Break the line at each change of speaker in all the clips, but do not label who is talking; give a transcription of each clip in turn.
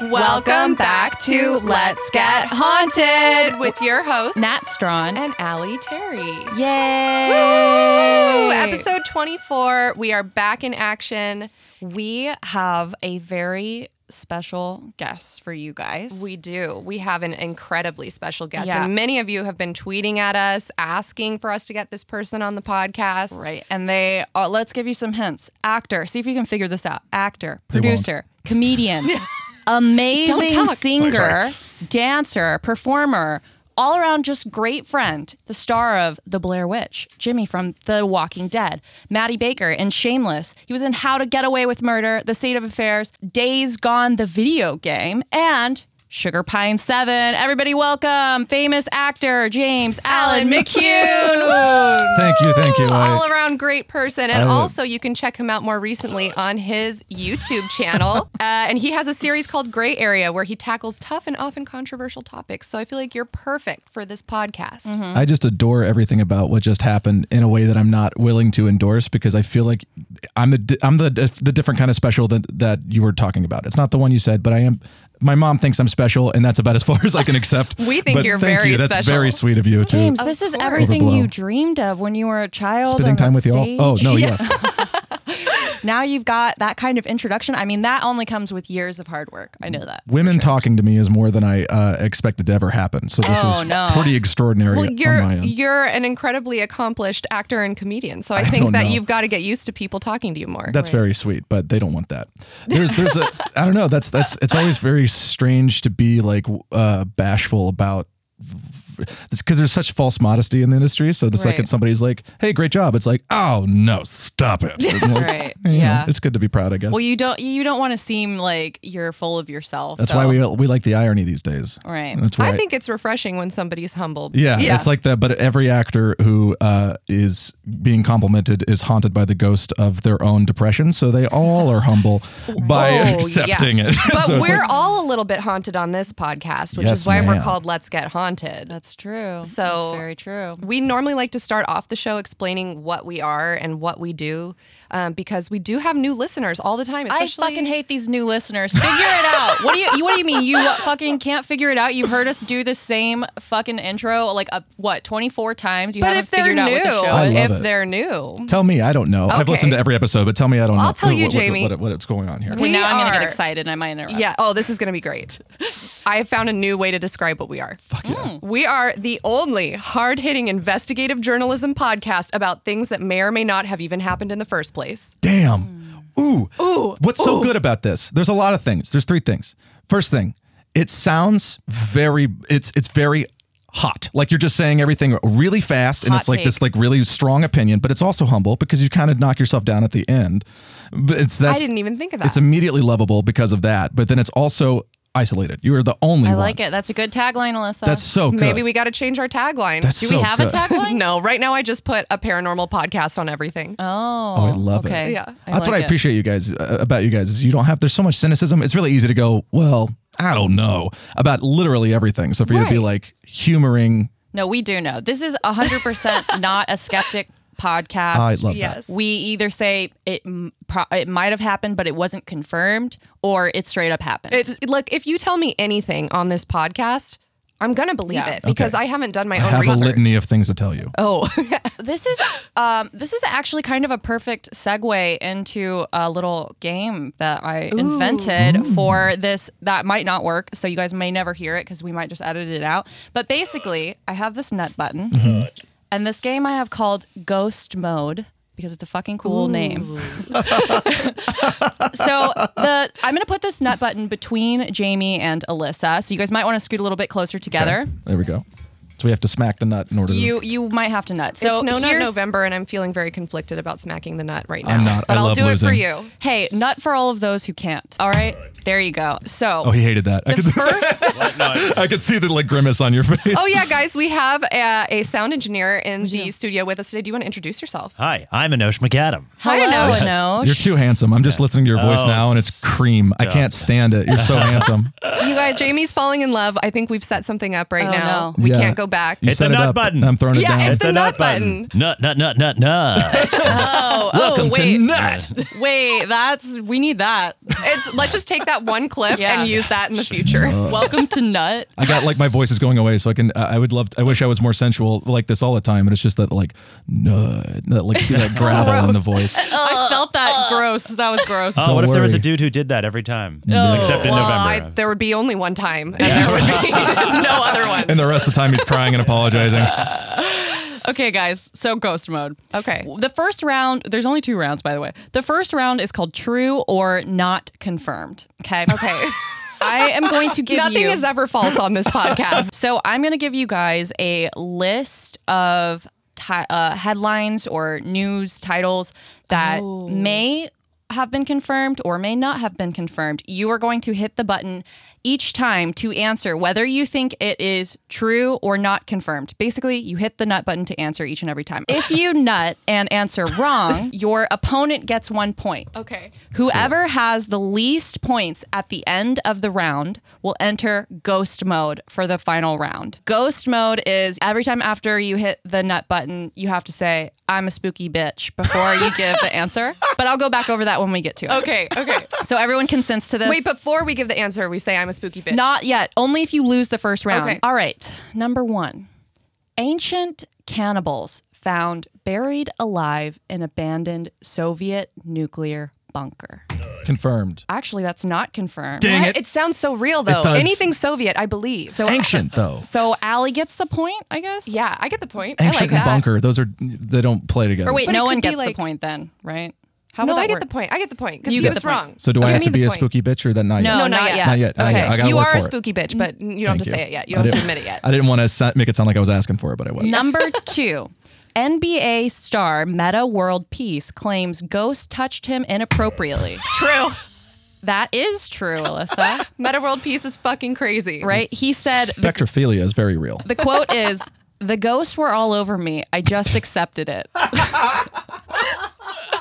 Welcome back to Let's Get Haunted with your host
Nat Strawn.
and Allie Terry.
Yay!
Woo! Episode 24. We are back in action.
We have a very special guest for you guys.
We do. We have an incredibly special guest.
Yeah.
And many of you have been tweeting at us asking for us to get this person on the podcast.
right, and they are, let's give you some hints. Actor, see if you can figure this out. Actor, producer, comedian, amazing
Don't talk.
singer,
Sorry,
dancer, performer. All around, just great friend, the star of The Blair Witch, Jimmy from The Walking Dead, Maddie Baker in Shameless. He was in How to Get Away with Murder, The State of Affairs, Days Gone, the video game, and Sugar Pine 7. Everybody, welcome famous actor James
Alan
Allen
McCune. Woo!
Thank you, thank you.
all
I,
around great person. And
I-
also, you can check him out more recently on his YouTube channel. uh, and he has a series called Gray Area where he tackles tough and often controversial topics. So I feel like you're perfect for this podcast.
I just adore everything about what just happened in a way that I'm not willing to endorse because I feel like I'm the di- I'm the dif- the different kind of special that that you were talking about. It's not the one you said, but I am. My mom thinks I'm special, and that's about as far as I can accept.
We think
But
you're
thank
very
you. That's
special.
very sweet of you to
James, this is
course.
everything
Overblow.
you dreamed of when you were a child. on
spending time
that
with
stage.
you all. Oh no, yes.
Now you've got that kind of introduction. I mean, that only comes with years of hard work. I know that.
Women talking to me is more than I uh, expected to ever happen. So this
Oh,
is
no.
pretty extraordinary
Well,
on my
you're
end.
you're an incredibly accomplished actor and comedian, so I, think
don't
that
know.
you've got to get used to people talking to you more.
That's very sweet, but they don't want that. There's there's a I don't know. That's that's it's always very strange to be like uh, bashful about because there's such false modesty in the industry. So the second
Right.
somebody's like, "Hey, great job," it's like, "Oh no, stop it!" I'm like,
Right.
you know,
Yeah.
it's good to be proud, I guess.
Well, you don't you don't want to seem like you're full of yourself.
that's
so-
why we we like the irony these days.
Right.
That's why
I think it's refreshing when somebody's humble.
Yeah, it's like that. But every actor who uh, is being complimented is haunted by the ghost of their own depression, so they all are humble by
Oh, yeah.
accepting it.
But
So it's
we're
like-
all a little bit haunted on this podcast, which
Yes,
is why we're
ma'am.
called Let's Get Haunted.
That's true.
So-
That's very true.
We normally like to start off the show explaining what we are and what we do, um, because we do have new listeners all the time. Especially,
I fucking hate these new listeners. Figure it out. What do you, you What do you mean? You what, fucking can't figure it out. You've heard us do the same fucking intro like a, what twenty four times. You
But
haven't
if they're
figured
new,
out what the show
I
is.
love
if
it.
they're new,
Tell me, I don't know. I've
Okay.
listened to every episode, but tell me, I don't know.
I'll tell you,
what- what-
Jamie.
what- what- what's going on here?
Okay,
We
now I'm gonna
are-
get excited. and I might interrupt.
yeah. Oh, this is gonna be great. I have found a new way to describe what we are.
Fuck yeah.
We are the only hard hitting investigative journalism podcast about things that may or may not have even happened in the first place.
Damn. Ooh. Ooh. What's so good about this? There's a lot of things. There's three things. First thing, it sounds very. It's it's very hot. Like you're just saying everything really fast, and
Hot
it's like this
take.
like really strong opinion, but it's also humble because you kind of knock yourself down at the end. But it's that's
I didn't even think of
it's
that.
immediately lovable because of that. But then it's also isolated. You are the only
I
one.
like it. That's a good tagline, Alyssa.
That's so good.
Maybe we got to change our tagline.
That's
Do we
so
have a
good.
tagline?
no, right now I just put a paranormal podcast on everything.
Oh,
Oh, I love it.
okay.
Yeah.
That's what
like
I appreciate you guys uh, about you guys is you don't have there's so much cynicism. It's really easy to go, well, I don't know about literally everything. So for you to be
Right.
like humoring,
It. No, we do know. This is 100% not a skeptic podcast.
I love that.
yes.
We either say it m- pro- it might have happened but it wasn't confirmed or it straight up happened.
It, look, if you tell me anything on this podcast, I'm gonna believe
Yeah.
it because
Okay.
I haven't done my
I
own
have
research.
a litany of things to tell you.
Oh,
this is um this is actually kind of a perfect segue into a little game that I invented for this that might not work, so you guys may never hear it because we might just edit it out. But basically, I have this nut button, and this game I have called Ghost Mode because it's a fucking cool name. so the I'm gonna put this nut button between Jamie and Alyssa, so you guys might want to scoot a little bit closer together.
There we go. So we have to smack the nut in order. to-
You you might have to nut. So
it's no nut
here's-
November, and I'm feeling very conflicted about smacking the nut right now.
I'm not.
But
I
will
love
do it for
losing.
you.
Hey, nut for all of those who can't. All right, there you go. So
oh, he hated that. I
the
could,
first,
I could see the like grimace on your face.
Oh yeah, guys, we have a, a sound engineer in the studio with us today. Do you want to introduce yourself?
Hi, I'm Anosh McAdam.
Hi,
hello,
Anosh.
Anosh.
You're too handsome. I'm just listening to your voice
Oh,
now, and it's cream. I can't stand it. You're so handsome.
you guys.
Jamie's falling in love. I think we've set something up right
Oh,
now.
no.
We
Yeah.
can't go back.
You
It's
set
Hit the
it
nut
up,
button.
and I'm throwing
Yeah,
it down.
it's- the nut button.
Nut, nut, nut, nut, nut.
Oh,
Welcome
oh, wait,
to Nut.
wait. That's we need that.
It's let's just take that one clip
Yeah.
and use that in the future.
uh,
Welcome to Nut.
I got like my voice is going away, so I can. I I would love. I wish I was more sensual like this all the time, but it's just that like nut, nut like that gravel in the voice.
Uh,
I felt that gross. That was gross.
oh,
Don't
what if there was a
worry.
dude who did that every time?
Oh.
Except in
Well, I,
November.
there would be only one time, and there would be no other one.
And the rest of the time, he's crying and apologizing.
Okay, guys. So ghost mode.
Okay.
The first round. There's only two rounds, by the way. The first round is called true or not confirmed. Okay.
okay.
I am going to give
Nothing
you.
is ever false on this podcast.
So I'm going to give you guys a list of ti- uh, headlines or news titles that may have been confirmed or may not have been confirmed. You are going to hit the button each time to answer whether you think it is true or not confirmed. Basically, you hit the nut button to answer each and every time. If you nut and answer wrong, your opponent gets one point.
Okay.
Whoever has the least points at the end of the round will enter ghost mode for the final round. Ghost mode is every time after you hit the nut button, you have to say, I'm a spooky bitch before you give the answer. But I'll go back over that when we get to it.
Okay. Okay.
So everyone consents to this.
Wait, before we give the answer, we say I'm a spooky bitch.
Not yet. Only if you lose the first round.
Okay.
All right. Number one ancient cannibals found buried alive in abandoned Soviet nuclear bunker.
Confirmed.
Actually, that's not confirmed.
Dang
What?
it.
It sounds so real though.
does.
Anything Soviet, I believe. So
Ancient though.
So Allie gets the point, I guess.
yeah, I get the point. I
Ancient
like
and
that.
bunker. Those are they don't play together.
Or wait,
But it
no one
could be
gets the
like-
point then, right? How
No,
would that
I get
work?
the point. I get the point because
You
he
get
was
the point.
wrong.
So do I
Okay,
have to
me the
be a
point.
spooky bitch or that not?
No,
yet?
No, not,
not
yet.
yet.
Not yet. Not
Okay.
yet. I gotta
you
work
are
for
a
it. Mm.
spooky bitch, but you don't have
Thank
to say it yet. You
I
don't have to
didn't-
admit it yet.
I didn't want to sa- make it sound like I was asking for it, but I was.
Number two. NBA star Meta World Peace claims ghost touched him inappropriately.
True.
that is true, Alyssa.
Meta World Peace is fucking crazy.
Right? He said
Spectrophilia is very real.
the quote is the ghosts were all over me. I just accepted it.
We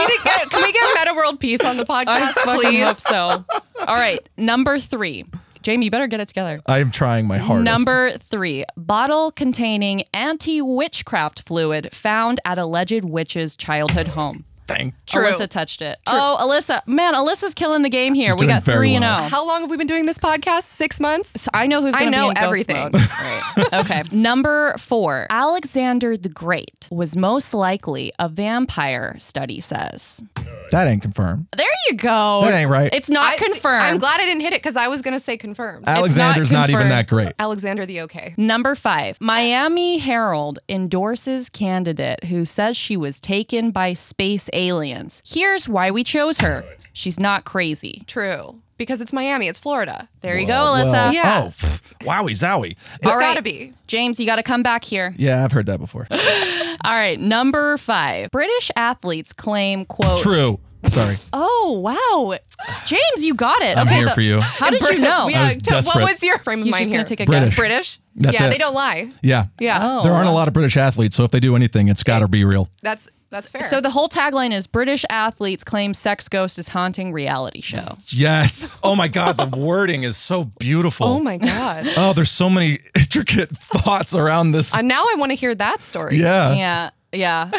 need to get- can we get Meta World Peace on the
I
podcast,
fucking
please?
hope so. All right. Number three. Jamie, you better get it together.
I am trying my hardest.
Number three, bottle containing anti witchcraft fluid found at alleged witch's childhood home.
Dang.
True.
Alyssa touched it. Oh, Alyssa, man, Alyssa's killing the game here.
She's
we
doing
got
very
three and
well.
zero.
How long have we been doing this podcast? Six months.
I know who's
I
going to be
know
in ghost
everything.
mode. Right. Okay. Number four, Alexander the Great was most likely a vampire. Study says.
That ain't confirmed.
There you go.
That ain't right.
It's not
I-
confirmed.
I'm glad I didn't hit it because I was going to say confirmed.
Alexander's not, even
confirmed.
that great.
Alexander the okay.
Number five, Miami Herald endorses candidate who says she was taken by space aliens. Here's why we chose her. She's not crazy.
True. Because it's Miami, it's Florida.
There you go,
Well,
Alyssa.
well,
Yeah.
Oh, pff, wowie zowie.
It's
All right.
got to be.
James, you got to come back here.
Yeah, I've heard that before.
All right, number five. British athletes claim, quote,
True. Sorry.
oh, wow. James, you got it.
I'm
okay,
here
the-
for you.
How did you know?
Yeah,
was
t- what
desperate.
was your frame of
Oh. He's
mind
just
here?
going to take a
British.
guess.
British?
That's
yeah,
it.
they don't lie.
Yeah.
Yeah.
Oh.
There aren't a lot of British athletes, so if they do anything, it's got to be real.
That's that's fair.
So the whole tagline is British athletes claim sex ghost is haunting reality show.
Yes. Oh my God, the wording is so beautiful.
Oh my god.
Oh, there's so many intricate thoughts around this.
Uh, now I want to hear that story.
yeah.
Yeah, yeah.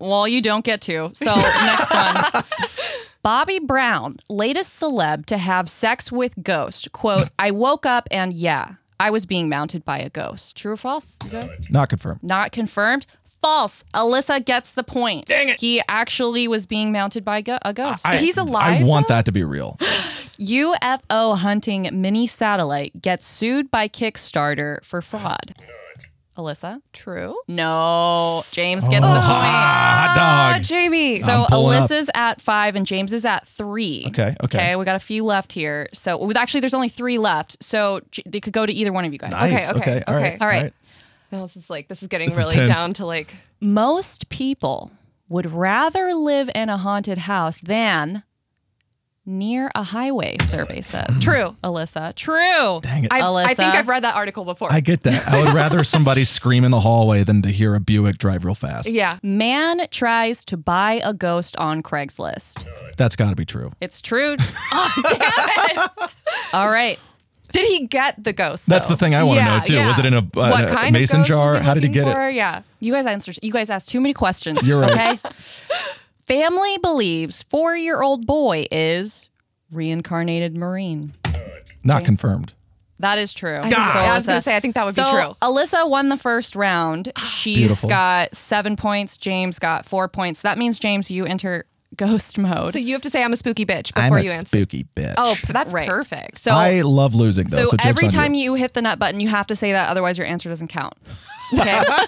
Well, you don't get to. So next one. Bobby Brown, latest celeb to have sex with ghost. Quote, I woke up and yeah, I was being mounted by a ghost. True or false? You guys?
Not confirmed.
Not confirmed. False. Alyssa gets the point. Dang it. He actually was being mounted by go- a ghost.
He's alive,
I want that to be real.
UFO hunting mini satellite gets sued by Kickstarter for fraud. Alyssa?
True.
No. James gets the point.
Ah,
Ah,
hot dog.
Jamie.
So
I'm pulling up.
Alyssa's at five and James is at three.
Okay, okay.
Okay, we got a few left here. So well, actually, there's only three left. So J- they could go to either one of you guys.
Okay,
Nice.
okay,
All
okay.
right.
All right.
no, this is like this is getting
This is
really
tense.
down to like
Most people would rather live in a haunted house than near a highway, survey says.
true.
Alyssa. True.
Dang it.
I, I think
Alyssa?
I've read that article before.
I get that. I would rather somebody scream in the hallway than to hear a Buick drive real fast.
yeah.
Man tries to buy a ghost on Craigslist.
That's got to be true.
It's true. oh, damn it. All right.
Did he get the ghost?
That's the thing I wanna know, too. Was it in a-
what
uh, a
kind
mason
of ghost
jar?
Was he
How did he
looking
get it?
for? Yeah.
You guys answer. You guys ask too many questions.
You're right.
Okay. Family believes four-year-old boy is reincarnated Marine.
Not confirmed.
That is true.
I, think so. I was gonna
Alyssa-
say I think that would
so
be true.
Alyssa won the first round. She's
Beautiful.
got seven points. James got four points. That means James, you enter ghost mode.
So you have to say I'm a spooky bitch before you answer.
spooky bitch.
Oh, that's
Right.
perfect.
so
I love losing though.
so,
So,
every time
you,
you. hit the nut button, you have to say that, otherwise your answer doesn't count. Okay.
I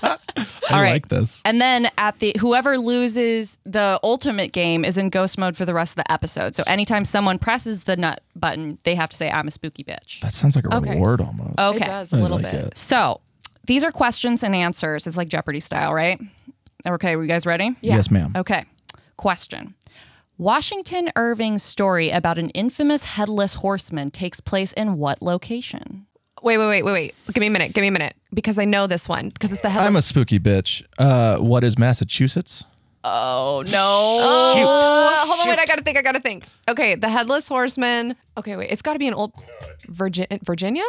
all right.
like this.
And then at the whoever loses the ultimate game is in ghost mode for the rest of the episode. So anytime someone presses the nut button, they have to say I'm a spooky bitch.
That sounds like a
Okay. Oh,
reward almost.
it
Okay.
does a little
like
bit.
it.
So these are questions and answers. It's like Jeopardy style, right? Okay, were you guys ready?
Yeah.
Yes, ma'am.
Okay. Question. Washington Irving's story about an infamous headless horseman takes place in what location?
Wait, wait, wait, wait, wait. Give me a minute. Give me a minute because I know this one because it's the headline.
I'm a spooky bitch. Uh, what is Massachusetts?
Oh no.
Uh, hold on, wait. I gotta think. I gotta think. Okay, the headless horseman. Okay, wait. It's got to be an old Virgin Virginia.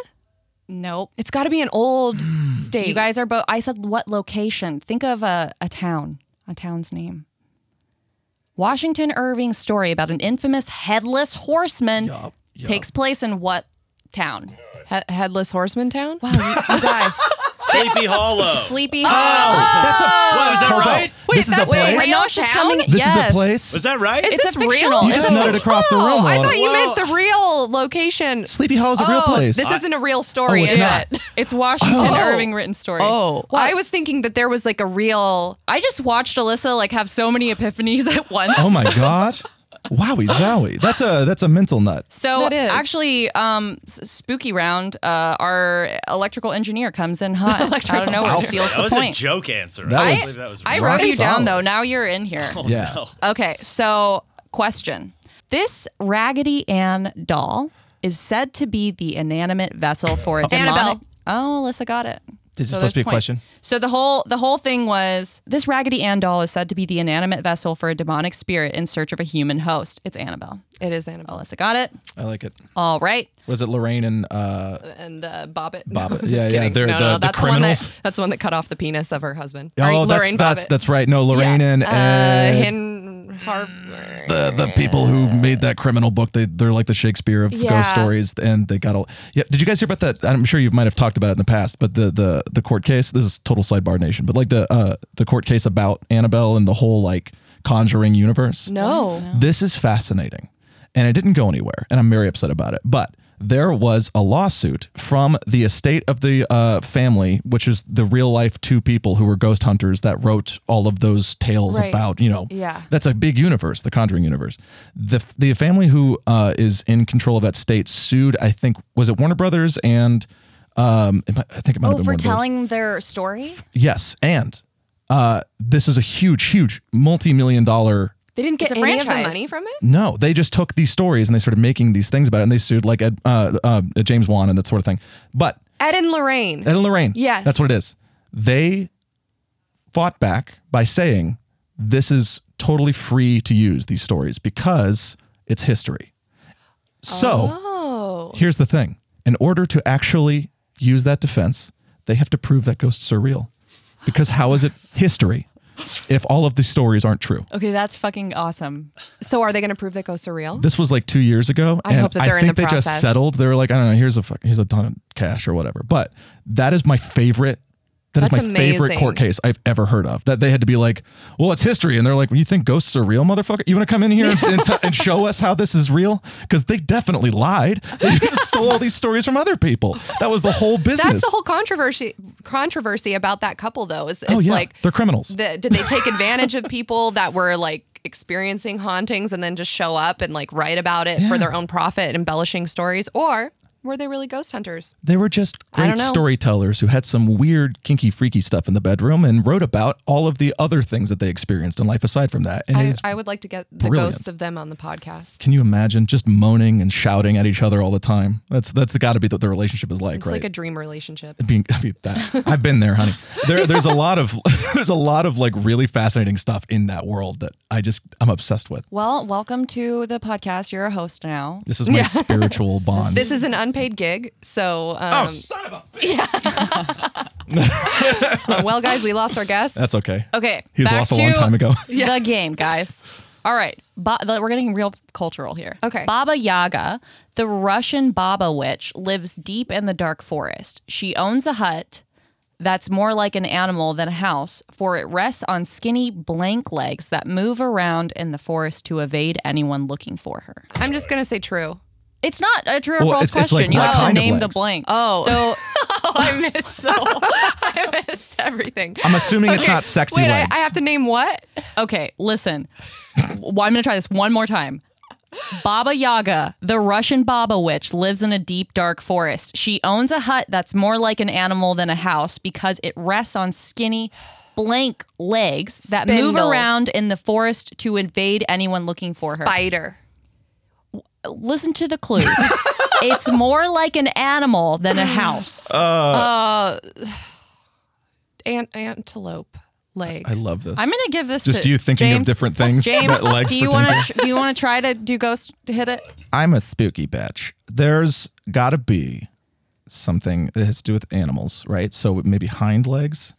Nope.
It's got to be an old
Hmm.
state.
You guys are both I said what location? Think of a, a town, a town's name. Washington Irving's story about an infamous headless horseman
Yup, yup.
takes place in what town?
He- headless horseman town.
Wow, you, you guys.
Sleepy Hollow.
Oh.
Sleepy Hollow.
That's a.
Wow, is that
Hold on.
right?
Wait,
this is a
that- wait,
place.
I
wait,
know she's
Town?
coming.
This
yes.
is a place.
Was that right?
Is
It's
this
a
real?
fictional-
You just
It's a-
nutted across the
Oh,
room,
I
Lana.
thought you
Whoa.
meant the real location.
Sleepy Hollow's a real
Oh,
place.
This
I-
isn't a real story,
Oh, it's
is
not.
it?
It's Washington
Oh.
Irving written story.
Oh,
What?
I was thinking that there was like a real.
I just watched Alyssa like have so many epiphanies at once.
oh my god. Wowie zowie. That's a that's a mental nut.
So
That is.
actually, um, s- spooky round. Uh, our electrical engineer comes in hot I
Electrical
don't know.
engineer.
Steals
that
the
was
point.
a joke answer.
That
I
was-
believe that was
I
right.
Rock
wrote you down
solid.
though. Now you're in here.
Yeah.
Oh, No.
Okay. So question: This Raggedy Ann doll is said to be the inanimate vessel for a demonic.
Annabelle.
Oh, Alyssa got it.
This is
So
supposed to be
there's
a
points.
question.
So the whole the whole thing was this Raggedy Ann doll is said to be the inanimate vessel for a demonic spirit in search of a human host. It's Annabelle.
It is Annabelle
Alyssa got it.
I like it.
All right.
Was it Lorraine and uh
and uh, Bobbit.
Bobbit.
No, just
Yeah, yeah,
kidding.
they're
no, no,
the-
no,
the
that's the one that
criminals.
that's the one that cut off the penis of her husband.
Oh,
Or
that's
Lorraine
that's
Bobbitt.
that's right. No, Lorraine
yeah.
and,
uh,
and
Hin Harper.
the the people who made that criminal book they they're like the Shakespeare of
Yeah.
ghost stories and they got all yeah did you guys hear about that I'm sure you might have talked about it in the past but the the the court case this is total sidebar nation but like the uh the court case about Annabelle and the whole like conjuring universe
no.
this is fascinating. And it didn't go anywhere. And I'm very upset about it. But there was a lawsuit from the estate of the uh, family, which is the real life two people who were ghost hunters that wrote all of those tales
Right.
about, you know,
Yeah.
that's a big universe, the Conjuring universe. The, the family who uh, is in control of that state sued, I think, was it Warner Brothers and um, it might- I think it might have been Warner Brothers.
Oh, their story.
Yes. And uh, this is a huge, huge multi million dollar
They didn't get
It's a
any of the
franchise.
money from it.
no, they just took these stories and they started making these things about it, and they sued like Ed, uh, uh, James Wan and that sort of thing. But
Ed and Lorraine.
Ed and Lorraine,
Yes.
that's what it is. They fought back by saying this is totally free to use these stories because it's history. So
oh.
here's the thing: in order to actually use that defense, they have to prove that ghosts are real, because how is it history if all of the stories aren't true?
Okay, that's fucking awesome.
So are they going to prove that ghosts are real?
This was like two years ago.
I
and
hope that they're
I
in
think
the
they
process.
just settled. They were like, I don't know, here's a fuck, here's a ton of cash or whatever. But that is my favorite. That's
That's
my favorite
amazing.
court case I've ever heard of. That they had to be like, well, it's history, and they're like, well, you think ghosts are real, motherfucker? You want to come in here and, and, t- and show us how this is real? Because they definitely lied. They just stole all these stories from other people. That was the whole business.
That's the whole controversy controversy about that couple though. Is it's
Oh yeah,
like
they're criminals.
the, did they take advantage of people that were like experiencing hauntings and then just show up and like write about it for
Yeah.
their own profit, embellishing stories, or were they really ghost hunters?
They were just
I don't
great
know.
storytellers who had some weird, kinky, freaky stuff in the bedroom and wrote about all of the other things that they experienced in life aside from that. And
I,
it's,
I would like to get the
brilliant.
ghosts of them on the podcast.
can you imagine just moaning and shouting at each other all the time? That's that's got to be what their relationship is like,
It's
right?
like a dream relationship.
being I mean, that I've been there, honey. There, there's a lot of there's a lot of like really fascinating stuff in that world that I just I'm obsessed with.
Well, welcome to the podcast. You're a host now.
This is my spiritual bond.
This is an unpaid gig. So,
Oh,
um,
son of a bitch.
well, guys, we lost our guest.
That's okay.
uh,
Okay.
He was
back
lost a
to
long time ago.
The game, guys. All right. Ba- the- we're getting real cultural here.
Okay.
Baba Yaga, the Russian Baba witch, lives deep in the dark forest. She owns a hut that's more like an animal than a house, for it rests on skinny, blank legs that move around in the forest to evade anyone looking for her.
I'm just going to say true.
It's not a true or
Well,
false
it's- it's
question.
like
you
what
have to
kind of
name the
legs?
blank.
Oh.
So
Oh, I missed the whole, I missed everything.
I'm assuming it's not sexy
Wait,
legs.
I, I have to name what?
Okay, listen. well, I'm going to try this one more time. Baba Yaga, the Russian Baba witch, lives in a deep, dark forest. She owns a hut that's more like an animal than a house because it rests on skinny, blank legs that move
Spindle.
around in the forest to invade anyone looking for her.
Spider.
Listen to the clues. it's more like an animal than a house.
Uh,
Ant, antelope. Legs.
I love this.
I'm going to give this
Just
to
you thinking
James.
of different things
James,
that legs
do you
pertain
want
to.
to do you want to try to do ghost hit it?
I'm a spooky bitch. There's got to be something that has to do with animals, right? So maybe hind legs.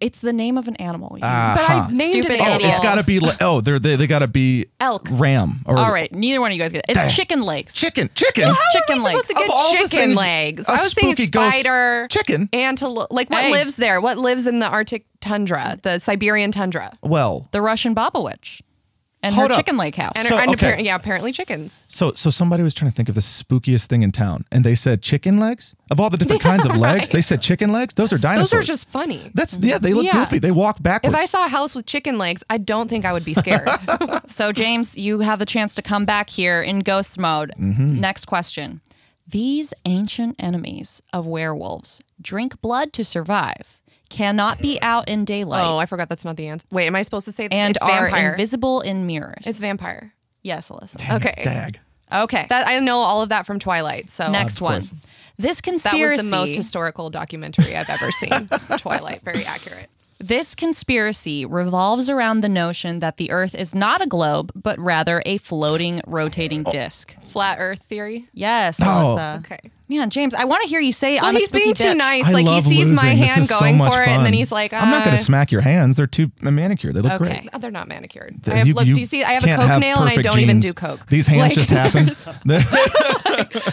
It's the name of an animal. you
Ah,
But I named
Stupid
an
idiot.
Oh,
animal.
it's got to be. Li- oh, they're, they they got to be
Elk.
ram or
All right, neither one of you guys get it. It's
Dang.
chicken legs.
chicken. Chicken.
It's chicken
I'm supposed
legs.
to get
Of all the
chicken
things,
legs.
a
I was thinking
spooky ghost-
spider,
Chicken?
antelope. Like what
Hey.
lives there? What lives in the Arctic tundra, the Siberian tundra?
Well,
the Russian Baba witch and
Hold
her
up.
chicken leg house.
And,
So,
and
okay.
appar- yeah, apparently chickens.
so so somebody was trying to think of the spookiest thing in town, and they said chicken legs. Of all the different kinds of legs, they said chicken legs. Those are dinosaurs.
Those are just funny.
That's yeah. They look
Yeah.
goofy. They walk
If
backwards.
I saw a house with chicken legs, I don't think I would be scared.
so, James, you have the chance to come back here in ghost mode.
Mm-hmm.
Next question. These ancient enemies of werewolves drink blood to survive, cannot be out in daylight,
oh, I forgot that's not the answer. Wait, am I supposed to say
and
it's
are
vampire?
invisible in mirrors.
it's vampire.
yes, Alyssa.
Dang it,
okay.
Dag.
Okay.
That I know all of that from Twilight. So
Next one.
course.
This
that
conspiracy
was the most historical documentary I've ever seen. Twilight, very accurate.
This conspiracy revolves around the notion that the Earth is not a globe, but rather a floating, rotating disk.
Flat Earth theory.
Yes,
Oh.
Alyssa.
Okay.
Man, James, I want to hear you say
Well,
I'm a
he's
spooky
being too
bitch.
nice.
I
like he
love
sees my
losing. This
hand
is so
going
much
for it, and
fun.
then he's like,
"I'm not going
uh,
to smack your hands. They're too manicured. They look
Okay.
great."
They're not manicured.
Th-
I have,
you-
look,
you
do you see? I have a
can't
coke nail, and I
perfect
don't even do
genes.
coke.
These hands
Like,
just happen.
there's-
They're-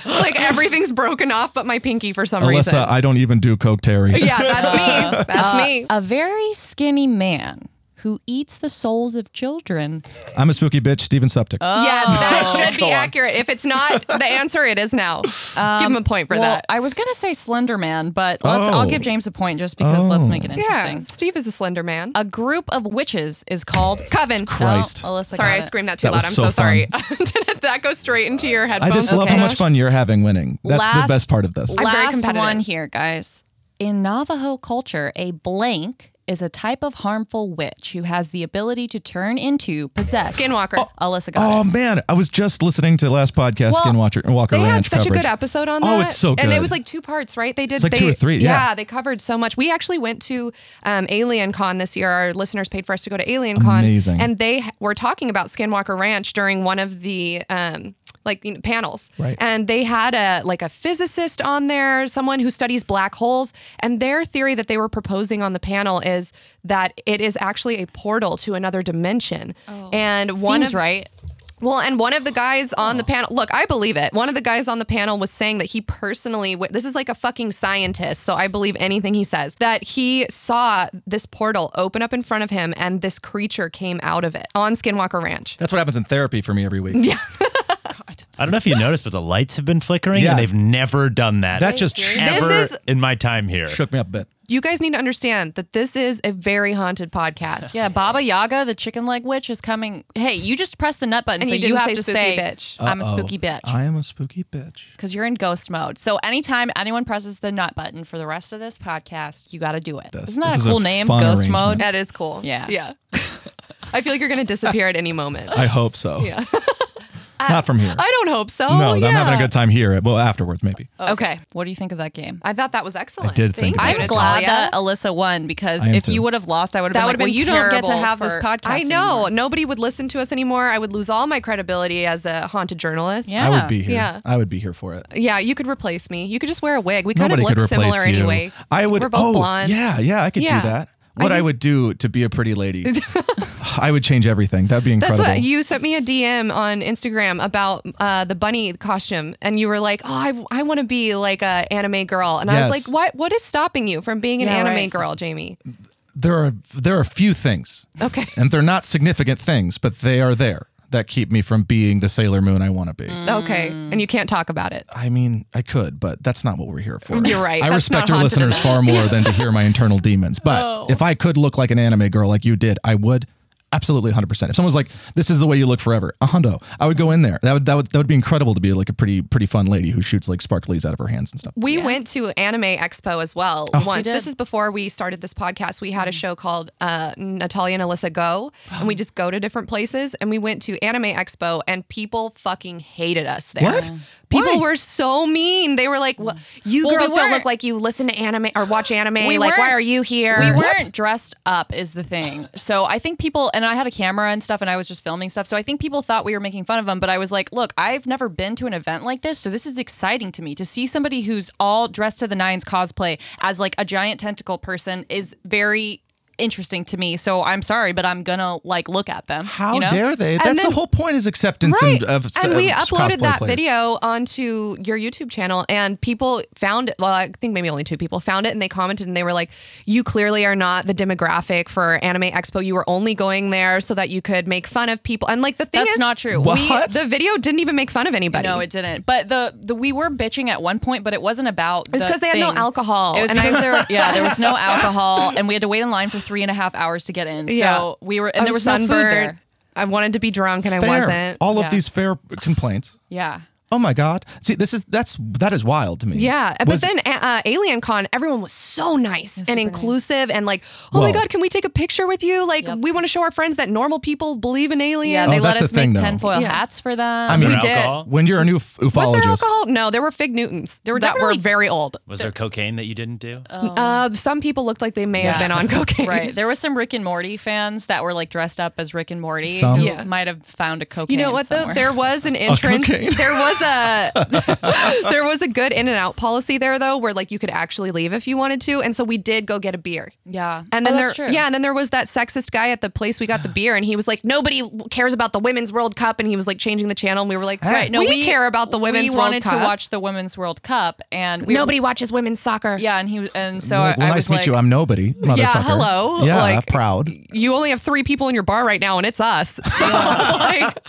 like everything's broken off, but my pinky for some reason.
Alyssa, uh, I don't even do coke, Terry.
yeah, that's me. That's me.
A very skinny man who eats the souls of children.
I'm a spooky bitch, Steven Suptic.
uh,
Yes, that should be accurate. If it's not the answer, it is now. Give him a point for
Um, Well, uh,
that.
I was going to say Slender Man, but let's, I'll
Oh.
give James a point just because let's make it
Yeah,
interesting.
Steve is a slender man.
A group of witches is called.
Coven.
Christ.
Oh, Alyssa
Sorry,
got
I
it.
screamed that too
That
loud.
was
I'm so,
so
sorry.
fun.
Did that go straight into your
I
headphones?
just love how
Okay.
much fun you're having winning. That's
Last-
the best part of this.
I'm very
Last
competitive.
one here, guys. In Navajo culture, a blank is a type of harmful witch who has the ability to turn into, possess.
Skinwalker.
Alyssa got it.
Oh man, I was just listening to last podcast
Well,
Skinwalker Walker
They had
Ranch
such
coverage.
a good episode on that.
Oh, it's so
And it
good.
was like two parts, right? They did
like
they,
two or three, yeah.
they covered so much. We actually went to um, Alien Con this year. Our listeners paid for us to go to Alien Con,
Amazing.
and they h- were talking about Skinwalker Ranch during one of the. Um, like you know, panels,
Right.
and they had a like a physicist on there, someone who studies black holes, and their theory that they were proposing on the panel is that it is actually a portal to another dimension, and one
Seems
of
right.
well, and one of the guys on the
Oh.
panel, look, I believe it. One of the guys on the panel was saying that he personally, wi- this is like a fucking scientist, so I believe anything he says, that he saw this portal open up in front of him and this creature came out of it on Skinwalker Ranch.
That's what happens in therapy for me every week. Yeah,
I don't know if you noticed, but the lights have been flickering,
Yeah.
and they've never done that.
that just
ever
This is-
in my time here.
shook me up a bit.
You guys need to understand that this is a very haunted podcast.
Yeah, Baba Yaga, the chicken leg witch, is coming. Hey, you just press the nut button,
And
so
you
you,
didn't
have
say
to
spooky
say,
bitch.
"I'm a
Uh-oh.
spooky bitch,"
Oh, I am a spooky bitch.
because you're in ghost mode. So anytime anyone presses the nut button for the rest of this podcast, you got to do it.
This-
not that a
this is a
cool name,
fun
ghost
arrangement.
mode?
That is cool.
Yeah.
Yeah. I feel like you're going to disappear at any moment.
I hope so.
Yeah.
Not from here.
I don't hope so.
no,
Oh, yeah. Oh,
I'm having a good time here. Well, afterwards maybe.
Okay. What do you think of that game?
I thought that was excellent.
I did
Thank
think about
you,
that.
I'm glad
Natalia.
that Alyssa won because
I am
if
too.
you would have lost, I would have
That
been
would
like,
have
well,
been
you don't get to
terrible
have this
for-
podcast.
I know
anymore."
nobody would listen to us anymore. I would lose all my credibility as a haunted journalist.
Yeah.
I would be here.
Yeah.
I would be here for it.
yeah. You could replace me. You could just wear a wig. We kind
Nobody
of
could
look
replace
similar
you.
anyway.
I would.
We're both
oh,
blonde.
yeah, yeah. I could
Yeah.
do that. What I,
think-
would do to be a pretty lady, I would change everything. That'd be
That's
incredible.
what you sent me a DM on Instagram about uh, the bunny costume, and you were like, "Oh, I, I want to be like a anime girl," and I was
Yes.
like, "What? What is stopping you from being an
Yeah,
anime
right.
girl, Jamie?"
there are there are a few things,
Okay.
and they're not significant things, but they are there that keep me from being the Sailor Moon I want to
Mm.
be.
Okay,
Mm.
and you can't talk about it.
I mean, I could, but that's not what we're here for.
You're right.
I
That's
respect
not
our
haunted
listeners
enough.
far more than to hear my internal demons. But
Oh.
if I could look like an anime girl like you did, I would absolutely 100%. If someone's like, "This is the way you look forever," a hundo, I would go in there. That would that would that would be incredible to be like a pretty pretty fun lady who shoots like sparklies out of her hands and stuff.
We went to Anime Expo as well once.
Oh, We did. Mm.
This is before we started this podcast. We had a show called uh, Natalia and Alyssa Go, and we
Oh.
just go to different places. And we went to Anime Expo, and people fucking hated us there.
What?
People
Why?
were so mean. They were like, well, "You
Mm. Well, we
girls don't
weren't-
look like you listen to anime or watch anime.
We
like, why
weren't-
are you here?"
We weren't dressed up is the thing. So I think people and I had a camera and stuff and I was just filming stuff. So I think people thought we were making fun of them, but I was like, look, I've never been to an event like this, so this is exciting to me. To see somebody who's all dressed to the nines cosplay as like a giant tentacle person is very interesting to me. So I'm sorry, but I'm gonna like look at them.
How
you know?
dare they? That's
then-
the whole point is acceptance
Right.
and, of
and we
of
uploaded
cosplay
that
players.
video onto your YouTube channel, and people found it. Well, I think maybe only two people found it, and they commented and they were like, You clearly are not the demographic for Anime Expo. You were only going there so that you could make fun of people. And like the thing
That's
is,
not true.
We,
What?
the video didn't even make fun of anybody.
No, it didn't. But the the we were bitching at one point, but it wasn't about. It
was 'cause they had no alcohol,
It was
and I-
because there, yeah, there was no alcohol, and we had to wait in line for three and a half hours to get in. So
Yeah.
we were, and there was no food there.
I wanted to be drunk and
Fair.
I wasn't.
All
Yeah.
of these fair complaints.
Yeah.
Oh my god! See, this is that's that is wild to me.
Yeah, but
Was-
then a- uh, Alien Con, everyone was so nice and inclusive, and like, oh my
Whoa.
god, can we take a picture with you? Like, we want to show our friends that normal people believe in aliens.
Yeah,
Oh,
they let
that's
us
the thing,
make
though.
tinfoil
Yeah.
hats for them.
I
Was
mean-
there
We did.
alcohol?
when you're a new f- ufologist,
Was there alcohol? No, there were fig Newtons.
There were
that were
definitely- Um,
very old.
Was there cocaine that you didn't do?
Uh, some people looked like they may have
Yeah.
been on cocaine.
right. There was some Rick and Morty fans that were like dressed up as Rick and Morty.
Some.
who
Yeah.
might have found a cocaine.
You know what though?
somewhere.
There was an entrance.
cocaine.
There was a there was a good in and out policy there though, where like you could actually leave if you wanted to, and so we did go get a beer.
Yeah.
And then
oh,
there,
that's true.
yeah, and then there was that sexist guy at the place we got the beer, and he was like, "Nobody cares about the women's World Cup," and he was like changing the channel, and we were like,
Right. No,
we, care about the women's
We
World
wanted
Cup.
to watch the Women's World Cup, and we
Nobody watches women's soccer.
Yeah, and he was, and so
You're like,
I,
well,
I
nice
was
to meet
like,
you. I'm nobody. Motherfucker.
hello,
Yeah,
like-
proud.
you only have three people in your bar right now, and it's us. So, like,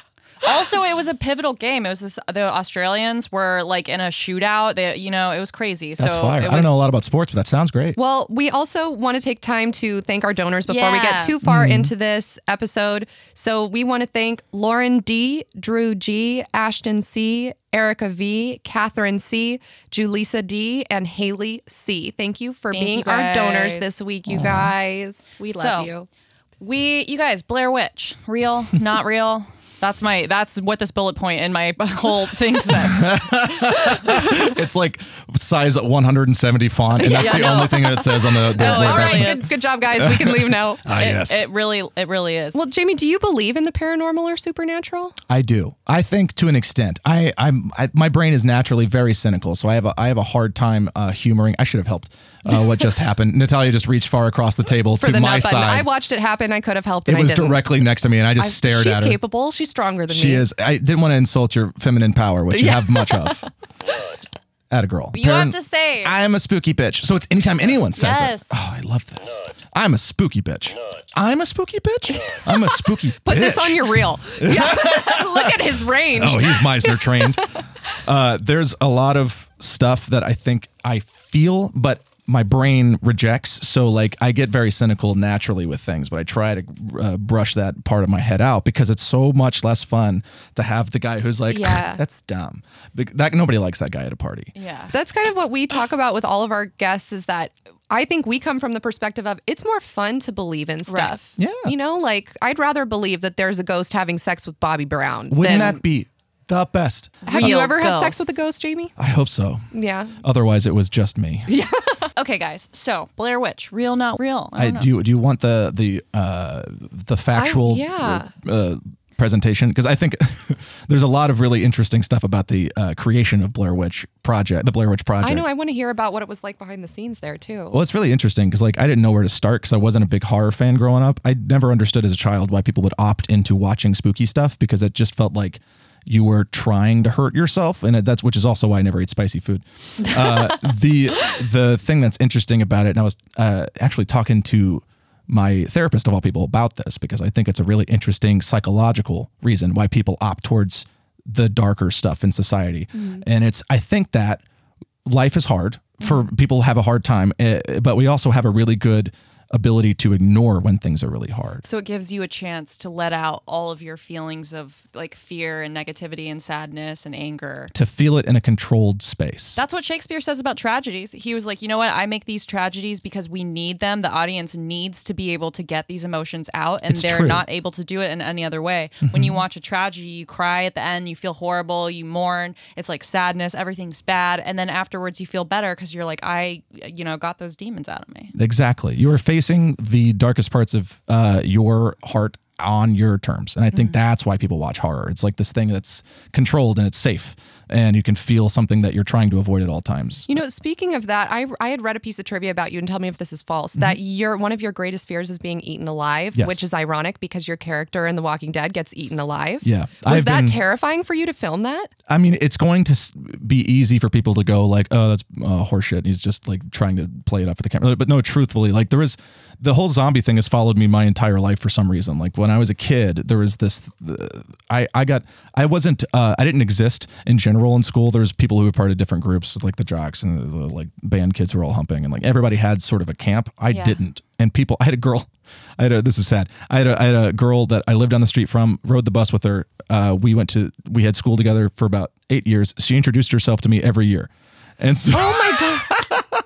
also it was a pivotal game it was this the australians were like in a shootout they you know it was crazy
That's
so
fire.
it was
I don't know a lot about sports, but that sounds great.
well, we also want to take time to thank our donors before we get
Yeah.
too
Mm-hmm.
far into this episode. So we want to thank Lauren D, Drew G, Ashton C, Erica V, Catherine C, Julissa D, and Haley C. Thank you for
Thank
being
you
our donors
guys.
this week, you guys. We love
So,
you.
we you guys blair witch real not real that's my that's what this bullet point in my whole thing says
it's like size 170 font, and that's
Yeah,
the
no.
only thing that it says on the. the
No, oh, it
Oh, All
web
really
app.
right,
is.
good, good job, guys. We can leave now.
Ah,
it,
yes.
it really it really is
Well, Jamie, do you believe in the paranormal or supernatural?
I do. I think to an extent. I I'm I, my brain is naturally very cynical, so I have a I have a hard time uh, humoring. I should have helped. Uh, what just happened? Natalia just reached far across the table
For
to
the
my
nut button, I
side.
watched it happen. I could have helped.
it
And
was
I didn't.
directly next to me, and I just stared
She's
at her.
capable. She's stronger than
She
me.
is. I didn't want to insult your feminine power, which you
Yeah.
have much of. At a girl.
You have to say.
I am a spooky bitch. So it's anytime anyone says
Yes.
it. Oh, I love this. I'm a spooky bitch. I'm a spooky bitch. I'm a spooky bitch.
Put this on your reel. Yeah. Look at his range.
Oh, he's Meisner trained. Uh, there's a lot of stuff that I think I feel, but my brain rejects. So, like, I get very cynical naturally with things, but I try to uh, brush that part of my head out because it's so much less fun to have the guy who's like,
Yeah.
that's dumb. Bec- That nobody likes that guy at a party.
yeah
That's kind of what we talk about with all of our guests is that I think we come from the perspective of it's more fun to believe in stuff.
Yeah.
You know, like I'd rather believe that there's a ghost having sex with Bobby Brown.
Wouldn't
than,
that be the best.
Have you
Real
ever had sex
ghosts.
with a ghost, Jamie?
I hope so.
Yeah.
Otherwise, it was just me.
Okay, guys. So Blair Witch, real, not real. I,
I,
don't know.
do. You, do you want the the uh, the factual
yeah.
uh, presentation? Because I think there's a lot of really interesting stuff about the uh, creation of Blair Witch Project, the Blair Witch Project.
I know. I want to hear about what it was like behind the scenes there too.
Well, it's really interesting because like I didn't know where to start because I wasn't a big horror fan growing up. I never understood as a child why people would opt into watching spooky stuff because it just felt like you were trying to hurt yourself, and it, that's which is also why I never ate spicy food. Uh, the the thing that's interesting about it, and I was uh, actually talking to my therapist of all people about this because I think it's a really interesting psychological reason why people opt towards the darker stuff in society, and it's I think that life is hard for people have a hard time eh, but we also have a really good ability to ignore when things are really hard
So it gives you a chance to let out all of your feelings of like fear and negativity and sadness and anger.
to feel it in a controlled space
That's what Shakespeare says about tragedies. He was like, you know what? I make these tragedies because we need them. The audience needs to be able to get these emotions out, and
It's
they're
true. Mm-hmm.
not able to do it in any other way. When you watch a tragedy, you cry at the end, you feel horrible, you mourn. It's like sadness, everything's bad. And then afterwards, you feel better because you're like, I, you know, got those demons out of me.
exactly you are facing the darkest parts of uh, your heart on your terms and i think that's why people watch horror it's like this thing that's controlled and it's safe and you can feel something that you're trying to avoid at all times
You know, speaking of that, I I had read a piece of trivia about you, and tell me if this is false. That your one of your greatest fears is being eaten alive,
Mm-hmm. Yes.
which is ironic because your character in The Walking Dead gets eaten alive.
Yeah.
was
I've
that
been-
terrifying for you to film that?
I mean, it's going to s- be easy for people to go like, "Oh, that's uh, horseshit." He's just like trying to play it up for the camera. But no, truthfully, like there is the whole zombie thing has followed me my entire life for some reason. Like when I was a kid, there was this. th- I I got I wasn't uh, I didn't exist in general in school. There was people who were part of different groups, like the jocks and the, the, like band kids who were all humping, and like everybody had sort of a camp. I
Yeah.
didn't, and people. I had a girl. I had a, this is sad. I had a, I had a girl that I lived down the street from, rode the bus with her. Uh, we went to, we had school together for about eight years. She introduced herself to me every year. And so
Oh my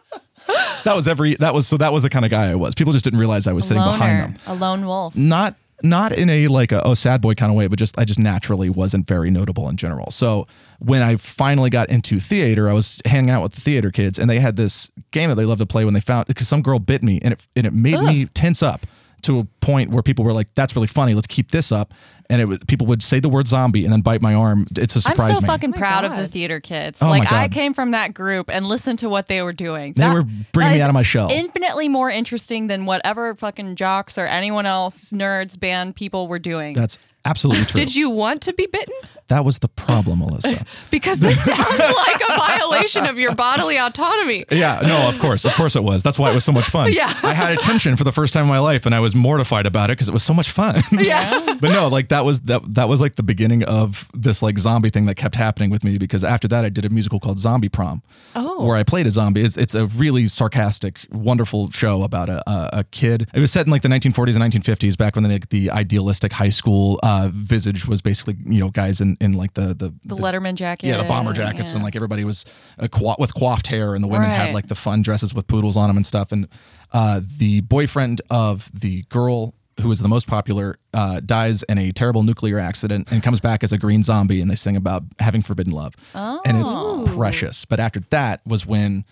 god!
that was every, that was, so that was the kind of guy I was. People just didn't realize I was sitting behind
Loner,
them.
a lone wolf.
Not, not in a like a, oh, sad boy kind of way, but just, I just naturally wasn't very notable in general. So when I finally got into theater, I was hanging out with the theater kids and they had this game that they loved to play when they found, because some girl bit me and it, and it made me tense up to a point where people were like, "That's really funny. Let's keep this up." And it was, people would say the word zombie and then bite my arm. It's a
I'm
surprise.
so
me.
fucking
Oh My
proud of the
God.
theater kids.
Oh my
like I
God.
came from that group and listened to what they were doing.
They
That-
were
that
bringing me
is
out of my shell.
Infinitely more interesting than whatever fucking jocks or anyone else, nerds, band people were doing.
That's absolutely true.
Did you want to be bitten?
that was the problem, Alyssa.
Because this sounds like a violation of your bodily autonomy.
yeah, no, of course, of course it was. That's why it was so much fun.
Yeah.
I had attention for the first time in my life, and I was mortified about it because it was so much fun.
Yeah.
but no, like that was that that was like the beginning of this like zombie thing that kept happening with me because after that I did a musical called Zombie Prom,
Oh.
where I played a zombie. It's it's a really sarcastic, wonderful show about a a, a kid. It was set in like the 1940s and 1950s, back when the like, the idealistic high school uh, visage was basically you know guys in in like the the,
the, Letterman jacket.
yeah, the bomber jackets
yeah.
and like everybody was uh, qua- with coiffed hair, and the women
Right.
had like the fun dresses with poodles on them and stuff. And uh, the boyfriend of the girl who was the most popular uh, dies in a terrible nuclear accident and comes back as a green zombie, and they sing about having forbidden love, and
Oh.
it's precious. But after that was when.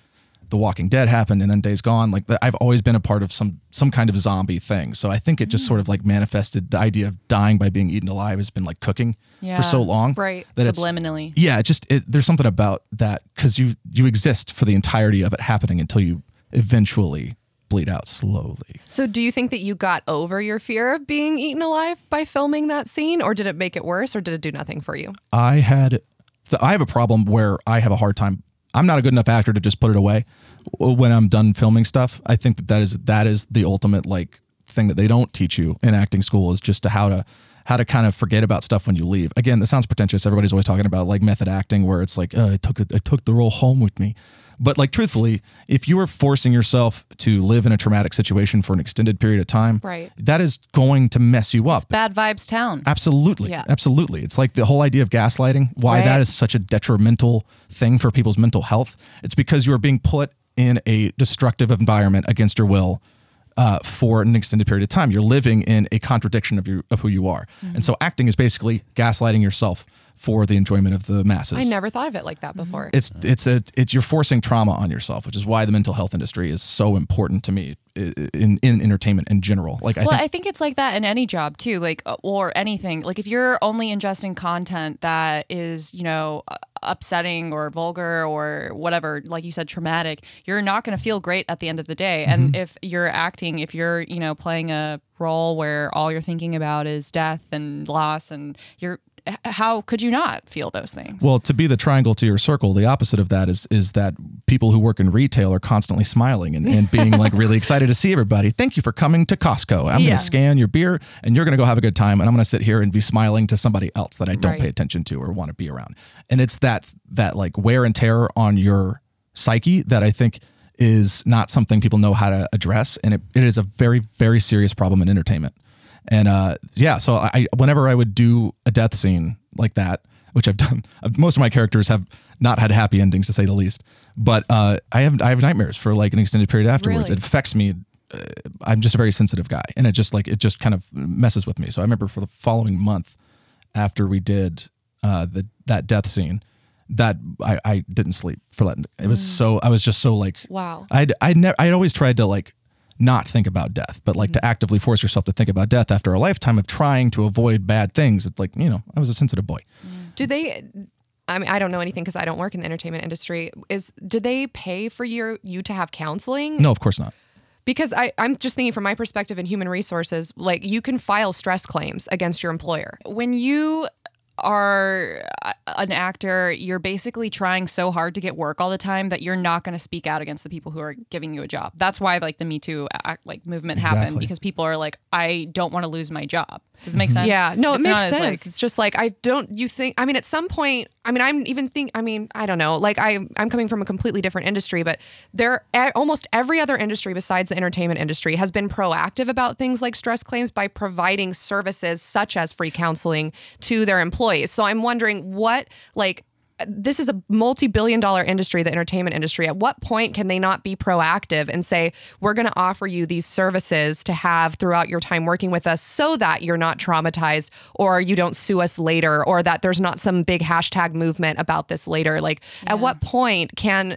The Walking Dead happened, and then Days Gone. Like the, I've always been a part of some some kind of zombie thing, so I think it
Mm.
just sort of like manifested the idea of dying by being eaten alive has been like cooking
Yeah.
for so long,
Right.
That it's
subliminally.
yeah, it just it, there's something about that because you you exist for the entirety of it happening until you eventually bleed out slowly.
So, do you think that you got over your fear of being eaten alive by filming that scene, or did it make it worse, or did it do nothing for you?
I had th- I have a problem where I have a hard time. I'm not a good enough actor to just put it away w- when I'm done filming stuff. I think that that is that is the ultimate like thing that they don't teach you in acting school is just to how to how to kind of forget about stuff when you leave. Again, that sounds pretentious. Everybody's always talking about like method acting where it's like uh, I took it, I took the role home with me. But like truthfully, if you are forcing yourself to live in a traumatic situation for an extended period of time,
Right.
that is going to mess you up.
Bad vibes town.
Absolutely.
Yeah.
Absolutely. It's like the whole idea of gaslighting, why
Right.
that is such a detrimental thing for people's mental health. It's because you are being put in a destructive environment against your will uh, for an extended period of time. You're living in a contradiction of, your, of who you are. And so acting is basically gaslighting yourself for the enjoyment of the masses.
I never thought of it like that before.
It's it's a it's you're forcing trauma on yourself, which is why the mental health industry is so important to me i- in in entertainment in general. Like I
well,
think
I think it's like that in any job too, like uh, or anything. Like if you're only ingesting content that is, you know, u- upsetting or vulgar or whatever, like you said, traumatic, you're not going to feel great at the end of the day. And
Mm-hmm.
if you're acting, if you're, you know, playing a role where all you're thinking about is death and loss, and you're, h- how could you not feel those things?
Well, to be the triangle to your circle, the opposite of that is is that people who work in retail are constantly smiling and, and being like really excited to see everybody. Thank you for coming to Costco. I'm
Yeah.
gonna scan your beer and you're gonna go have a good time and I'm gonna sit here and be smiling to somebody else that I don't
Right.
pay attention to or want to be around. And it's that that like wear and tear on your psyche that I think is not something people know how to address. And it, it is a very, very serious problem in entertainment. And uh, yeah, so I whenever I would do a death scene like that, which I've done, most of my characters have not had happy endings to say the least. But uh, I have I have nightmares for like an extended period afterwards.
Really?
It affects me. Uh, I'm just a very sensitive guy, and it just like it just kind of messes with me. So I remember for the following month after we did uh, the that death scene, that I, I didn't sleep for that. It was so I was just so like
Wow.
I'd I'd never I'd always tried to like not think about death, but like to actively force yourself to think about death after a lifetime of trying to avoid bad things. It's like you know I was a sensitive boy.
Do they? I mean, I don't know anything because I don't work in the entertainment industry. Is do they pay for your you to have counseling?
No, of course not.
Because I, I'm just thinking from my perspective in human resources, like you can file stress claims against your employer.
when you are uh, an actor, you're basically trying so hard to get work all the time that you're not going to speak out against the people who are giving you a job. That's why like the Me Too act, like movement happened
Exactly.
because people are like, I don't want to lose my job. Does it make sense?
Yeah, no, it
It's
makes
not as,
sense.
like-
it's just like I don't. You think? I mean, at some point, I mean, I'm even think. I mean, I don't know. Like I, I'm coming from a completely different industry, but there, a- almost every other industry besides the entertainment industry has been proactive about things like stress claims by providing services such as free counseling to their employees. So I'm wondering what, like. This is a multi-billion dollar industry, the entertainment industry. At what point can they not be proactive and say, "We're going to offer you these services to have throughout your time working with us so that you're not traumatized or you don't sue us later or that there's not some big hashtag movement about this later. Like, at what point can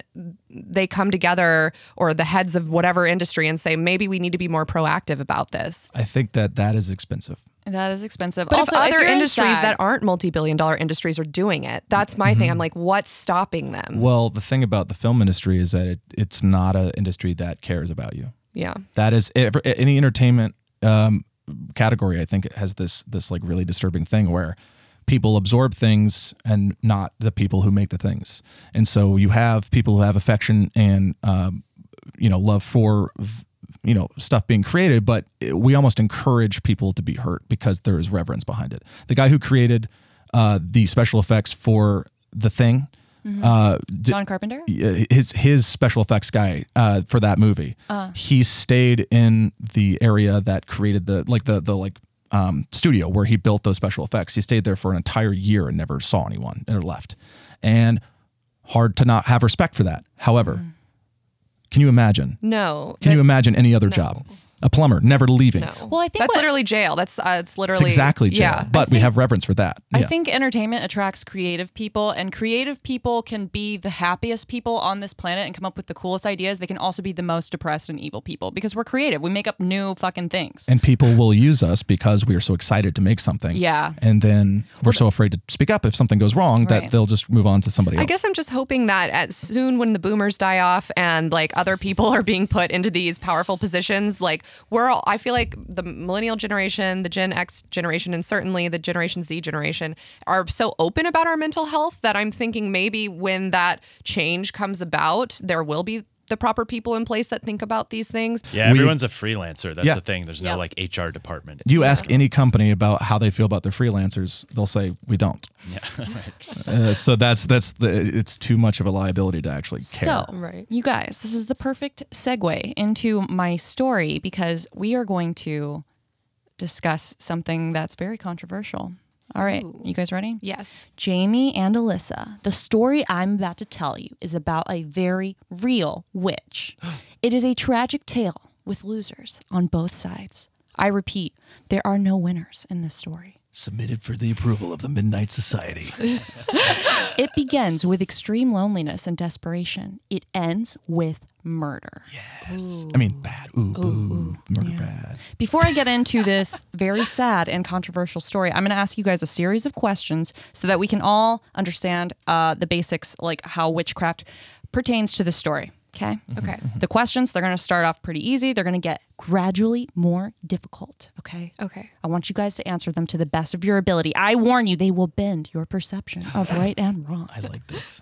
they come together or the heads of whatever industry and say, maybe we need to be more proactive about this?
I think that that is expensive.
that is expensive.
But
also,
if other
you're in
industries
SAG-
that aren't multi billion dollar industries are doing it, that's my thing. I'm like, what's stopping them?
Well, the thing about the film industry is that it, it's not an industry that cares about you.
yeah.
That is ev- any entertainment um, category. I think has this this like really disturbing thing where people absorb things and not the people who make the things. And so you have people who have affection and um, you know love for v- you know stuff being created, but it- we almost encourage people to be hurt because there is reverence behind it. The guy who created uh, the special effects for the thing. Uh, d-
John Carpenter.
uh, his his special effects guy uh, for that movie. He stayed in the area that created the like the the like um, studio where he built those special effects. He stayed there for an entire year and never saw anyone or left. And hard to not have respect for that. However, can you imagine?
No.
Can
Mm. That-
you imagine any other job? A plumber never leaving.
no.
Well, I think
that's
what-
literally jail. That's uh, it's
It's
literally
exactly jail.
yeah.
but we have reverence for that.
I
Yeah.
think entertainment attracts creative people, and creative people can be the happiest people on this planet and come up with the coolest ideas. They can also be the most depressed and evil people because we're creative. We make up new fucking things.
and people will use us because we are so excited to make something.
Yeah.
And then we're so afraid to speak up if something goes wrong
Right.
that they'll just move on to somebody else.
I guess I'm just hoping that at soon when the boomers die off and like other people are being put into these powerful positions, like we're all I feel like the millennial generation, the Gen X generation, and certainly the Generation Z generation are so open about our mental health that I'm thinking maybe when that change comes about, there will be the proper people in place that think about these things.
Yeah,
We-
everyone's a freelancer. That's
Yeah. Uh,
the thing. There's
Yeah.
no like HR department.
you ask any company about how they feel about their freelancers, they'll say we don't. Yeah. uh, so that's that's the it's too much of a liability to actually care.
So,
Right.
you guys, this is the perfect segue into my story because we are going to discuss something that's very controversial. All right, you guys ready?
Yes.
Jamie and Alyssa, the story I'm about to tell you is about a very real witch. It is a tragic tale with losers on both sides. I repeat, there are no winners in this story.
submitted for the approval of the Midnight Society.
It begins with extreme loneliness and desperation. It ends with murder.
Yes. I mean, bad. Ooh, boo. Murder bad.
Before I get into this very sad and controversial story, I'm going to ask you guys a series of questions so that we can all understand uh, the basics, like how witchcraft pertains to the story. Okay.
Okay.
Mm-hmm.
The questions, they're going to start off pretty easy. They're going to get gradually more difficult. Okay.
Okay.
I want you guys to answer them to the best of your ability. I warn you, they will bend your perception of right and wrong.
I like this.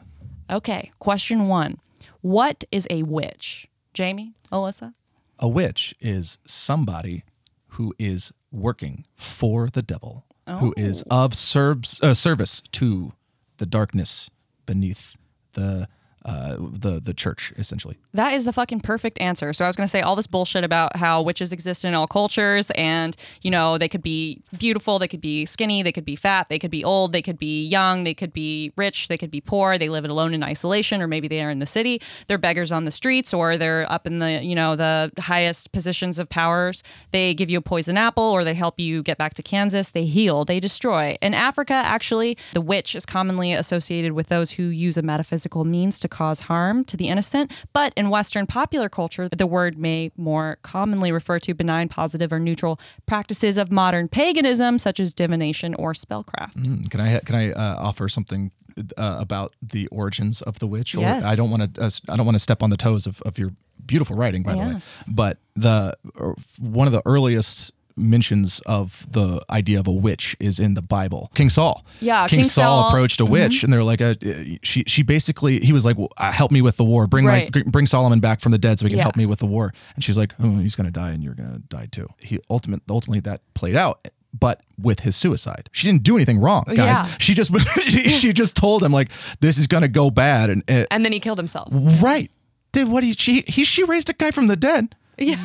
Okay. Question one What is a witch? Jamie, Alyssa?
A witch is somebody who is working for the devil, who is of serbs, uh, service to the darkness beneath the uh, the the church, essentially.
That is the fucking perfect answer. So I was going to say all this bullshit about how witches exist in all cultures and, you know, they could be beautiful, they could be skinny, they could be fat, they could be old, they could be young, they could be rich, they could be poor, they live alone in isolation or maybe they are in the city, they're beggars on the streets or they're up in the, you know, the highest positions of powers. They give you a poison apple or they help you get back to Kansas, they heal, they destroy. In Africa, actually, the witch is commonly associated with those who use a metaphysical means to cause harm to the innocent. But in Western popular culture, the word may more commonly refer to benign, positive, or neutral practices of modern paganism, such as divination or spellcraft.
Mm, Can I can I uh, offer something uh, about the origins of the witch? Or
Yes.
I don't want to uh, I don't want to step on the toes of, of your beautiful writing, by
Yes.
the way. But the or one of the earliest mentions of the idea of a witch is in the Bible. King Saul.
Yeah,
King,
King
Saul,
Saul. Mm-hmm.
approached a witch, and they're like, uh, she she basically he was like, well, uh, help me with the war. Bring
Right.
my bring Solomon back from the dead so he can
Yeah.
help me with the war. And she's like, oh, he's gonna die, and you're gonna die too. He ultimate ultimately that played out. But with his suicide, she didn't do anything wrong,
Oh,
guys.
Yeah.
She just she, she just told him like this is gonna go bad, and, and
And then he killed himself.
right. Did what he she he she raised a guy from the dead.
Yeah.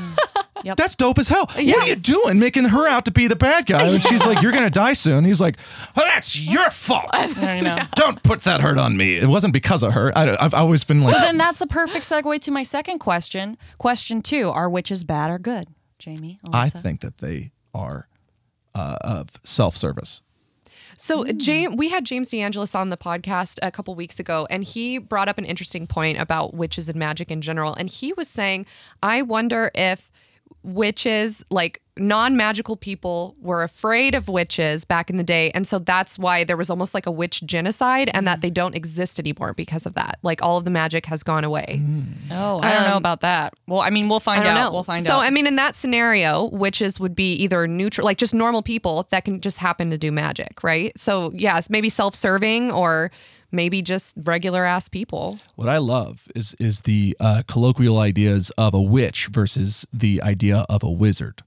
Yep.
That's dope as hell.
Yeah.
What are you doing making her out to be the bad guy? And she's like, You're going to die soon. He's like, oh, That's your fault.
I don't know.
Don't put that hurt on me. It wasn't because of her. I, have always been like,
So then that's the perfect segue to my second question. Question two Are witches bad or good? Jamie, Alyssa.
I think that they are uh, of self service.
So James, we had James DeAngelis on the podcast a couple weeks ago, and he brought up an interesting point about witches and magic in general. And he was saying, I wonder if witches, like non-magical people, were afraid of witches back in the day, and so that's why there was almost like a witch genocide, and that they don't exist anymore because of that. Like all of the magic has gone away.
Oh, I don't know about that. Well, I mean, we'll find
I don't
out.
know.
We'll find
so,
out.
I mean, in that scenario, witches would be either neutral, like just normal people that can just happen to do magic, right? So, yes, maybe self-serving or maybe just regular ass people.
What I love is, is the uh, colloquial ideas of a witch versus the idea of a wizard.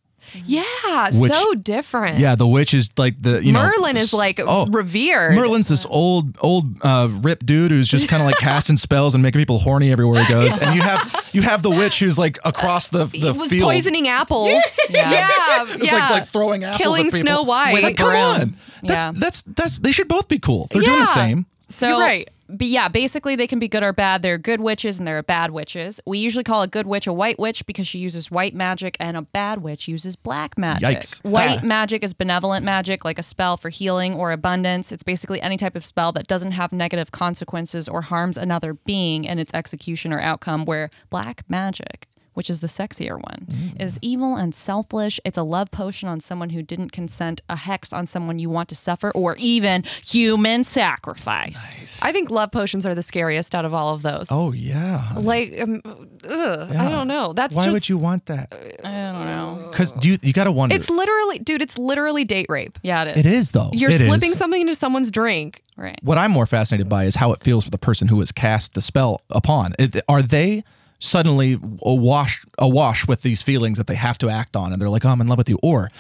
Yeah,
Which-
so different.
Yeah, the witch is like the, you know. oh,
Merlin is like revered.
Merlin's this old old uh, rip dude who's just kind of like casting spells and making people horny everywhere he goes. And you have you have the witch who's like across the the
With
field,
poisoning apples. yeah, yeah.
It's like like throwing apples
Killing
at people.
Snow White.
Like, come
broom.
on, that's,
Yeah.
that's that's they should both be cool. They're doing the
Yeah.
same.
So,
You're right.
But yeah, basically, they can be good or bad. There are good witches and there are bad witches. We usually call a good witch a white witch because she uses white magic, and a bad witch uses black magic.
Yikes.
White
Ah.
magic is benevolent magic, like a spell for healing or abundance. It's basically any type of spell that doesn't have negative consequences or harms another being in its execution or outcome, where black magic. Which is the sexier one,
Mm.
is evil and selfish. It's a love potion on someone who didn't consent, a hex on someone you want to suffer, or even human sacrifice.
I think love potions are the scariest out of all of those.
Oh yeah.
Like, um, ugh, I don't know. That's
Why
just, Uh,
would you want that?
I don't know.
Because do you, you got to wonder.
It's literally, dude. It's literally date rape.
Yeah, it is.
it is though.
You're
It is.
slipping something into someone's drink.
Right.
what I'm more fascinated by is how it feels for the person who has cast the spell upon. It- Are they suddenly awash, awash with these feelings that they have to act on and they're like, oh, I'm in love with you? Or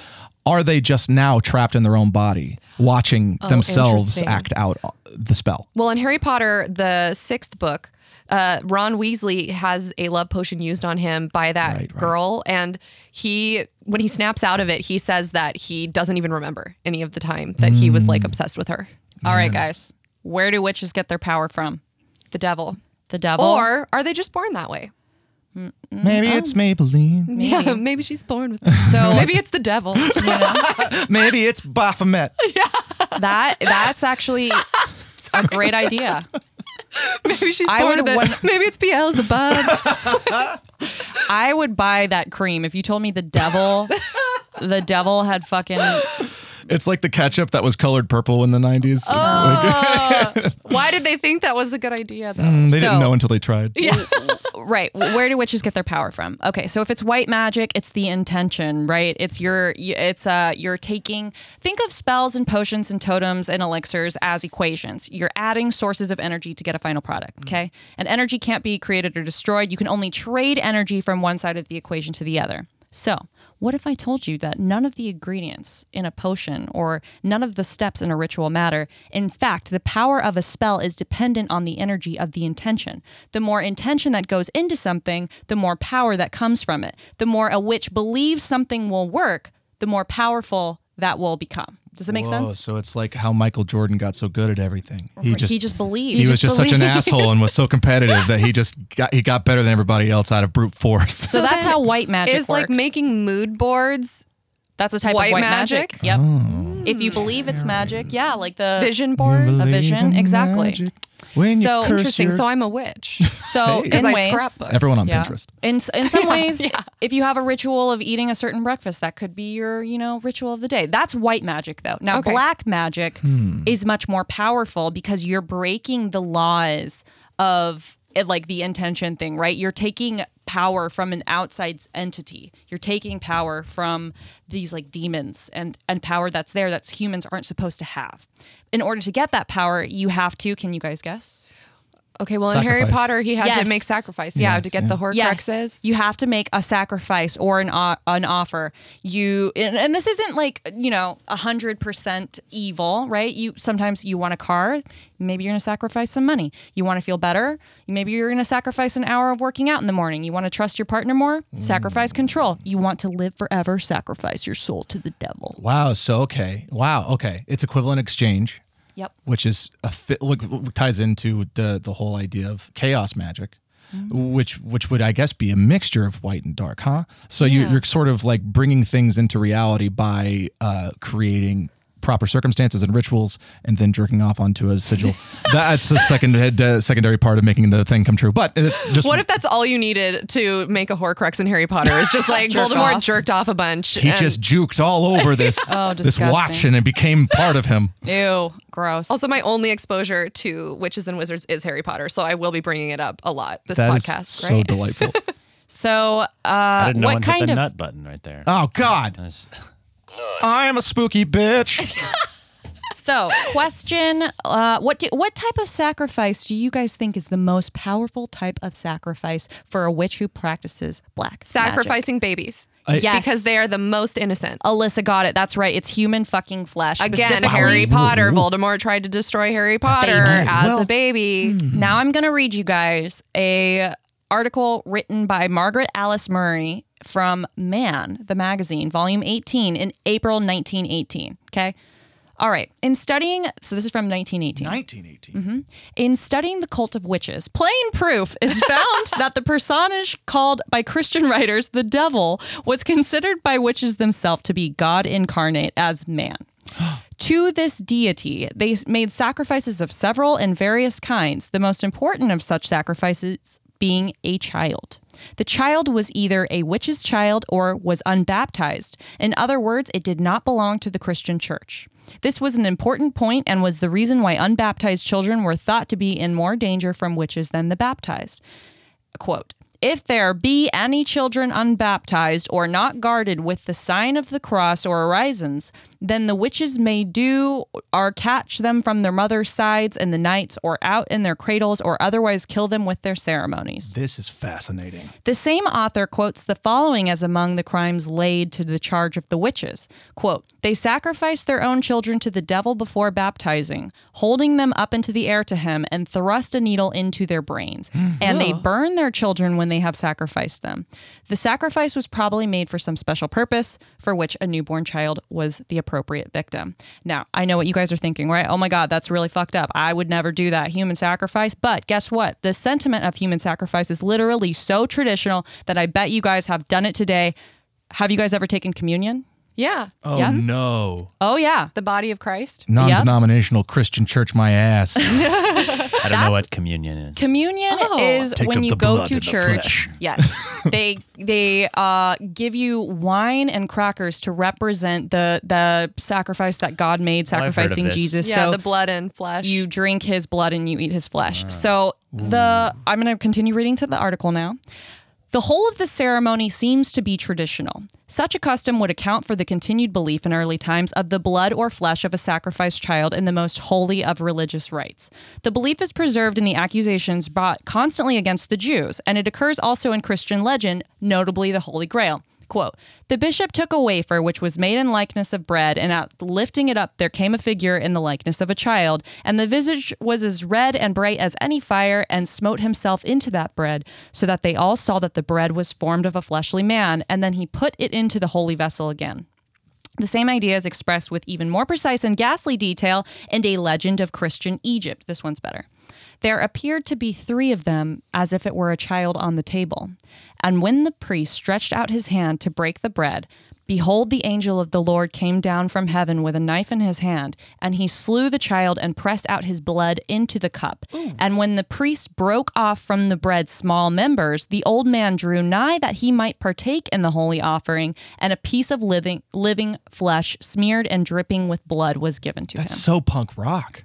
are they just now trapped in their own body watching themselves
Oh, interesting.
act out uh, the spell?
Well, in Harry Potter, the sixth book, uh, Ron Weasley has a love potion used on him by that
Right, right.
girl, and he, when he snaps out of it, he says that he doesn't even remember any of the time that he was
Mm.
like obsessed with her,
All right, guys. Where do witches get their power from?
the devil. Oh.
The devil?
Or are they just born that way?
Maybe
um,
it's Maybelline.
Yeah, maybe she's born with this. So maybe it's the devil.
Maybe it's Baphomet.
That that's actually a great idea.
maybe she's
I
born
would
with it.
want-
Maybe it's Beelzebub.
I would buy that cream if you told me the devil, the devil had fucking.
It's like the ketchup that was colored purple in the 90s.
Oh, Why did they think that was a good idea though?
they didn't
so-
know until they tried.
Yeah.
Right. Where do witches get their power from? Okay, so if it's white magic, it's the intention, right? It's your it's uh you're taking think of spells and potions and totems and elixirs as equations. You're adding sources of energy to get a final product, okay? And energy can't be created or destroyed. You can only trade energy from one side of the equation to the other. So, what if I told you that none of the ingredients in a potion or none of the steps in a ritual matter? In fact, the power of a spell is dependent on the energy of the intention. The more intention that goes into something, the more power that comes from it. The more a witch believes something will work, the more powerful that will become. Does that make sense?
So it's like how Michael Jordan got so good at everything. He just
he just believes.
he, was
just
just such an
believed.
asshole and was so competitive that he just got he got better than everybody else out of brute force.
so, that's
then
how white magic
Is like
works.
making mood boards,
that's a type
white
of white
magic?
magic. Yep.
Oh.
If you believe it's magic, yeah, like
Uh,
the
vision boards.
a vision, exactly.
When
So
you curse
Interesting.
your-
So I'm a witch
So
because
in
I
ways,
scrapbook.
everyone on
Yeah.
Pinterest.
In s- in some ways, if you have a ritual of eating a certain breakfast, that could be your you know ritual of the day. That's white magic though. Now
Okay.
black magic
Hmm.
is much more powerful because you're breaking the laws of it, like the intention thing, right? You're taking power from an outside entity. You're taking power from these like demons and and power that's there that humans aren't supposed to have. In order to get that power, you have to. Can you guys guess?
Okay, well in Harry
Sacrifice.
Potter he had to
Yes.
make sacrifice. Yeah,
Yes,
to get
yeah.
the Horcruxes.
You have to make a sacrifice or an o- an offer. You and, and this isn't like you know hundred percent evil, right? You sometimes you want a car, maybe you're going to sacrifice some money. You want to feel better, maybe you're going to sacrifice an hour of working out in the morning. You want to trust your partner more, sacrifice control. You want to live forever, sacrifice your soul to the devil.
Wow. So okay. Wow. Okay. It's equivalent exchange,
Yep.
which is a fit, like, ties into the the whole idea of chaos magic.
Mm-hmm.
Which, which would I guess be a mixture of white and dark, huh? So you, you're sort of like bringing things into reality by uh, creating proper circumstances and rituals, and then jerking off onto a sigil. That's the second uh, secondary part of making the thing come true. But it's just
What if that's all you needed to make a Horcrux in Harry Potter? It's just like
Jerk
Voldemort
off.
jerked off a bunch.
he
and-
just juked all over this
Oh,
this watch,
disgusting.
and it became part of him.
Ew, gross.
also my only exposure to witches and wizards is Harry Potter, so I will be bringing it up a lot this
That is
podcast.
so delightful.
So, uh,
I didn't know
what
one hit
kind
the
of
nut button right there.
Oh God,
Nice.
I am a spooky bitch.
So, question: uh, What do, what type of sacrifice do you guys think is the most powerful type of sacrifice for a witch who practices black
Sacrificing babies
Uh,
Magic? Yes,
because they are the most innocent.
Alyssa got it. That's right. It's human fucking flesh.
Again,
specifically.
Harry Potter. Voldemort tried to destroy Harry Potter
Babies.
as
Well- hmm.
a baby.
Now I'm gonna read you guys a article written by Margaret Alice Murray from Man, the magazine, volume 18, in April 1918. Okay. All right. In studying, so this is from 1918.
1918.
In studying the cult of witches, plain proof is found that the personage called by Christian writers the devil was considered by witches themselves to be God incarnate as man. To this deity, they s- made sacrifices of several and various kinds, the most important of such sacrifices being a child. The child was either a witch's child or was unbaptized. In other words, it did not belong to the Christian church. This was an important point and was the reason why unbaptized children were thought to be in more danger from witches than the baptized quote if there be any children unbaptized or not guarded with the sign of the cross or orisons, then the witches may do or catch them from their mother's sides in the nights or out in their cradles or otherwise kill them with their ceremonies.
This is fascinating.
The same author quotes the following as among the crimes laid to the charge of the witches. Quote, they sacrificed their own children to the devil before baptizing, holding them up into the air to him and thrust a needle into their brains. And they burned their children when when they have sacrificed them. The sacrifice was probably made for some special purpose for which a newborn child was the appropriate victim. Now, I know what you guys are thinking, right? Oh my God, that's really fucked up. I would never do that human sacrifice. But guess what? The sentiment of human sacrifice is literally so traditional that I bet you guys have done it today. Have you guys ever taken communion?
Yeah.
Oh
Yeah.
no.
Oh, yeah.
The body of Christ.
Non-denominational Christian church my ass.
I don't know what communion is.
Communion
Oh.
is
Take
when
up
you
the
go
blood
to
and the
church.
flesh.
Yes, they they uh, give you wine and crackers to represent the the sacrifice that God made,
I've heard of
sacrificing
this.
Jesus.
Yeah,
so
the blood and flesh.
you drink His blood and you eat His flesh. so the I'm going to continue reading to the article now. The whole of this ceremony seems to be traditional. Such a custom would account for the continued belief in early times of the blood or flesh of a sacrificed child in the most holy of religious rites. The belief is preserved in the accusations brought constantly against the Jews, and it occurs also in Christian legend, notably the Holy Grail. Quote, the bishop took a wafer which was made in likeness of bread, and out lifting it up there came a figure in the likeness of a child, and the visage was as red and bright as any fire, and smote himself into that bread, so that they all saw that the bread was formed of a fleshly man, and then he put it into the holy vessel again. The same idea is expressed with even more precise and ghastly detail in A Legend of Christian Egypt. This one's better. There appeared to be three of them, as if it were a child on the table. And when the priest stretched out his hand to break the bread, behold, the angel of the Lord came down from heaven with a knife in his hand, and he slew the child and pressed out his blood into the cup. And when the priest broke off from the bread small members, the old man drew nigh that he might partake in the holy offering, and a piece of living living flesh smeared and dripping with blood was given to
That's
him.
so punk rock.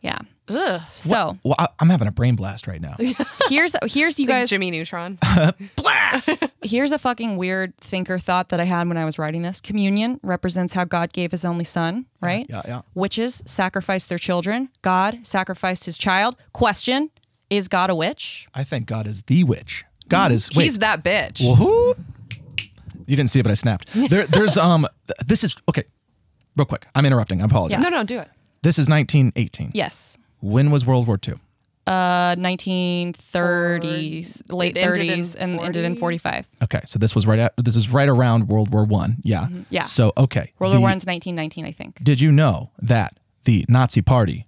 Yeah. So
Well, I, I'm having a brain blast right now.
here's here's you
Like
guys
Jimmy Neutron.
blast.
here's a fucking weird thinker thought that I had when I was writing this. Communion represents how God gave his only son, right?
yeah, yeah.
Witches sacrificed their children. God sacrificed his child. Question Is God a witch?
I think God is the witch. God is wait.
He's that bitch.
Woohoo! You didn't see it, but I snapped. There, there's um. th- This is okay. Real quick, I'm interrupting. I apologize.
No, no, do it.
This is 1918.
Yes.
When was World War II?
Uh, 1930s,
Or-
late
it ended in
30s, and ended in
40?
45.
Okay, so this was right at this is right around World War One. Yeah.
Mm-hmm. Yeah.
So okay.
World
the-
War One's 1919, I think.
Did you know that the Nazi Party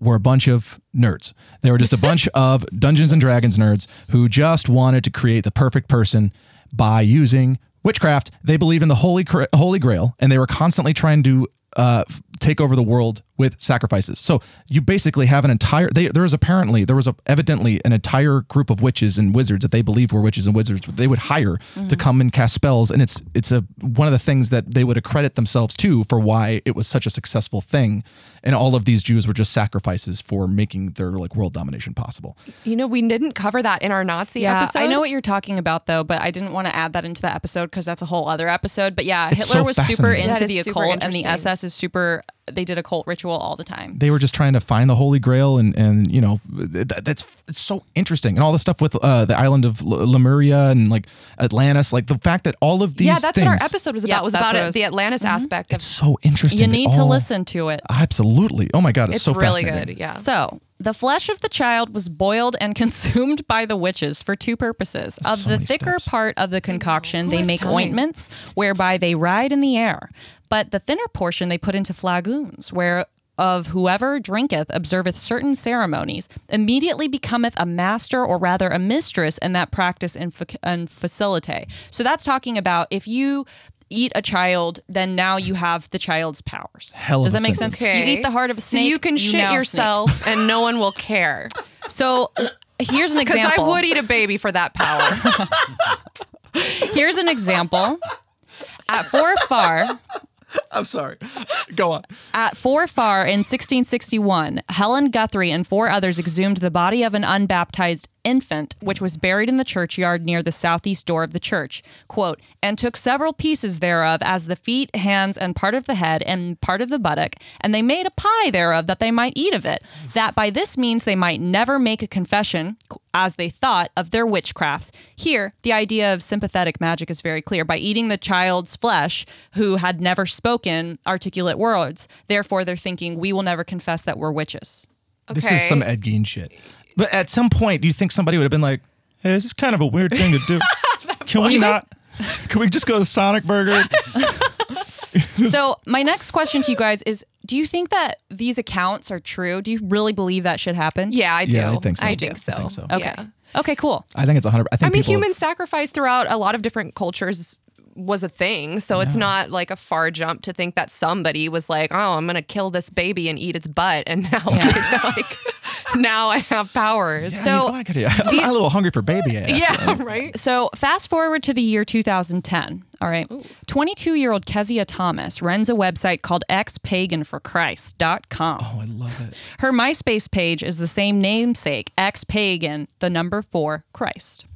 were a bunch of nerds? They were just a bunch of Dungeons and Dragons nerds who just wanted to create the perfect person by using witchcraft. They believed in the Holy Gra- Holy Grail, and they were constantly trying to uh, f- take over the world with sacrifices. So you basically have an entire. They, there was apparently there was a, evidently an entire group of witches and wizards that they believed were witches and wizards. They would hire
Mm-hmm.
to come and cast spells, and it's it's a one of the things that they would accredit themselves to for why it was such a successful thing. And all of these Jews were just sacrifices for making their like world domination possible.
You know, we didn't cover that in our Nazi episode.
I know what you're talking about though, but I didn't want to add that into the episode because that's a whole other episode. But yeah, Hitler
so
was super
fascinating.
into
That
the
is super
occult, and the
interesting.
SS is super. They did occult ritual all the time.
they were just trying to find the Holy Grail, and and you know th- th- that's it's so interesting, and all the stuff with uh, the island of L- Lemuria and like Atlantis, like the fact that all of these
yeah, that's
things,
what our episode was
Yeah,
about. was
that's
about
what
it,
I was- Mm-hmm.
the Atlantis aspect of
It's so interesting.
You
They
need to
all-
listen to it.
Absolutely. Oh my god, it's,
It's
so
really
fascinating.
good. Yeah.
So, the flesh of the child was boiled and consumed by the witches for two purposes. Of
So
the
many
thicker
steps.
part of the concoction, they
has
make
time?
ointments whereby they ride in the air, but the thinner portion they put into flagoons, where of whoever drinketh observeth certain ceremonies, immediately becometh a master or rather a mistress in that practice and, fac- and facilitate. So that's talking about if you eat a child, then now you have the child's powers.
Hell of
Does
a
that make
sentence.
sense? You eat the heart of a snake.
So you can shit
now snake.
yourself and no one will care.
So here's an
Because I
example.
would eat a baby for that power.
Here's an example. At four far,
I'm sorry. Go on.
at four far in 1661, Helen Guthrie and four others exhumed the body of an unbaptized infant, which was buried in the churchyard near the southeast door of the church. Quote, and took several pieces thereof, as the feet, hands, and part of the head, and part of the buttock, and they made a pie thereof that they might eat of it, that by this means they might never make a confession, qu- as they thought, of their witchcrafts. Here, the idea of sympathetic magic is very clear. By eating the child's flesh, who had never spoken articulate words, therefore they're thinking, we will never confess that we're witches.
This is some
Okay.
Ed Gein shit. But at some point, do you think somebody would have been like,
Hey, this is kind of a weird thing to do. Can we not? Can we just go to Sonic Burger?
So my next question to you guys is: Do you think that these accounts are true? Do you really believe that should happen?
Yeah, I do.
Yeah, I think so.
I think so.
I think so.
Okay.
Yeah.
Okay. Cool.
I think it's 100. I
I
think
mean,
people-
human sacrifice throughout a lot of different cultures was a thing. So it's not like a far jump to think that somebody was like, oh, I'm going to kill this baby and eat its butt. And now, like, now I have powers.
Yeah,
So,
I mean,
so
oh, I could- yeah, I'm a little hungry for baby ass.
yeah, right?
So fast forward to the year 2010. All right. 22 year old Kezia Thomas runs a website called xpaganforchrist.com.
Oh, I love it.
Her MySpace page is the same namesake, xpagan, the number four Christ.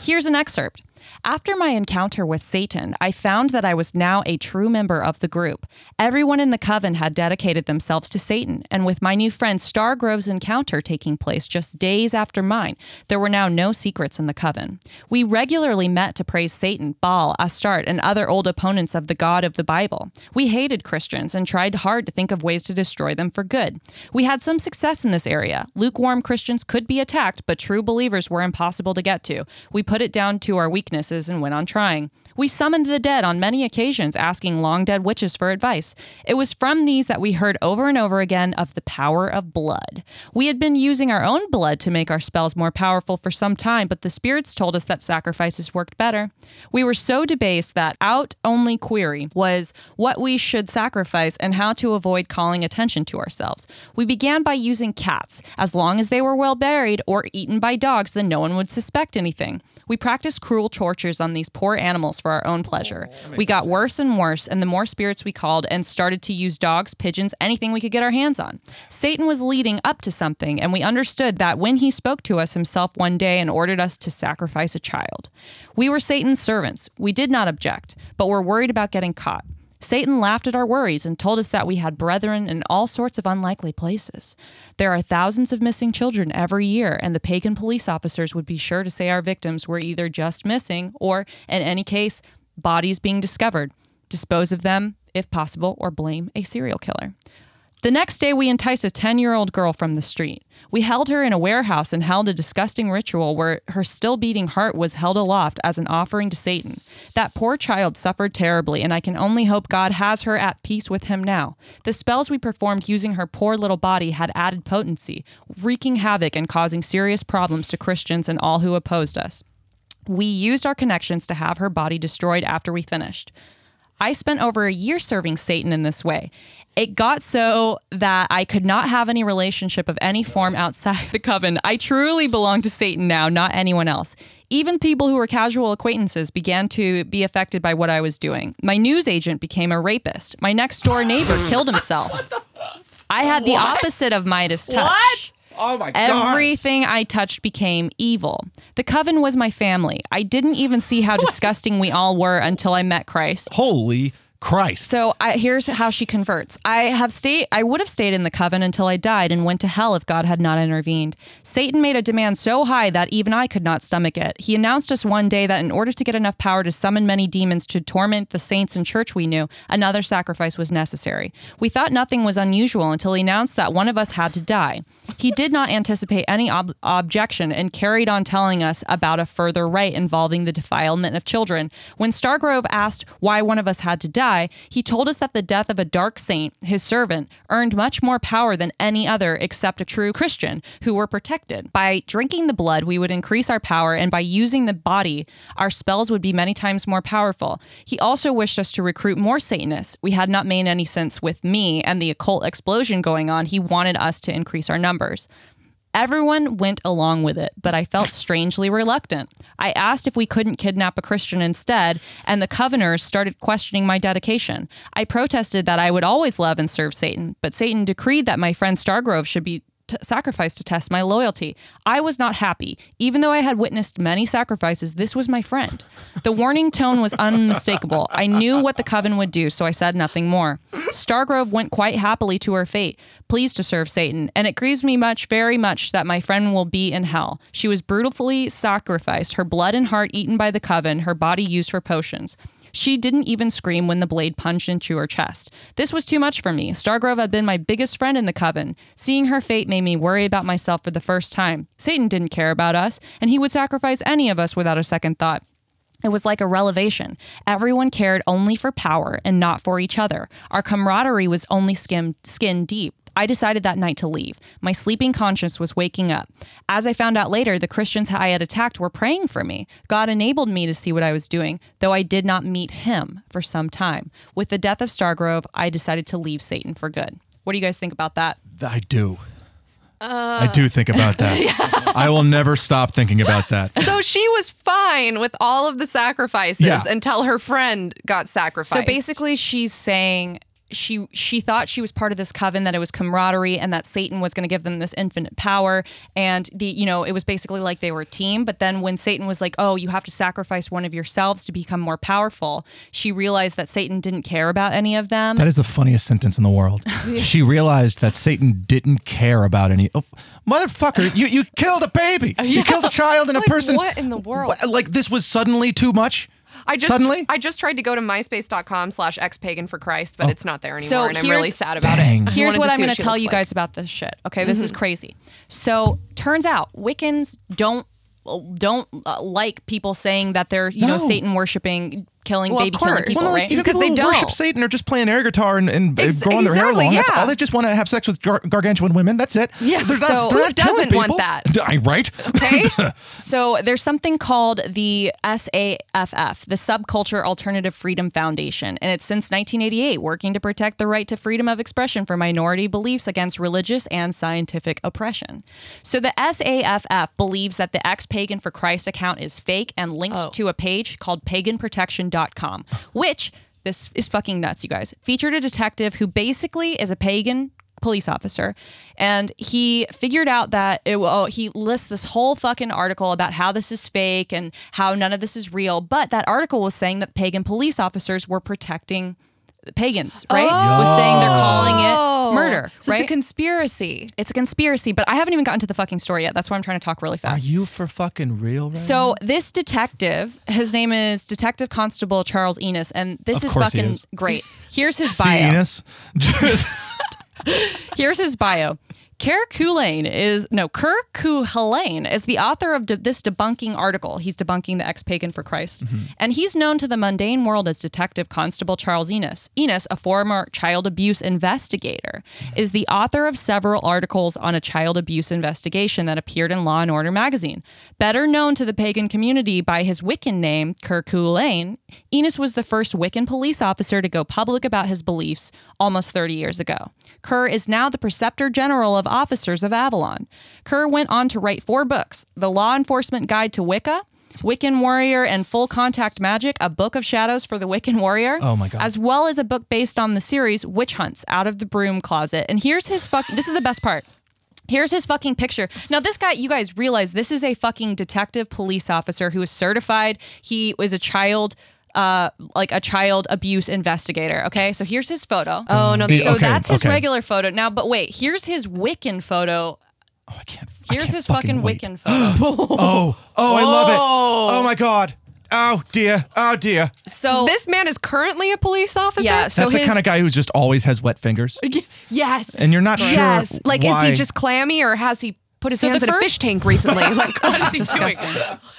Here's an excerpt. After my encounter with Satan, I found that I was now a true member of the group. Everyone in the coven had dedicated themselves to Satan, and with my new friend Stargrove's encounter taking place just days after mine, there were now no secrets in the coven. We regularly met to praise Satan, Baal, Astarte, and other old opponents of the God of the Bible. We hated Christians and tried hard to think of ways to destroy them for good. We had some success in this area. Lukewarm Christians could be attacked, but true believers were impossible to get to. We put it down to our weaknesses and went on trying. We summoned the dead on many occasions, asking long dead witches for advice. It was from these that we heard over and over again of the power of blood. We had been using our own blood to make our spells more powerful for some time, but the spirits told us that sacrifices worked better. We were so debased that out only query was what we should sacrifice and how to avoid calling attention to ourselves. We began by using cats. As long as they were well buried or eaten by dogs, then no one would suspect anything. We practiced cruel tortures on these poor animals for our own pleasure. We got worse and worse, and the more spirits we called and started to use dogs, pigeons, anything we could get our hands on. Satan was leading up to something, and we understood that when he spoke to us himself one day and ordered us to sacrifice a child. We were Satan's servants. We did not object, but were worried about getting caught. Satan laughed at our worries and told us that we had brethren in all sorts of unlikely places. There are thousands of missing children every year, and the pagan police officers would be sure to say our victims were either just missing or, in any case, bodies being discovered. Dispose of them, if possible, or blame a serial killer. The next day, we enticed a 10 year old girl from the street. We held her in a warehouse and held a disgusting ritual where her still beating heart was held aloft as an offering to Satan. That poor child suffered terribly, and I can only hope God has her at peace with him now. The spells we performed using her poor little body had added potency, wreaking havoc and causing serious problems to Christians and all who opposed us. We used our connections to have her body destroyed after we finished. I spent over a year serving Satan in this way. It got so that I could not have any relationship of any form outside the coven. I truly belong to Satan now, not anyone else. Even people who were casual acquaintances began to be affected by what I was doing. My news agent became a rapist. My next door neighbor killed himself. I had the opposite of Midas touch.
What?
Oh my
Everything I touched became evil. The coven was my family. I didn't even see how disgusting we all were until I met Christ.
Holy Christ.
So I, here's how she converts. I have stayed. I would have stayed in the coven until I died and went to hell if God had not intervened. Satan made a demand so high that even I could not stomach it. He announced us one day that in order to get enough power to summon many demons to torment the saints and church we knew, another sacrifice was necessary. We thought nothing was unusual until he announced that one of us had to die. He did not anticipate any ob- objection and carried on telling us about a further rite involving the defilement of children. When Stargrove asked why one of us had to die, he told us that the death of a dark saint, his servant, earned much more power than any other except a true Christian who were protected. By drinking the blood, we would increase our power, and by using the body, our spells would be many times more powerful. He also wished us to recruit more Satanists. We had not made any sense with me and the occult explosion going on. He wanted us to increase our numbers. Everyone went along with it, but I felt strangely reluctant. I asked if we couldn't kidnap a Christian instead, and the Coveners started questioning my dedication. I protested that I would always love and serve Satan, but Satan decreed that my friend Stargrove should be t- sacrificed to test my loyalty. I was not happy. Even though I had witnessed many sacrifices, this was my friend. The warning tone was unmistakable. I knew what the coven would do, so I said nothing more. Stargrove went quite happily to her fate, pleased to serve Satan, and it grieves me much, very much, that my friend will be in hell. She was brutally sacrificed, her blood and heart eaten by the coven, her body used for potions. She didn't even scream when the blade punched into her chest. This was too much for me. Stargrove had been my biggest friend in the coven. Seeing her fate made me worry about myself for the first time. Satan didn't care about us, and he would sacrifice any of us without a second thought. It was like a relevation. Everyone cared only for power and not for each other. Our camaraderie was only skin, skin deep. I decided that night to leave. My sleeping conscience was waking up. As I found out later, the Christians I had attacked were praying for me. God enabled me to see what I was doing, though I did not meet him for some time. With the death of Stargrove, I decided to leave Satan for good. What do you guys think about that?
I do.
Uh,
I do think about that. I will never stop thinking about that.
So she was fine with all of the sacrifices
Yeah.
until her friend got sacrificed.
So basically, she's saying she she thought she was part of this coven that it was camaraderie and that Satan was going to give them this infinite power and the you know it was basically like they were a team. But then when Satan was like, "Oh, you have to sacrifice one of yourselves to become more powerful," she realized that Satan didn't care about any of them.
That is the funniest sentence in the world. she realized that Satan didn't care about any. Oh, motherfucker, you, you killed a baby. You killed a child and
Like,
a person.
what in the world?
Wha- Like this was suddenly too much.
I just
suddenly.
I just tried to go to myspace.com slash xpagan for Christ, but it's not there anymore,
So
and I'm
here's-
really sad about
Oh. Dang.
it. I
Here's
wanted
what
to
I'm
see
going to
she
tell
looks
you
like. Mm-hmm.
guys about this shit. Okay, this is crazy. So turns out Wiccans don't don't uh, like people saying that they're you know
No.
Satan worshiping, killing
Well, of
baby killing
course.
people,
Well,
right?
like, even Because they
people who worship
don't.
Satan are just playing air guitar and, and uh,
Ex-
growing their hair
exactly,
long. That's
yeah.
all. They just want to have sex with gar- gargantuan women. That's it.
Yeah,
They're not,
so
who
they're not killing
doesn't want
people.
that?
I, right?
Okay?
So there's something called the SAFF, the Subculture Alternative Freedom Foundation, and it's since 1988 working to protect the right to freedom of expression for minority beliefs against religious and scientific oppression. So the SAFF believes that the ex Pagan for Christ account is fake and linked to a page called paganprotection.com, which this is fucking nuts, you guys. Featured a detective who basically is a pagan police officer and he figured out that it well he lists this whole fucking article about how this is fake and how none of this is real but that article was saying that pagan police officers were protecting the pagans right
Oh.
was saying they're calling it murder
So
right
it's a conspiracy.
it's a conspiracy but i haven't even gotten to the fucking story yet that's why i'm trying to talk really
Are
fast
you for fucking real? Right
so this detective, his name is Detective Constable Charles Enos, and this is
course he
fucking
is.
great. Here's his
See,
bio.
Enos? Just-
Here's his bio. Kerr Kulane is no Kerr Kuhane is the author of de- this debunking article. He's debunking the ex pagan for Christ, and he's known to the mundane world as Detective Constable Charles Enos. Enos, a former child abuse investigator, is the author of several articles on a child abuse investigation that appeared in Law and Order magazine. Better known to the pagan community by his Wiccan name, Kerr Kulane, Enos was the first Wiccan police officer to go public about his beliefs almost 30 years ago. Kerr is now the Preceptor General of Officers of Avalon. Kerr went on to write four books The Law Enforcement Guide to Wicca, Wiccan Warrior and Full Contact Magic, a book of shadows for the Wiccan Warrior.
Oh my God.
As well as a book based on the series Witch Hunts Out of the Broom Closet. And here's his fuck. this is the best part. Here's his fucking picture. Now, this guy, you guys realize this is a fucking detective police officer who is certified. He was a child, uh, like a child abuse investigator. Okay, so here's his photo.
Oh no,
The-
so
so
okay,
that's his
okay.
regular photo. Now, but wait, here's his Wiccan photo.
Oh, I can't- I
Here's
can't
his fucking,
wait.
Wiccan photo.
Oh, oh, I love it. Oh my god. Oh dear. Oh dear.
So
this man is currently a police officer.
yeah, so
That's the
his-
kind of guy who just always has wet fingers,
Yes.
and you're not
yes.
sure.
like, is
why-
he just clammy or has he put his
So
hands
the
in a
first-
fish tank recently? Like, what is he doing?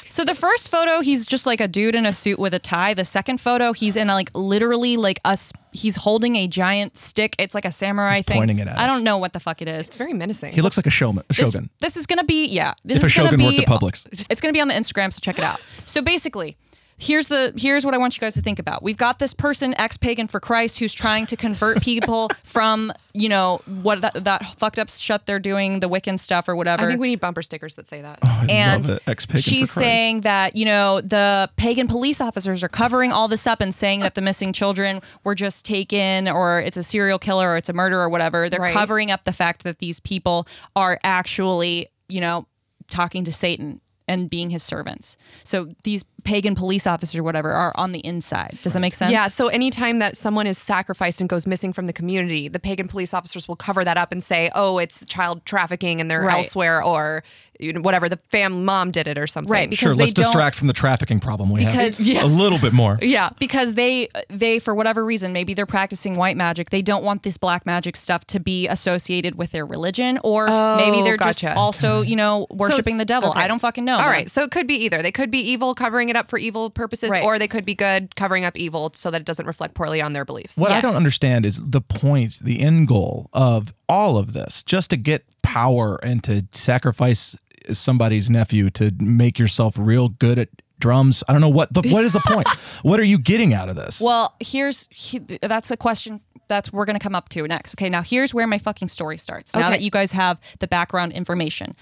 So the first photo, he's just like a dude in a suit with a tie. The second photo, he's in a, like literally like us. He's holding a giant stick. It's like a samurai
He's
thing.
pointing it at
I
us.
don't know what the fuck it is.
It's very menacing.
He looks like a showman, a
This-
shogun.
This, is gonna be yeah. This
If a
is gonna
shogun worked
be-
at Publix.
It's gonna be on the Instagram, so check it out. So basically. Here's the here's what I want you guys to think about. We've got this person ex pagan for Christ who's trying to convert people from you know what that, that fucked up shut they're doing the Wiccan stuff or whatever
I think we need bumper stickers that say
Oh,
that.
and
Love it. Ex-pagan for
she's
Christ.
saying that you know the pagan police officers are covering all this up and saying that the missing children were just taken or it's a serial killer or it's a murder or whatever they're
Right.
covering up the fact that these people are actually you know talking to satan and being his servants so these pagan police officers or whatever are on the inside. Does that make sense?
Yeah. So anytime that someone is sacrificed and goes missing from the community, the pagan police officers will cover that up and say, "Oh, it's child trafficking, and they're
Right.
elsewhere, or you know, whatever. The fam mom did it, or something."
Right. Because
Sure,
they
let's
don't,
distract from the trafficking problem we
Because-
have
Yeah.
a little bit more.
Yeah.
because they they for whatever reason maybe they're practicing white magic they don't want this black magic stuff to be associated with their religion or maybe they're
Oh, gotcha.
just also you know worshiping
it's-
the devil
okay.
i don't fucking know
All right. So it could be either. They could be evil, covering it up for evil purposes,
Right.
or they could be good, covering up evil so that it doesn't reflect poorly on their beliefs.
What I
Yes.
don't understand is the point, the end goal of all of this, just to get power and to sacrifice somebody's nephew to make yourself real good at drums. I don't know what the what is the point. what are you getting out of this?
well here's he, that's a question that's we're gonna come up to next okay now here's where my fucking story starts now
Okay.
that you guys have the background information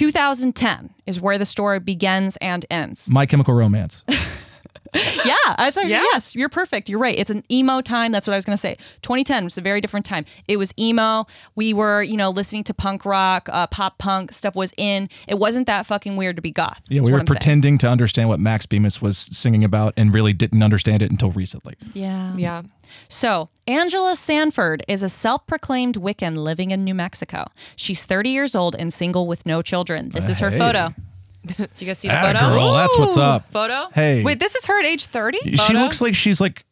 2010 is where the story begins and ends
My Chemical Romance.
Yeah, I said
Yeah.
yes. You're perfect. You're right. It's an emo time. That's what I was gonna say. 2010 was a very different time. It was emo. We were, you know, listening to punk rock, uh, pop punk stuff was in. It wasn't that fucking weird to be goth.
Yeah,
is
we
what
were
I'm saying.
pretending to understand what Max Bemis was singing about and really didn't understand it until recently.
Yeah.
Yeah.
So, Angela Sanford is a self proclaimed Wiccan living in New Mexico. She's 30 years old and single with no children. This is her
Hey.
photo. Do you guys see the
Atta
photo?
girl, that's what's up.
Photo?
Hey.
Wait, this is her at age thirty.
she looks like she's like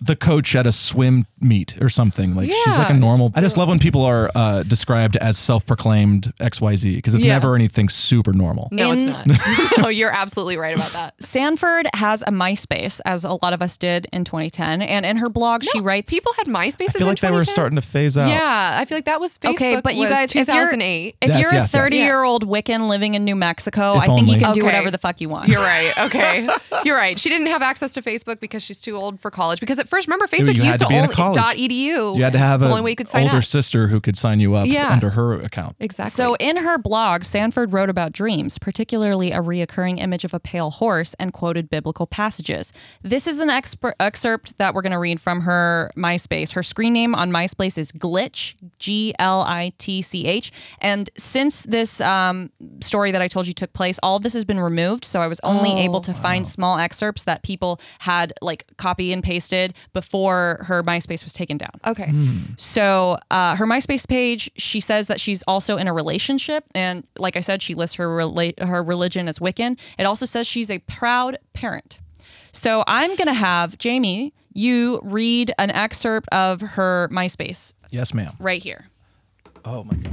the coach at a swim meet or something. Like she's like a
Yeah.
normal. I just love when people are uh, described as self-proclaimed X Y Z because it's
Yeah.
never anything super normal.
No, it's
In-
not. no, you're absolutely right about that.
Sanford has a MySpace, as a lot of us did in 2010. And in her blog, she writes
People had MySpaces.
I feel
in
like they were
2010?
starting to phase out.
Yeah, I feel like that was Facebook.
Okay, but you
was
guys, if you're-
2008.
If
Yes,
you're
yes,
a
yes.
30 year old Wiccan living in New Mexico,
If
I think
only.
you can do
Okay.
whatever the fuck you want.
You're right. Okay. You're right. She didn't have access to Facebook because she's too old for college. Because at first, remember, Facebook
you had
used
to
to,
be in a
only
college.
dot edu.
you had to have
it's the
an
only way you could sign
older
up.
sister who could sign you up
Yeah.
under her account.
Exactly.
So in her blog, Sanford wrote about dreams, particularly a reoccurring image of a pale horse, and quoted biblical passages. This is an exper- excerpt that we're going to read from her MySpace. Her screen name on MySpace is Glitch, G L I T C H. And since this um, story that I told you took place, all of this has been removed. So I was only able to find small excerpts that people had like copy and pasted before her MySpace was taken down.
okay.
Hmm.
So uh, her MySpace page, she says that she's also in a relationship, and like I said, she lists her rela- her religion as Wiccan. It also says she's a proud parent. So I'm gonna have Jamie, you read an excerpt of her MySpace
Yes, ma'am.
right here.
Oh my god.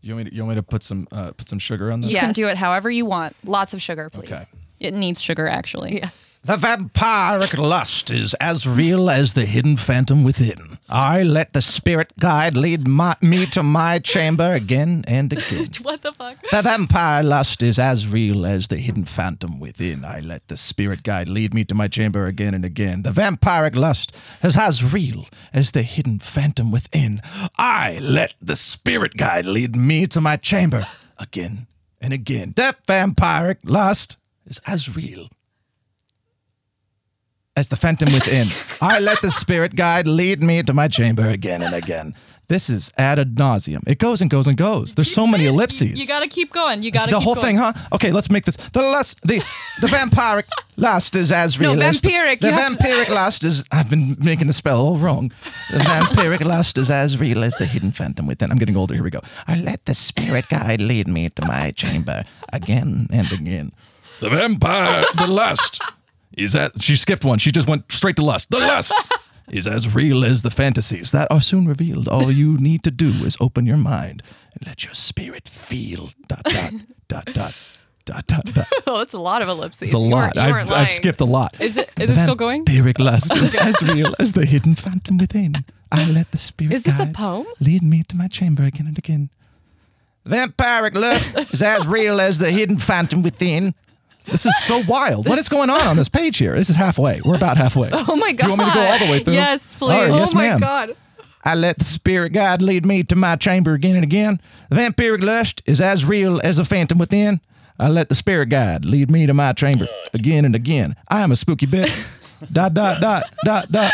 You want me to, you want me to put some uh, put some sugar on this?
You can
Yes.
do it however you want.
Lots of sugar, please.
Okay.
It needs sugar, actually.
Yeah.
The vampiric lust is as real as the hidden phantom within. I let the spirit guide lead my, me to my chamber again and again.
What the fuck?
The vampire lust is as real as the hidden phantom within. I let the spirit guide lead me to my chamber again and again. The vampiric lust is as real as the hidden phantom within. I let the spirit guide lead me to my chamber again and again. That vampiric lust is as real
As the phantom within.
I let the spirit guide lead me to my chamber again and again.
this is ad nauseum. It goes and goes and goes. There's so many ellipses.
You gotta keep going. You gotta
the
keep
whole
going.
thing, huh? Okay, let's make this the lust, the
The vampiric lust is
No,
as real as the-
vampiric,
The,
you have to-
vampiric lust is. I've been making the spell all wrong. The vampiric lust is as real as the hidden phantom within. I'm getting older. Here we go. I let the spirit guide lead me to my chamber again and again.
the vampire, the lust is that she skipped one. She just went straight to lust. The lust is as real as the fantasies that
Are soon revealed. All you need to do is open your mind and let your spirit feel. Dot dot dot dot
dot dot dot.
Oh, it's a lot of ellipses.
It's a
you
lot.
Weren't, you
I've,
weren't
I've
lying.
skipped a lot.
Is it is it still going?
Vampiric lust is as real as the hidden phantom within. I let the spirit
Is this a
guide
poem?
lead me to my chamber again and again. Vampiric lust is as real as the hidden phantom within.
This is so wild. What is going on on this page here? This is halfway. We're about halfway.
Oh my
Do you want me to go all the way
God.
through?
Yes,
All right,
please.
Oh
yes,
my
ma'am.
god.
I let the spirit guide lead me to my chamber again and again. The vampiric lust is as real as the phantom within. I let the spirit guide lead me to my chamber again and again. I am a spooky bit. dot dot dot dot dot.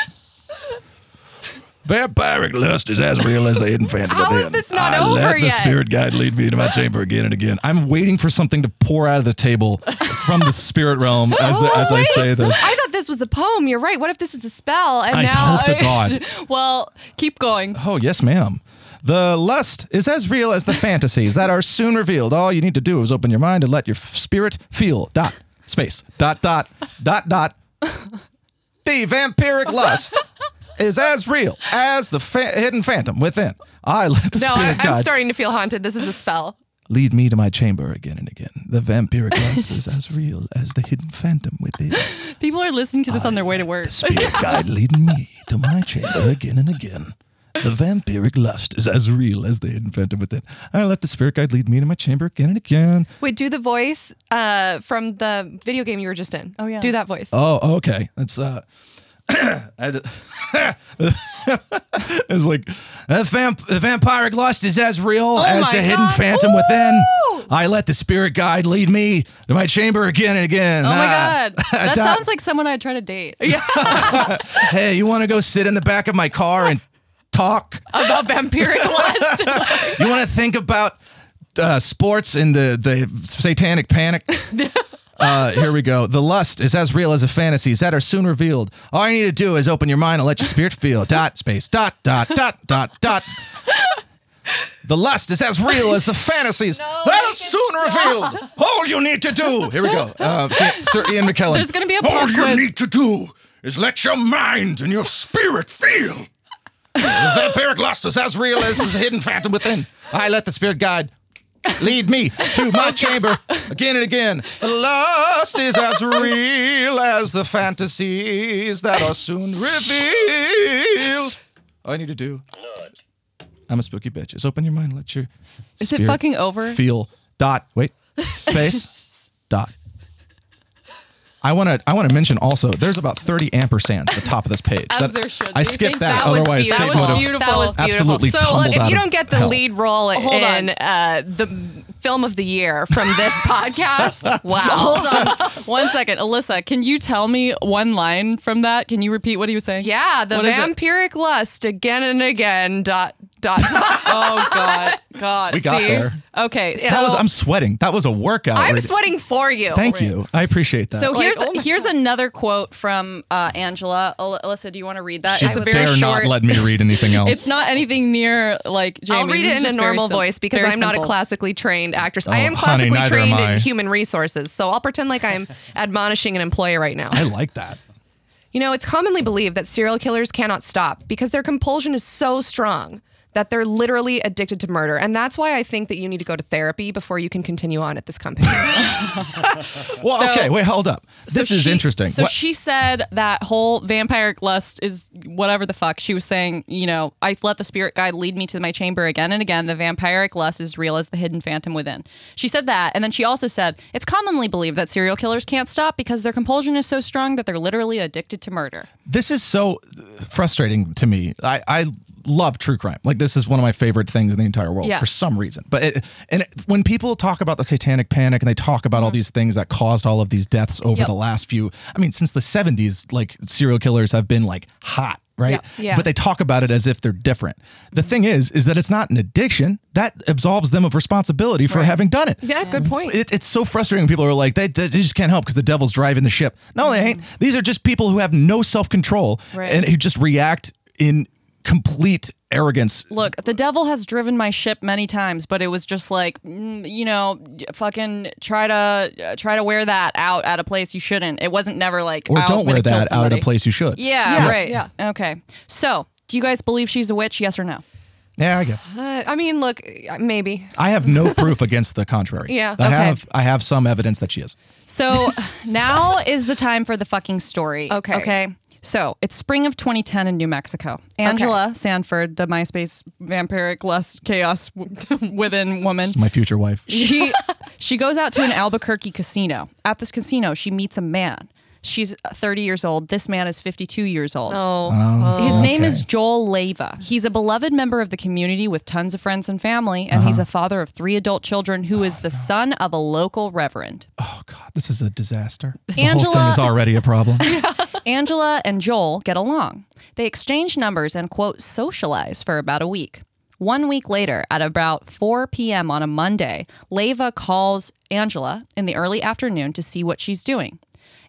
Vampiric lust is as real as the hidden phantom
How
within.
is this not
I
over
let the
yet?
spirit guide lead me to my chamber again and again.
I'm waiting for something to pour out of the table from the spirit realm as,
Oh,
as I say this.
I thought this was a poem. You're right. What if this is a spell? And
I
now
hope to God.
well, keep going.
Oh, yes, ma'am. The lust is as real as the fantasies that are soon revealed. All you need to do is open your mind and let your f- spirit feel. Dot. Space. Dot, dot, dot, dot. The vampiric lust is as real as the fa- hidden phantom within. I let the
no, I,
spirit
I'm
guide
starting to feel haunted. This is a spell.
lead me to my chamber again and again. The vampiric lust is as real as the hidden phantom within.
People are listening to this on their way to work.
The spirit guide leading me to my chamber again and again. The vampiric lust is as real as the hidden phantom within.
I let the spirit guide lead me to my chamber again and again.
Wait, do the voice uh, from the video game you were just in.
Oh, yeah.
Do that voice.
Oh, okay. That's uh, I d- it's like the, vamp- the vampiric lust is as real as
Oh my
the hidden
God.
phantom within. I let the spirit guide lead me to my chamber again and again. Ah.
Oh my god, that
Dot.
sounds like someone I'd try to date.
Hey, you want to go sit in the back of my car and talk?
About vampiric lust.
You want to think about uh, sports and the the satanic panic? Uh, here we go. The lust is as real as the fantasies that are soon revealed. All you need to do is open your mind and let your spirit feel. Dot space dot dot dot dot dot. The lust is as real as the fantasies that are soon revealed. All you need to do. Here we go. Uh, Sir, Sir Ian McKellen.
There's gonna be a
All
pop
you
quiz.
need to do is let your mind and your spirit feel.
The vampiric lust is as real as the hidden phantom within. I let the spirit guide lead me to my chamber again and again. The lust is as real as the fantasies that are soon revealed. All I need to do. I'm a spooky bitch. Is open your mind. Let your
Is it fucking over?
feel dot wait space dot. I want to. I want to mention also. There's about 30 ampersands at the top of this page.
As there should
I
be.
skipped that.
That was
otherwise,
beautiful.
Satan
That
would
was
have
That
beautiful.
was beautiful.
Absolutely
so
tumbled
look, if
out
you
of
don't get the
hell.
lead role
Hold
in
on.
uh, the film of the year from this podcast, wow.
Hold on one second, Alyssa. Can you tell me one line from that? Can you repeat what he was saying?
Yeah, the
What is it?
vampiric lust again and again. Dot dot. dot.
Oh God, God.
We got
See?
there.
Okay,
That
so
was. I'm sweating. That was a workout.
I'm
right-
sweating for you.
Thank you. I appreciate that.
So
Like,
here's
oh my
here's another quote from uh, Angela. Al- Alyssa, do you want to read that?
she
it's a
dare
very short.
not let me read anything else.
it's not anything near like Jamie.
I'll read
This
it
is
in a
just very
normal
sim-
voice because
very
I'm not a
simple.
classically trained actress. I
Oh,
am
honey,
classically
neither am
trained
I.
in human resources, so I'll pretend like I'm admonishing an employee right now.
I like that.
You know, it's commonly believed that serial killers cannot stop because their compulsion is so strong that they're literally addicted to murder. And that's why I think that you need to go to therapy before you can continue on at this company. Uh,
Well,
So-
okay. Wait, hold up.
So
This is
she-
interesting.
So
What-
she said that whole vampiric lust is whatever the fuck. She was saying, you know, I let the spirit guide lead me to my chamber again and again. The vampiric lust is real as the hidden phantom within. She said that. And then she also said, it's commonly believed that serial killers can't stop because their compulsion is so strong that they're literally addicted to murder.
this is so frustrating to me. I, I love true crime. Like this is one of my favorite things in the entire world
Yeah.
for some reason. But it, and it, when people talk about the Satanic Panic and they talk about
Mm-hmm.
all these things that caused all of these deaths over
Yep.
the last few, I mean, since the seventies, like serial killers have been like hot. Right,
Yeah. Yeah. Mm-hmm.
but they talk about it as if they're different. The thing is, is that it's not an addiction that absolves them of responsibility for having done it
yeah, good point.
it, it's so frustrating when people are like, they, they just can't help because the devil's driving the ship. No, they ain't. These are just people who have no self control
Mm-hmm. Right.
and who just react in complete arrogance.
Look, the devil has driven my ship many times, but it was just like, mm, you know, fucking try to uh, try to wear that out at a place you shouldn't. It wasn't never like
Or
"Oh, I'm
don't wear
gonna kill
that out at a
somebody."
place you should.
Yeah,
Yeah,
right.
yeah.
Okay. So, do you guys believe she's a witch? Yes or no?
Yeah, I guess.
Uh, I mean, look, uh, maybe.
I have no proof against the contrary.
Yeah.
I
Okay.
have I have some evidence that she is.
So, now is the time for the fucking story.
Okay.
Okay. So, it's spring of 2010 in New Mexico. Angela Sanford, the MySpace vampiric lust chaos w- within woman.
My future wife.
She she goes out to an Albuquerque casino. At this casino, she meets a man. She's 30 years old. This man is 52 years old.
Oh,
His name is
okay.
Joel Leva. He's a beloved member of the community with tons of friends and family, and he's a father of three adult children who is the son of a local reverend.
Oh God, this is a disaster. The
Angela-
whole thing is already a problem.
Angela and Joel get along. They exchange numbers and, quote, socialize for about a week. One week later, at about 4 p.m. on a Monday, Leva calls Angela in the early afternoon to see what she's doing.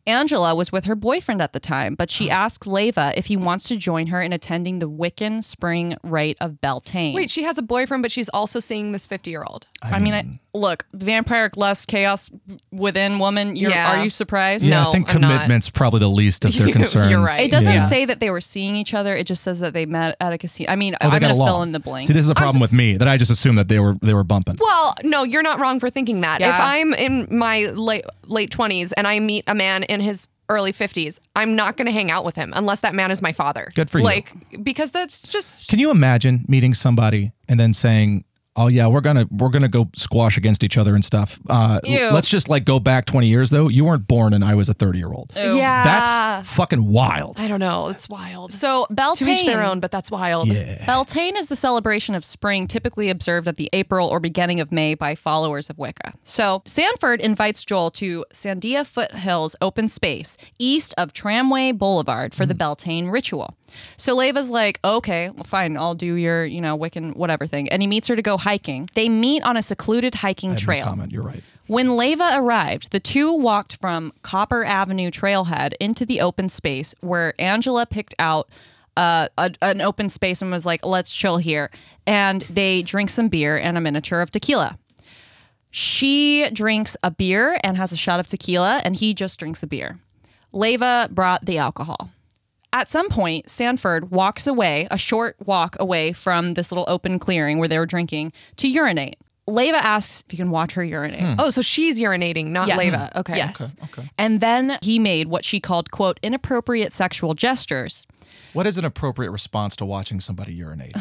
Angela was with her boyfriend at the time, but she asked Leva if he wants to join her in attending the Wiccan Spring Rite of Beltane.
Wait, she has a boyfriend, but she's also seeing this 50 year old.
I, mean, I, look, vampiric lust, chaos within woman. You're,
Yeah.
Are you surprised?
Yeah,
No,
I think
I'm not.
commitment's probably the least of their
You're- you're
concerns.
right.
It doesn't
Yeah.
say that they were seeing each other. It just says that they met at a casino. I mean,
Oh, they
I'm
got
gonna
along.
fill in the blank.
See, this is a problem with me that I just assumed that they were they were bumping.
Well, no, you're not wrong for thinking that. If
Yeah.
I'm in my late late 20s and I meet a man in his early 50s, I'm not going to hang out with him unless that man is my father.
Good for you.
like, because that's just
Can you imagine meeting somebody and then saying, "Oh yeah, we're gonna we're gonna go squash against each other and stuff." Uh,
Ew.
Let's just like go back twenty years though. You weren't born and I was a thirty year old.
Ew.
yeah.
That's fucking wild.
I don't know. It's wild.
so
to each
Beltane.
their own, but that's wild.
Yeah.
Beltane is the celebration of spring typically observed at the April or beginning of May by followers of Wicca. So, Sanford invites Joel to Sandia Foothills open space east of Tramway Boulevard
Mm.
for the Beltane ritual. So, Leva's like, okay, well, fine, I'll do your, you know, Wiccan whatever thing. And he meets her to go hiking. They meet on a secluded hiking
No
trail.
comment. You're right.
When Leva arrived, the two walked from Copper Avenue Trailhead into the open space where Angela picked out uh, a, an open space and was like, let's chill here. And they drink some beer and a miniature of tequila. She drinks a beer and has a shot of tequila, and he just drinks a beer. Leva brought the alcohol. At some point, Sanford walks away, a short walk away from this little open clearing where they were drinking, to urinate. Leva asks if you can watch her urinate.
Oh, so she's urinating, not
Yes.
Leva. Okay.
Yes. Okay, And then he made what she called, quote, inappropriate sexual gestures.
What is an appropriate response to watching somebody urinate?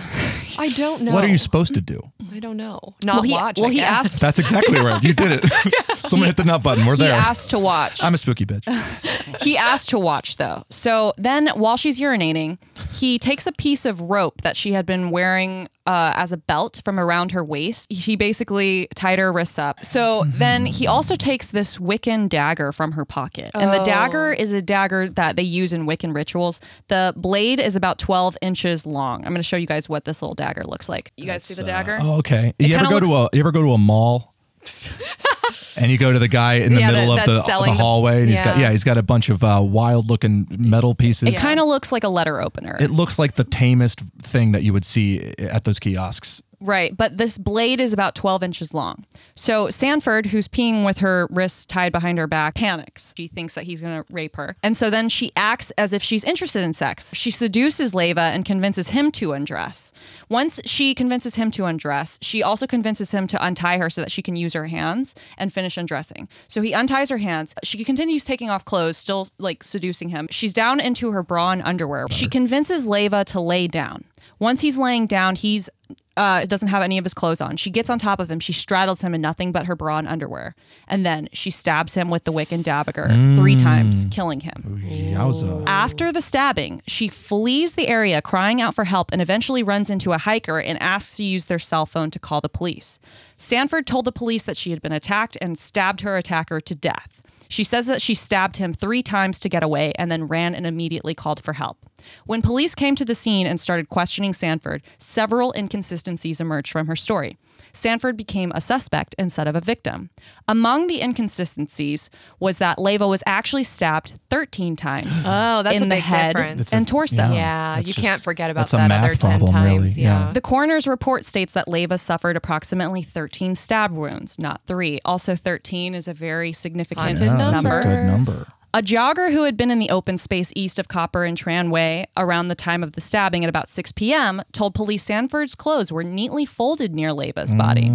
I don't know.
What are you supposed to do?
I don't know. Not
well, he,
watch.
well,
I
he
guess.
asked.
That's exactly right. You did it. Someone hit the nut button. We're
He
there.
asked to watch.
I'm a spooky bitch.
he asked to watch though. So then, while she's urinating, he takes a piece of rope that she had been wearing uh, as a belt from around her waist. He basically tied her wrists up. So then he also takes this Wiccan dagger from her pocket, and the dagger is a dagger that they use in Wiccan rituals. The blade is about 12 inches long. I'm going to show you guys what this little dagger looks like. uh, You guys see the dagger?
Oh, okay. you ever
kinda
go to a you ever go to a mall? and you go to the guy in the
Yeah,
middle
that-
of
that's
the, of the
selling the-
hallway, and he's got
yeah.
yeah, he's got a bunch of uh, wild looking metal pieces.
It kind of looks like a letter opener.
It looks like the tamest thing that you would see at those kiosks.
Right, but this blade is about 12 inches long. So Sanford, who's peeing with her wrists tied behind her back, panics. She thinks that he's going to rape her. And so then she acts as if she's interested in sex. She seduces Leva and convinces him to undress. Once she convinces him to undress, she also convinces him to untie her so that she can use her hands and finish undressing. So he unties her hands. She continues taking off clothes, still like seducing him. She's down into her bra and underwear. She convinces Leva to lay down. Once he's laying down, he's uh, doesn't have any of his clothes on. She gets on top of him. She straddles him in nothing but her bra and underwear. And then she stabs him with the Wiccan dagger three times, killing him.
Yowza.
After the stabbing, she flees the area crying out for help and eventually runs into a hiker and asks to use their cell phone to call the police. Sanford told the police that she had been attacked and stabbed her attacker to death. She says that she stabbed him three times to get away and then ran and immediately called for help. When police came to the scene and started questioning Sanford, several inconsistencies emerged from her story. Sanford became a suspect instead of a victim. Among the inconsistencies was that Leva was actually stabbed 13 times
Oh, that's
in
a
the
big
head
difference. It's
and torso.
Yeah, you
just-
can't forget about
that's a
that
math
other 10
problem, really.
times.
Yeah.
Yeah.
The coroner's report states that Leva suffered approximately 13 stab wounds, not three. Also, 13 is a very significant
Haunted
Yeah, that's
number.
a good number.
A jogger who had been in the open space east of Copper and Tranway around the time of the stabbing at about 6 p.m. told police Sanford's clothes were neatly folded near Leva's body.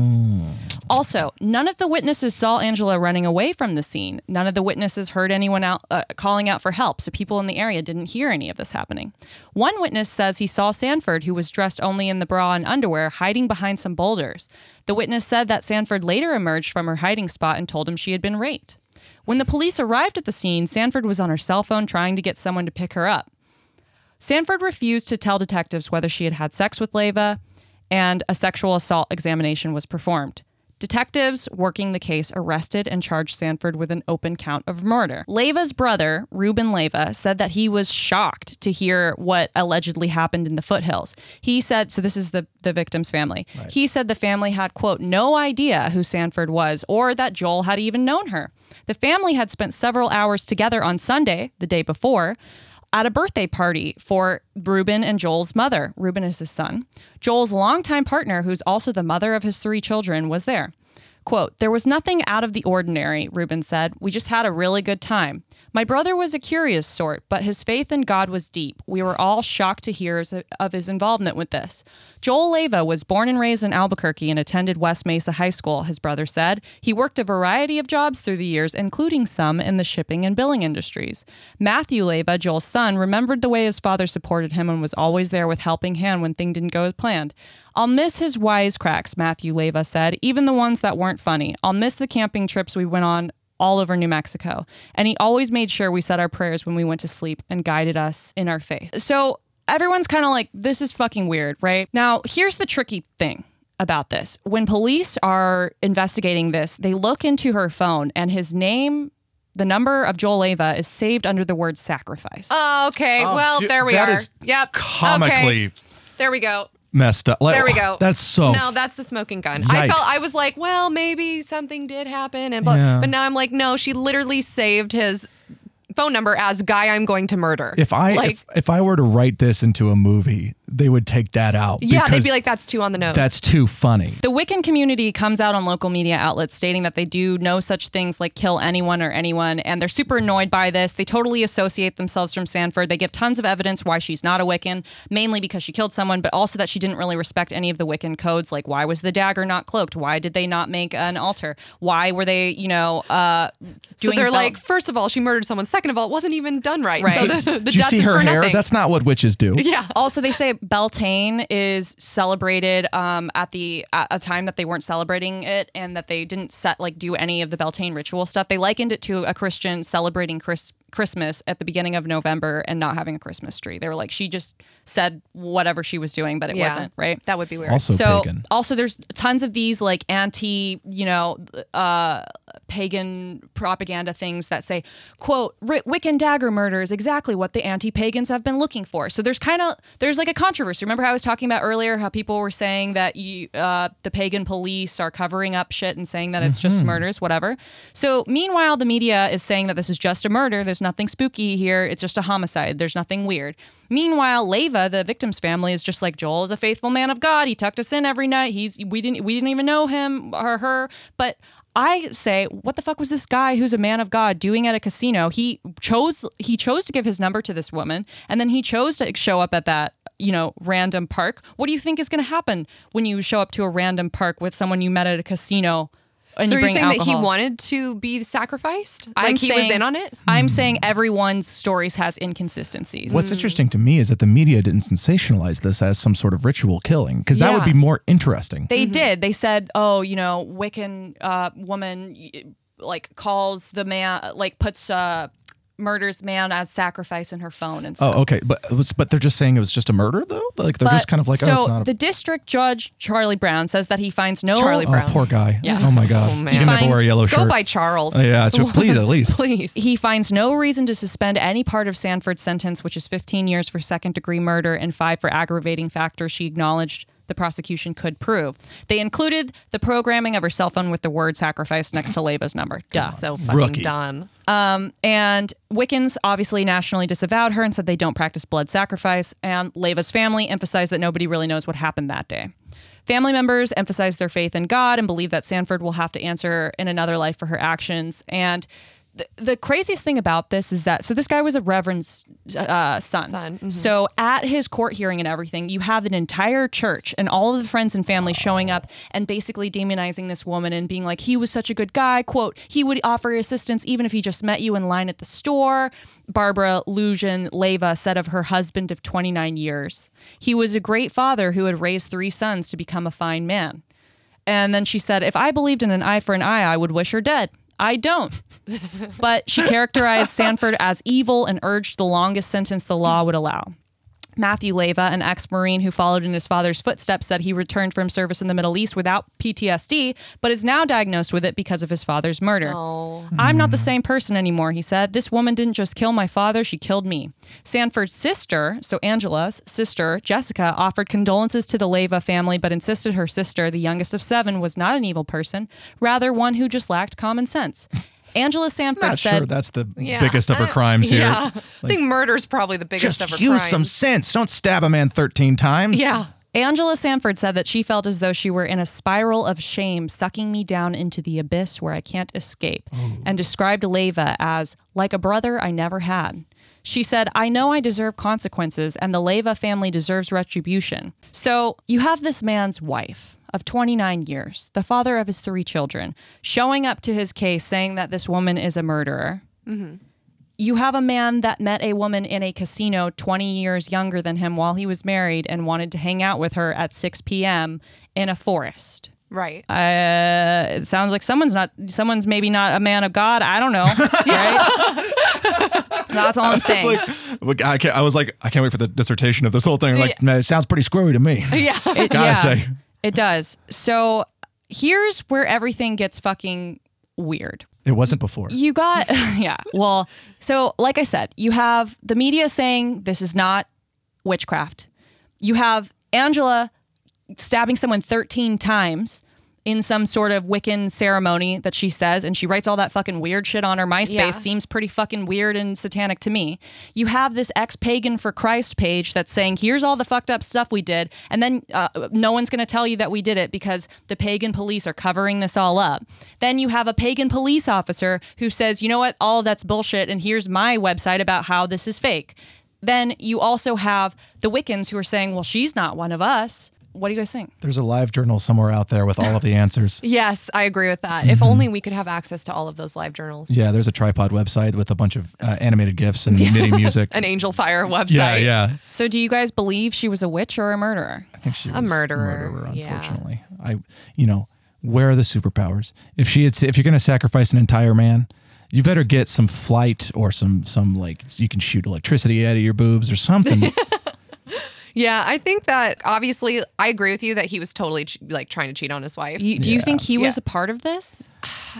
Also, none of the witnesses saw Angela running away from the scene. None of the witnesses heard anyone out uh, calling out for help, so people in the area didn't hear any of this happening. One witness says he saw Sanford, who was dressed only in the bra and underwear, hiding behind some boulders. The witness said that Sanford later emerged from her hiding spot and told him she had been raped. When the police arrived at the scene, Sanford was on her cell phone trying to get someone to pick her up. Sanford refused to tell detectives whether she had had sex with Leva, and a sexual assault examination was performed. Detectives working the case arrested and charged Sanford with an open count of murder. Leva's brother, Ruben Leva, said that he was shocked to hear what allegedly happened in the foothills. He said, so this is the, the victim's family. He said the family had, quote, no idea who Sanford was or that Joel had even known her. The family had spent several hours together on Sunday, the day before, at a birthday party for Reuben and Joel's mother. Reuben is his son. Joel's longtime partner, who's also the mother of his three children, was there. Quote, there was nothing out of the ordinary, Reuben said. We just had a really good time. My brother was a curious sort, but his faith in God was deep. We were all shocked to hear s- of his involvement with this. Joel Leva was born and raised in Albuquerque and attended West Mesa High School, his brother said. He worked a variety of jobs through the years, including some in the shipping and billing industries. Matthew Leva, Joel's son, remembered the way his father supported him and was always there with helping hand when things didn't go as planned. I'll miss his wisecracks, Matthew Leva said, even the ones that weren't funny. I'll miss the camping trips we went on all over New Mexico. And he always made sure we said our prayers when we went to sleep and guided us in our faith. So everyone's kind of like, this is fucking weird, right? Now, here's the tricky thing about this when police are investigating this, they look into her phone and his name. The number of Joel Ava is saved under the word sacrifice.
Oh, okay. well,
dude,
there we
that
are.
is
yep.
Comically
Okay. There we go.
messed up. Like, oh,
There we go.
That's so.
No, that's the smoking gun. I
Yikes.
felt I was like, well, maybe something did happen, and blah.
Yeah.
but now I'm like, no, she literally saved his phone number as guy I'm going to murder.
if I
like,
if, if I were to write this into a movie, they would take that out.
yeah, they'd
because
be like, that's too on the nose.
that's too funny.
The Wiccan community comes out on local media outlets stating that they do no such things like kill anyone or anyone, and they're super annoyed by this. They totally associate themselves from Sanford. They give tons of evidence why she's not a Wiccan, mainly because she killed someone, but also that she didn't really respect any of the Wiccan codes. Like, why was the dagger not cloaked? Why did they not make an altar? Why were they, you know, uh,
so
doing
they're
bel-
like, first of all, she murdered someone. Second of all, it wasn't even done right. So
Right.
the, the
Did you
death
see
is
her
for
hair?
nothing.
That's not what witches do.
yeah.
Also, they say Beltane is celebrated um, at the at a time that they weren't celebrating it, and that they didn't set like do any of the Beltane ritual stuff. They likened it to a Christian celebrating Chris, Christmas at the beginning of November and not having a Christmas tree. They were like, she just said whatever she was doing, but it
Yeah.
wasn't right.
That would be weird.
Also
so
pagan.
also there's tons of these like anti you know uh pagan propaganda things that say quote "Ri- wiccan dagger murder is exactly what the anti-pagans have been looking for so there's kind of there's like a controversy remember how i was talking about earlier how people were saying that you uh the pagan police are covering up shit and saying that it's just murders whatever so meanwhile the media is saying that this is just a murder there's nothing spooky here it's just a homicide there's nothing weird Meanwhile, Leva, the victim's family, is just like Joel is a faithful man of God. He tucked us in every night. He's we didn't we didn't even know him or her. But I say, what the fuck was this guy who's a man of God doing at a casino? He chose he chose to give his number to this woman, and then he chose to show up at that you know random park. What do you think is going to happen when you show up to a random park with someone you met at a casino? And
So
you
are you
bring
saying that
alcohol?
he wanted to be sacrificed? Like
I'm
he
saying,
was in on it?
I'm saying everyone's stories has inconsistencies.
What's
Mm.
interesting to me is that the media didn't sensationalize this as some sort of ritual killing because that would
Yeah.
be more interesting.
Mm-hmm.
They did. They said, "Oh, you know, Wiccan uh, woman y- like calls the man, like puts uh, murders man as sacrifice in her phone and stuff."
oh, okay, but it was, but they're just saying it was just a murder though. Like they're just
But-
kind of like,
so
oh, it's not
the
a
district judge Charlie Brown says that he finds no
Charlie
oh,
Brown.
poor guy.
Yeah.
Oh my god,
Oh, man.
he didn't have to
Finds-
wear a yellow shirt. Oh,
Go by Charles.
Yeah, it's- please at least.
Please.
he finds no reason to suspend any part of Sanford's sentence, which is 15 years for second degree murder and five for aggravating factors she acknowledged the prosecution could prove. They included the programming of her cell phone with the word sacrifice next to Leva's number. Duh.
So fucking
Rookie.
dumb.
And Wiccans obviously nationally disavowed her and said they don't practice blood sacrifice. And Leva's family emphasized that nobody really knows what happened that day. Family members emphasized their faith in God and believe that Sanford will have to answer in another life for her actions. And the, the craziest thing about this is that so this guy was a reverend's uh, son.
Son, mhm.
So at his court hearing and everything, you have an entire church and all of the friends and family showing up and basically demonizing this woman and being like, he was such a good guy. Quote, he would offer assistance even if he just met you in line at the store. Barbara Lujan Leva said of her husband of 29 years, he was a great father who had raised three sons to become a fine man. And then she said, if I believed in an eye for an eye, I would wish her dead. I don't. But she characterized Sanford as evil and urged the longest sentence the law would allow. Matthew Leva, an ex Marine who followed in his father's footsteps, said he returned from service in the Middle East without PTSD, but is now diagnosed with it because of his father's murder. I'm not the
Mm-hmm.
same person anymore, he said. This woman didn't just kill my father, she killed me. Sanford's sister, so Angela's sister, Jessica, offered condolences to the Leva family, but insisted her sister, the youngest of seven, was not an evil person, rather, one who just lacked common sense. Angela Sanford
Not
said,
sure that's the
Yeah.
biggest of her
I-
crimes here.
Yeah. I think murder's probably the biggest of her
Just use
crimes.
some sense. Don't stab a man 13 times.
yeah.
Angela Sanford said that she felt as though she were in a spiral of shame, sucking me down into the abyss where I can't escape, and described Leva as like a brother I never had. She said, I know I deserve consequences, and the Leva family deserves retribution. So you have this man's wife of 29 years, the father of his three children, showing up to his case saying that this woman is a murderer you have a man that met a woman in a casino 20 years younger than him while he was married and wanted to hang out with her at 6 p.m. in a forest.
Right.
Uh, it sounds like someone's not, someone's maybe not a man of God. I don't know. Right? That's all I'm saying.
Look, I, can't, I was like, I can't wait for the dissertation of this whole thing. Like,
Man, it sounds pretty screwy to me.
yeah.
gotta say.
It does. So here's where everything gets fucking weird.
it wasn't before.
You got, yeah. Well, so like I said, you have the media saying this is not witchcraft. You have Angela stabbing someone 13 times in some sort of Wiccan ceremony that she says, and she writes all that fucking weird shit on her MySpace.
Yeah.
Seems pretty fucking weird and satanic to me. You have this ex pagan for Christ page that's saying, here's all the fucked up stuff we did, and then uh, no one's going to tell you that we did it because the pagan police are covering this all up. Then you have a pagan police officer who says, you know what, all that's bullshit, and here's my website about how this is fake. Then you also have the Wiccans who are saying, well, she's not one of us. What do you guys think?
There's a live journal somewhere out there with all of the answers.
Yes, I agree with that. If only we could have access to all of those live journals.
Mm-hmm. Yeah, there's a tripod website with a bunch of uh, animated gifs and knitting music.
An Angel Fire website.
yeah, yeah.
So, do you guys believe she was a witch or a murderer?
I think she was
murderer, yeah.
unfortunately. I, you know, where are the superpowers? If she had, if you're going to sacrifice an entire man, you better get some flight or some some like you can shoot electricity out of your boobs or something.
Yeah, I think that obviously I agree with you that he was totally ch- like trying to cheat on his wife.
You, do you think he was
Yeah.
a part of this?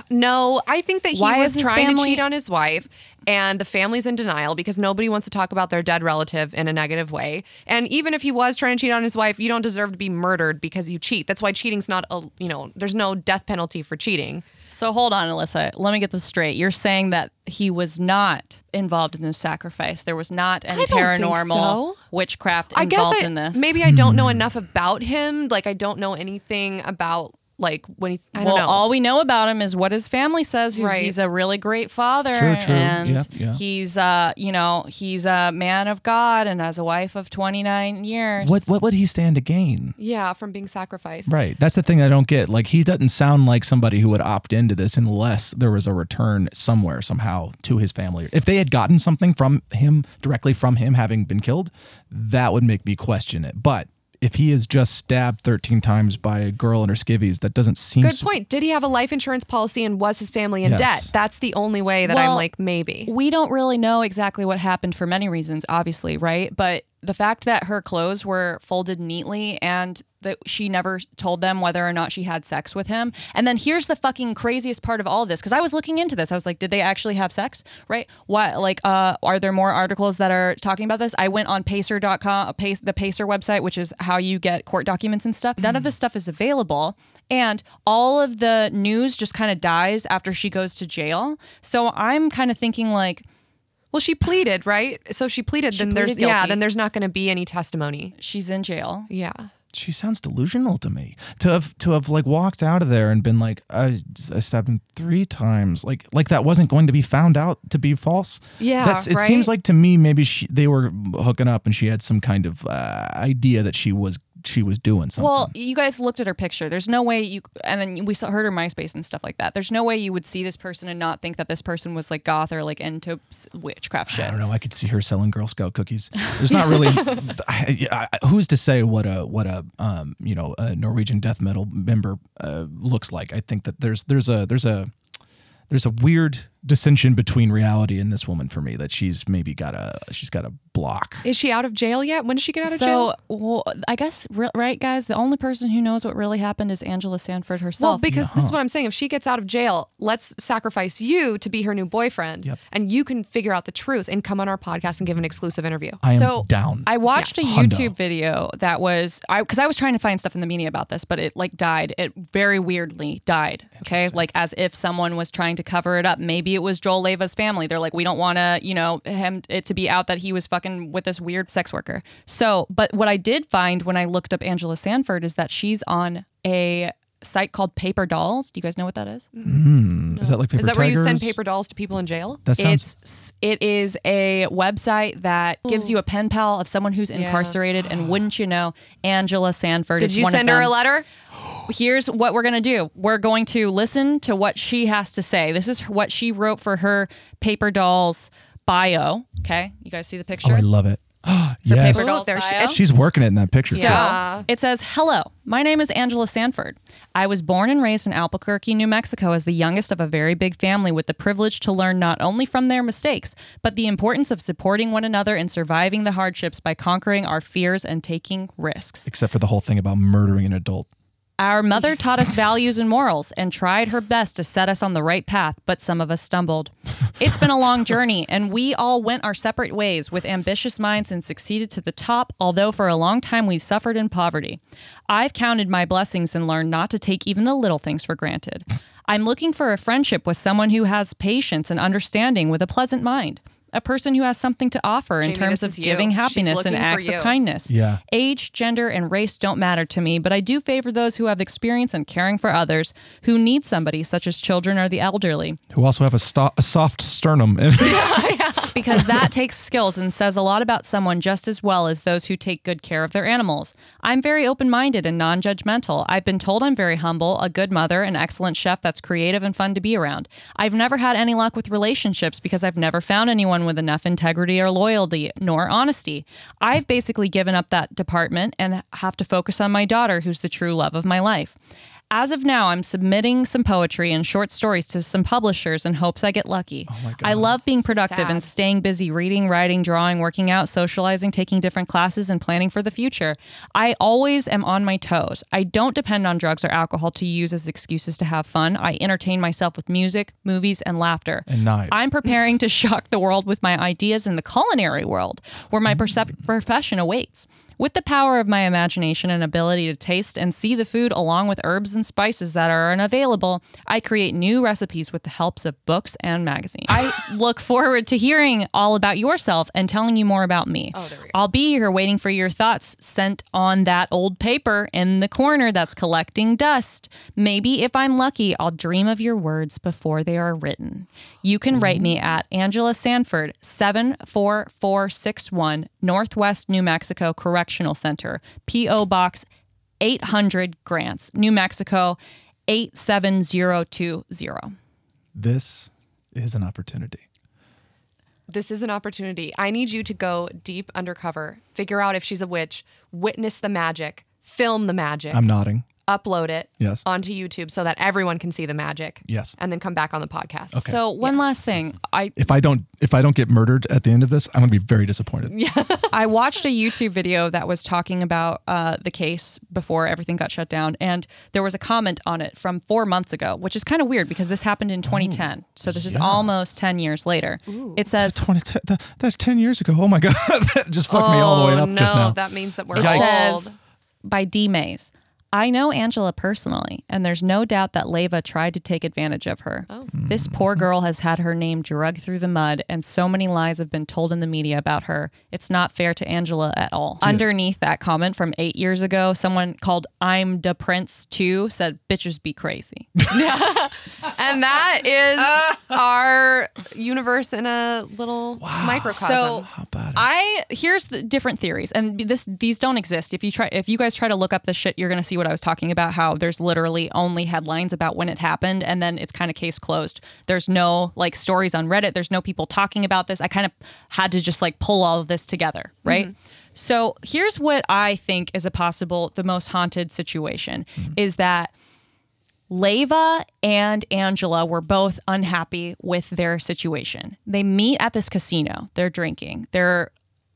No, I think that he
Why
was
is his
trying
family-
to cheat on his wife, and the family's in denial because nobody wants to talk about their dead relative in a negative way. And even if he was trying to cheat on his wife, you don't deserve to be murdered because you cheat. That's why cheating's not a you know there's no death penalty for cheating.
So, hold on, Alyssa. Let me get this straight. You're saying that he was not involved in this sacrifice. There was not any
I don't think
paranormal
so.
witchcraft
I guess
involved
I,
in this.
maybe I don't
Hmm.
know enough about him. Like I don't know anything about like when he. I
well,
don't know.
all we know about him is what his family says. Who's,
Right.
He's a really great father,
True, true.
and
Yeah, yeah.
he's, uh, you know, he's a man of God and has a wife of 29 years.
what what would he stand to gain?
yeah, from being sacrificed.
Right. That's the thing I don't get. Like he doesn't sound like somebody who would opt into this unless there was a return somewhere somehow to his family. If they had gotten something from him directly from him having been killed, that would make me question it. But if he is just stabbed 13 times by a girl in her skivvies, that doesn't seem
Good
so-
point. Did he have a life insurance policy and was his family in
Yes.
debt? That's the only way that I'm
Well,
like maybe.
We don't really know exactly what happened for many reasons, obviously, right? But the fact that her clothes were folded neatly and that she never told them whether or not she had sex with him. And then here's the fucking craziest part of all of this because I was looking into this. I was like, did they actually have sex? Right? What like uh are there more articles that are talking about this? I went on pacer.com, uh, pace, the pacer website, which is how you get court documents and stuff. None of this stuff is available and all of the news just kind of dies after she goes to jail. So I'm kind of thinking like
Well, she pleaded, right? So if she pleaded, then
pleaded
there's yeah,
guilty.
then there's not going to be any testimony.
she's in jail.
Yeah.
She sounds delusional to me. To have to have like walked out of there and been like I, I stabbed him 3 times. Like like that wasn't going to be found out to be false.
Yeah,
That's it
right?
seems like to me maybe she, they were hooking up and she had some kind of uh, idea that she was she was doing something.
Well, you guys looked at her picture. There's no way you and then we saw, heard her MySpace and stuff like that. There's no way you would see this person and not think that this person was like goth or like into s- witchcraft
I
shit.
don't know. I could see her selling Girl Scout cookies. There's not really. I, I, who's to say what a what a um you know a Norwegian death metal member uh, looks like? I think that there's there's a there's a there's a weird dissension between reality and this woman for me that she's maybe got a she's got a block.
Is she out of jail yet? When did she get out of
So,
jail?
well, I guess re- right, guys. The only person who knows what really happened is Angela Sanford
Well,
herself.
because this is what I'm saying. If she gets out of jail, let's sacrifice you to be her new boyfriend, and you can figure out the truth and come on our podcast and give an exclusive interview.
I am
so
down.
I watched
Yes.
a
Hundo.
YouTube video that was I because I was trying to find stuff in the media about this, but it like died. It very weirdly died. Okay, like as if someone was trying to cover it up. Maybe it was Joel Leva's family. They're like, we don't want to, you know, him it to be out that he was fucking with this weird sex worker. So, but what I did find when I looked up Angela Sanford is that she's on a site called Paper Dolls. Do you guys know what that is?
Is that like paper
Is that where you send
tigers?
paper dolls to people in jail?
That sounds
It's it is a website that gives you a pen pal of someone who's incarcerated, and wouldn't you know, Angela Sanford.
Did
is
you
one of
send her a
them.
letter?
Here's what we're gonna do. We're going to listen to what she has to say. This is what she wrote for her paper dolls bio. Okay, you guys see the picture?
oh, I love it. yes.
paper
Oh,
dolls
there she-
bio?
and
She's working it in that picture.
So
Yeah. Ah.
it says, Hello, my name is Angela Sanford. I was born and raised in Albuquerque, New Mexico, as the youngest of a very big family with the privilege to learn not only from their mistakes, but the importance of supporting one another and surviving the hardships by conquering our fears and taking risks.
Except for the whole thing about murdering an adult.
Our mother taught us values and morals and tried her best to set us on the right path, but some of us stumbled. It's been a long journey, and we all went our separate ways with ambitious minds and succeeded to the top, although for a long time we suffered in poverty. I've counted my blessings and learned not to take even the little things for granted. I'm looking for a friendship with someone who has patience and understanding with a pleasant mind. A person who has something to offer in
Jamie,
terms
this
of
is you.
giving
She's
happiness
looking
and
for
acts of
you.
kindness kindness.
Yeah.
Age, gender, and race don't matter to me, but I do favor those who have experience in caring for others who need somebody, such as children or the elderly,
Who also have a, sto- a soft sternum.
because that takes skills and says a lot about someone just as well as those who take good care of their animals. I'm very open minded and non judgmental. I've been told I'm very humble, a good mother, an excellent chef that's creative and fun to be around. I've never had any luck with relationships because I've never found anyone with enough integrity or loyalty nor honesty. I've basically given up that department and have to focus on my daughter, who's the true love of my life. As of now, I'm submitting some poetry and short stories to some publishers in hopes I get lucky. I love being productive and
sad.
staying busy reading, writing, drawing, working out, socializing, taking different classes, and planning for the future. I always am on my toes. I don't depend on drugs or alcohol to use as excuses to have fun. I entertain myself with music, movies, and laughter.
And knives.
I'm preparing to shock the world with my ideas in the culinary world, where my percep- profession awaits. With the power of my imagination and ability to taste and see the food along with herbs and spices that are unavailable, I create new recipes with the helps of books and magazines. I look forward to hearing all about yourself and telling you more about me.
Oh, there we go.
I'll be here waiting for your thoughts sent on that old paper in the corner that's collecting dust. Maybe if I'm lucky, I'll dream of your words before they are written. You can write me at Angela Sanford, 74461 Northwest New Mexico Correctional Center, P.O. Box 800 Grants, New Mexico 87020.
this is an opportunity.
This is an opportunity. I need you to go deep undercover, figure out if she's a witch, witness the magic, film the magic,
I'm nodding.
upload it
Yes.
onto YouTube so that everyone can see the magic.
Yes.
And then come back on the podcast.
So, one last thing. I
If I don't if I don't get murdered at the end of this, I'm gonna be very disappointed.
I watched a YouTube video that was talking about uh, the case before everything got shut down, and there was a comment on it from four months ago, which is kind of weird because this happened in 2010. so this is almost 10 years later. It says,
2010 that, that's 10 years ago. Oh my God. that just fucked me all the way
Oh,
up
no,
just now.
that means that we're
Yikes.
old.
Says- by D Mays. I know Angela personally, and there's no doubt that Leva tried to take advantage of her. This poor girl has had her name dragged through the mud, and so many lies have been told in the media about her. It's not fair to Angela at all. Underneath that comment from eight years ago, someone called I'm the Prince too said, Bitches be crazy.
And that is our universe in a little microcosm.
So I here's the different theories, and this these don't exist. If you try, if you guys try to look up the shit, you're gonna see what I was talking about. How there's literally only headlines about when it happened, and then it's kind of case closed. There's no like stories on Reddit. There's no people talking about this. I kind of had to just like pull all of this together, right? So here's what I think is a possible the most haunted situation is that. Leva and Angela were both unhappy with their situation. They meet at this casino. They're drinking. They're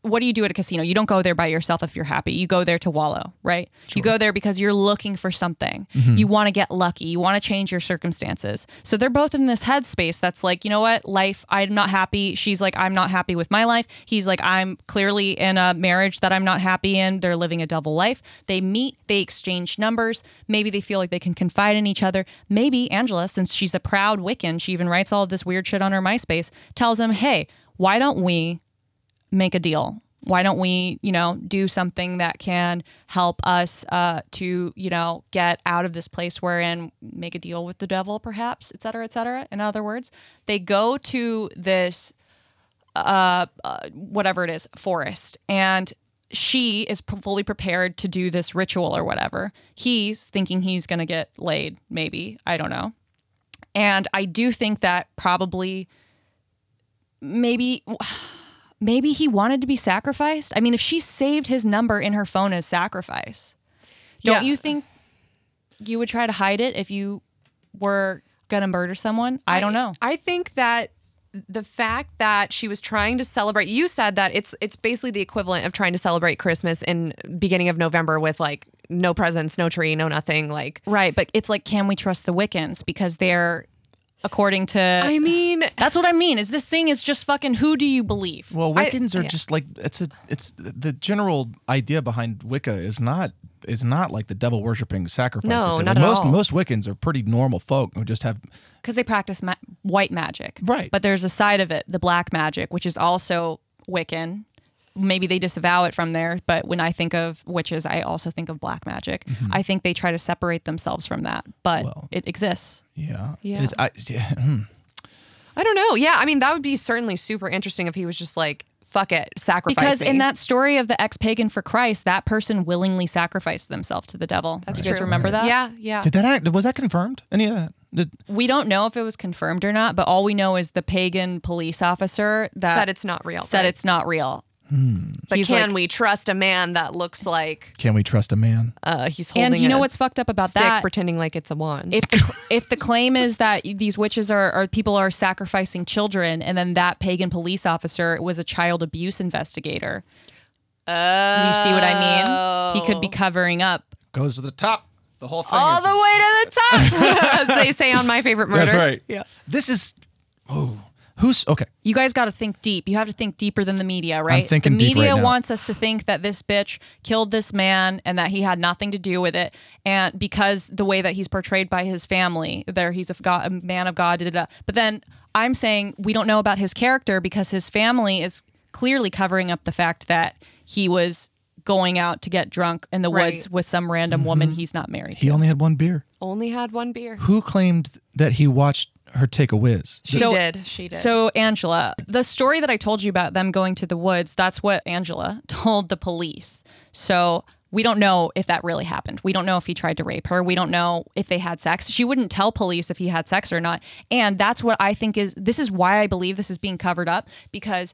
what do you do at a casino? You don't go there by yourself if you're happy. You go there to wallow, right? You go there because you're looking for something. You want to get lucky. You want to change your circumstances. So they're both in this headspace that's like, you know what? Life, I'm not happy. She's like, I'm not happy with my life. He's like, I'm clearly in a marriage that I'm not happy in. They're living a double life. They meet, they exchange numbers. Maybe they feel like they can confide in each other. Maybe Angela, since she's a proud Wiccan, she even writes all of this weird shit on her MySpace, tells him, hey, why don't we make a deal? Why don't we, you know, do something that can help us uh, to, you know, get out of this place we're in, make a deal with the devil, perhaps, et cetera, et cetera. In other words, they go to this whatever it is, forest. And she is p- fully prepared to do this ritual or whatever. He's thinking he's going to get laid, maybe. I don't know. And I do think that probably, maybe, maybe he wanted to be sacrificed. I mean, if she saved his number in her phone as sacrifice, don't
Yeah.
you think you would try to hide it if you were going to murder someone? I don't know.
I think that the fact that she was trying to celebrate you said that it's it's basically the equivalent of trying to celebrate Christmas in beginning of November with like no presents, no tree, no nothing like
Right, but it's like, can we trust the Wiccans because they're, according to,
I mean
that's what I mean. Is this thing is just fucking who do you believe?
Well,
I-
Wiccans are
yeah.
just like it's a it's the general idea behind Wicca is not is not like the devil worshipping sacrifice.
No,
that they
not
do.
at
most
all.
most Wiccans are pretty normal folk who just have
Because they practice ma- white magic,
Right.
But there's a side of it, the black magic, which is also Wiccan. Maybe they disavow it from there, but when I think of witches, I also think of black magic. I think they try to separate themselves from that, but it exists.
yeah
Yeah.
It's- I, yeah, hmm.
I don't know. Yeah, I mean that would be certainly super interesting if he was just like fuck it, sacrifice
Because
me.
in that story of the ex pagan for Christ, that person willingly sacrificed themselves to the devil. That's Do you guys
true.
remember that?
yeah, yeah.
did that act, was that confirmed any of that Did-
We don't know if it was confirmed or not, but all we know is the pagan police officer that
said it's not real.
said
right?
it's not real.
But
he's
can
like-
we trust a man that looks like
can we trust a man?
uh, he's holding
And you know
a
what's fucked up about
stick
that?
pretending like it's a wand?
If the, if the claim is that these witches are, are people are sacrificing children, and then that pagan police officer was a child abuse investigator, you see what I mean? He could be
Oh.
covering up.
Goes to the top. The whole thing.
all
is-
the way to the top, as they say on My Favorite Murder.
That's right.
Yeah.
This is oh who's okay.
You guys got to think deep. You have to think deeper than the media, right?
thinking
the
deep
media
right now.
wants us to think that this bitch killed this man and that he had nothing to do with it, and because the way that he's portrayed by his family, there he's a, God, a man of God. Da, da, da. But then I'm saying we don't know about his character because his family is clearly covering up the fact that he was going out to get drunk in the
Right.
woods with some random woman
Mm-hmm.
he's not married.
He
to.
only had one beer.
Only had one beer.
Who claimed that he watched her take a whiz?
She did. She did.
So Angela, the story that I told you about them going to the woods, that's what Angela told the police. So we don't know if that really happened. We don't know if he tried to rape her. We don't know if they had sex. She wouldn't tell police if he had sex or not. And that's what I think is this is why I believe this is being covered up because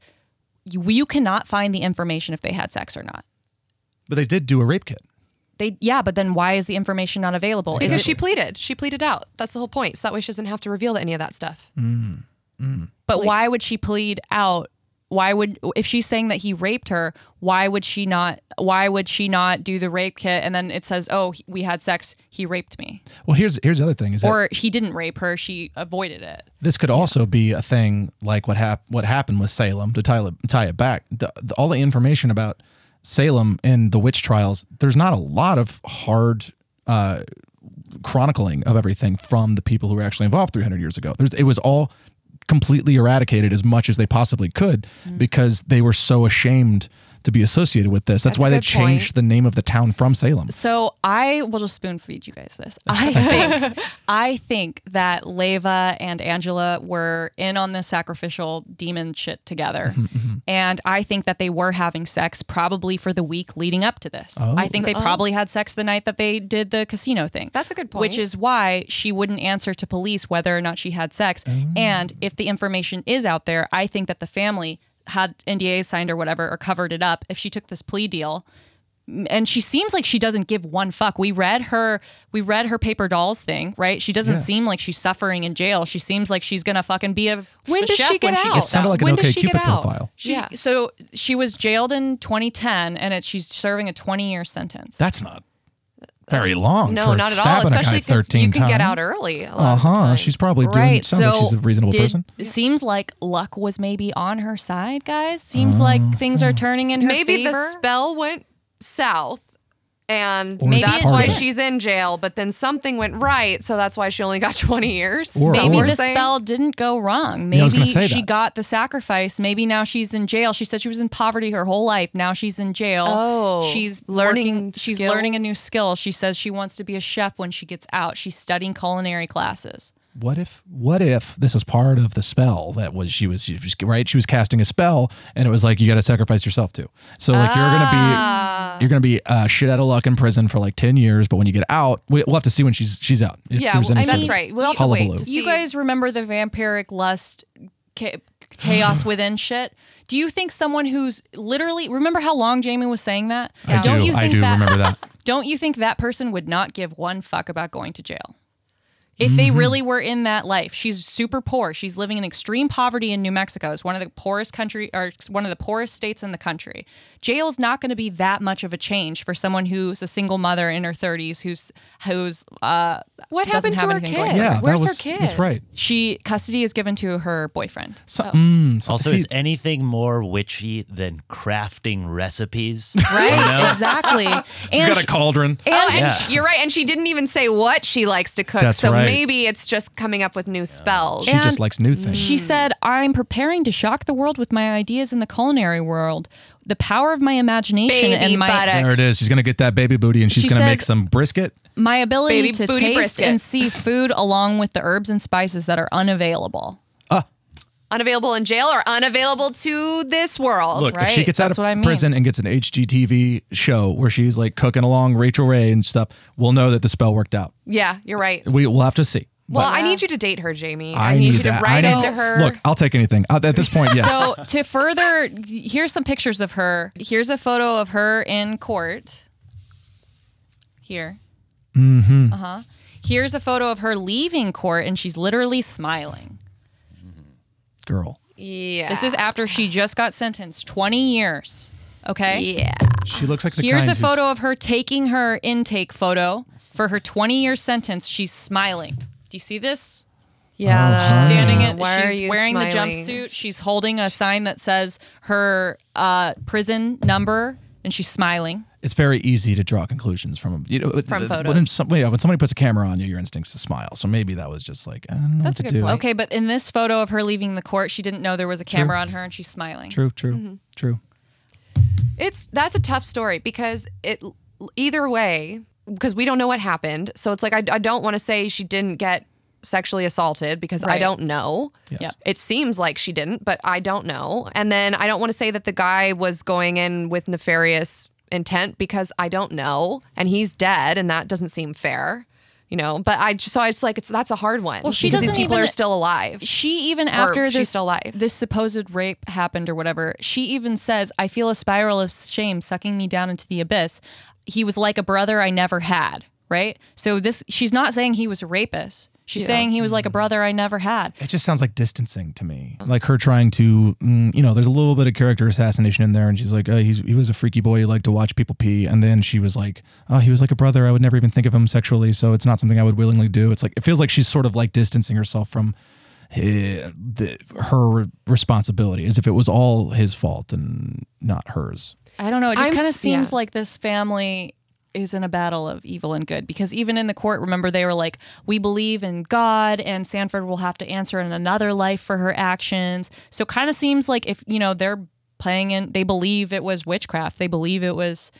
you, you cannot find the information if they had sex or not.
But they did do a rape kit.
They yeah, but then why is the information not available? Is
because
it-
she pleaded. She pleaded out. That's the whole point. So that way she doesn't have to reveal any of that stuff.
Mm.
But why would she plead out? Why would if she's saying that he raped her? Why would she not? Why would she not do the rape kit? And then it says, "Oh, he- we had sex. He raped me,
Well, here's here's the other thing is that
or he didn't rape her. She avoided it."
this could also be a thing like what hap- what happened with Salem to tie it, tie it back. The, the, all the information about Salem and the witch trials, there's not a lot of hard uh, chronicling of everything from the people who were actually involved 300 years ago. There's, it was all completely eradicated as much as they possibly could
Mm.
because they were so ashamed to be associated with this. That's,
That's a
why they
good point.
changed the name of the town from Salem.
So I will just spoon feed you guys this. I think I think that Leva and Angela were in on this sacrificial demon shit together. And I think that they were having sex probably for the week leading up to this. I think they probably had sex the night that they did the casino thing.
Oh. That's a good point.
Which is why she wouldn't answer to police whether or not she had sex. And if the information is out there, I think that the family had NDAs signed or whatever or covered it up. If she took this plea deal, and she seems like she doesn't give one fuck. We read her we read her paper dolls thing, right? She doesn't seem like she's suffering in jail. She seems like she's gonna fucking be a
When
a
does
chef
she get
when
out?
she gets
It sounded
out.
like an
when does
OK
she get
Cupid
out?
profile.
She,
yeah.
So she was jailed in 2010, and it, she's serving a 20 year sentence.
That's not very long.
No,
for
not at all.
stabbing a guy
Especially
13
you can get
times.
out early.
Uh huh. She's probably doing.
right.
Sounds
so
like she's a reasonable
did-
person.
Seems like luck was maybe on her side, guys. Seems
Uh,
like things are turning in her
Maybe
favor.
the spell went south, and
Or
is it
that's
part
why
of it?
she's in jail. But then something went right, so that's why she only got twenty years.
Or-
Maybe
or-
the
saying?
spell didn't go wrong.
Yeah, I was
Maybe
gonna say
she
that.
got the sacrifice. Maybe now she's in jail. She said she was in poverty her whole life. Now she's in jail.
Oh,
she's
learning
working- she's learning a new
skills.
skill. She says she wants to be a chef when she gets out. She's studying culinary classes.
What if? What if this is part of the spell that was she was, she was right? She was casting a spell, and it was like you got to sacrifice yourself too. So like
Ah.
you're gonna be you're gonna be uh, shit out of luck in prison for like ten years, but when you get out, we, we'll have to see when she's she's out. If
Yeah,
there's
well,
any
that's
sort of
right. We'll have to wait
hullabaloo.
to see.
You guys remember the vampiric lust cha- chaos within shit? Do you think someone who's literally remember how long Jamie was saying that?
I
Don't
do.
you
I
think
do
that-
remember that.
Don't you think that person would not give one fuck about going to jail? If they
Mm-hmm.
really were in that life, she's super poor. She's living in extreme poverty in New Mexico. It's one of the poorest country or one of the poorest states in the country. Jail's not going to be that much of a change for someone who's a single mother in her 30s who's who's uh
What happened
doesn't have
to her
anything
kid?
going on.
Yeah,
Where's
that
her
was,
kid?
That's right.
she custody is given to her boyfriend.
So, mm, so-
Also,
see,
is anything more witchy than crafting recipes?
Right? Exactly.
she's
and
got a cauldron.
And, Oh, and
Yeah.
she- you're right. And she didn't even say what she likes to cook.
That's
so
right.
maybe it's just coming up with new spells.
She
And-
just likes new things.
Hmm.
She said, I'm preparing to shock the world with my ideas in the culinary world. The power of my imagination
Baby
and my
buttocks.
There it is. She's gonna get that baby booty, and she's
She
gonna
says-
make some brisket.
my ability
Baby
to
booty
taste
brisket.
and see food along with the herbs and spices that are unavailable.
Unavailable in jail or unavailable to this world.
Look, if she
Right,
gets out
that's
of
what I mean.
prison and gets an HGTV show where she's like cooking along Rachel Ray and stuff, we'll know that the spell worked out.
Yeah, you're right.
We will have to see.
well,
But
I need you to date her, Jamie.
I,
I, need, you to
that.
write
I need-
into her.
Look, I'll take anything Uh, at this point. Yes.
So, to further, here's some pictures of her. Here's a photo of her in court. Here. Mm-hmm. Uh huh. Here's a photo of her leaving court, and she's literally smiling.
Girl,
yeah.
This is after she just got sentenced 20 years. Okay.
Yeah.
she looks like the
Here's a
kind who's-
photo of her taking her intake photo for her 20 year sentence. She's smiling. Do you see this?
Yeah.
She's
Standing
Uh,
in,
why are
she's
you
wearing
smiling?
the jumpsuit. She's holding a sign that says her uh, prison number, and she's smiling.
It's very easy to draw conclusions from you know
From
When
photos.
somebody, yeah, when somebody puts a camera on you, your instincts to smile. So maybe that was just like I don't know
That's
what
a
to
good
do.
point.
Okay, but in this photo of her leaving the court, she didn't know there was a camera on her, and she's smiling.
True. True.
Mm-hmm.
True.
It's that's a tough story because it either way because we don't know what happened. So it's like I, I don't want to say she didn't get sexually assaulted because I
Right.
don't know.
Yep.
It seems like she didn't, but I don't know. And then I don't want to say that the guy was going in with nefarious intent because I don't know and he's dead and that doesn't seem fair. You know, but I just so I just like it's that's a hard one.
Well, she
because
doesn't
these people
even-
are still alive.
she even after
she's
this
still alive.
this supposed rape happened or whatever, she even says, "I feel a spiral of shame sucking me down into the abyss. He was like a brother I never had." Right? So this she's not saying he was a rapist. She's saying he was like a brother I never had.
It just sounds like distancing to me. Like her trying to, mm, you know, there's a little bit of character assassination in there, and she's like, oh, he's, he was a freaky boy who liked to watch people pee. And then she was like, oh, he was like a brother. I would never even think of him sexually, so it's not something I would willingly do. It's like, it feels like she's sort of like distancing herself from hi- the, her responsibility as if it was all his fault and not hers.
I don't know. It just
I'm
kind of
s-
seems
yeah.
like this family is in a battle of evil and good because even in the court, remember they were like, "We believe in God, and Sanford will have to answer in another life for her actions." So kind of seems like if you know they're playing in, they believe it was witchcraft. They believe it was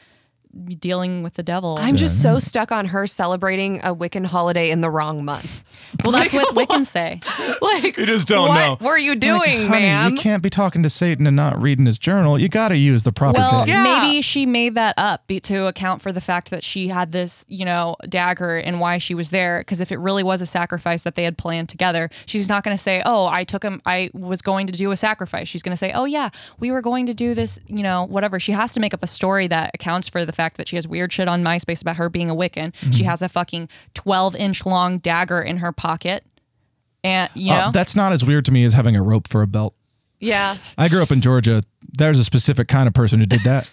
dealing with the devil.
I'm just so stuck on her celebrating a Wiccan holiday in the wrong month.
well, that's what Wiccans say.
Like you
just don't
what
know.
were you doing,
Honey,
ma'am?
you can't be talking to Satan and not reading his journal. You got to use the proper
Well,
day.
Yeah.
maybe she made that up be- to account for the fact that she had this, you know, dagger and why she was there. Because if it really was a sacrifice that they had planned together, she's not going to say, "Oh, I took him. I was going to do a sacrifice." She's going to say, "Oh yeah, we were going to do this," you know, whatever. She has to make up a story that accounts for the fact that she has weird shit on MySpace about her being a Wiccan. She has a fucking 12 inch long dagger in her pocket. And, you know,
Uh, that's not as weird to me as having a rope for a belt.
Yeah.
I grew up in Georgia. There's a specific kind of person who did that.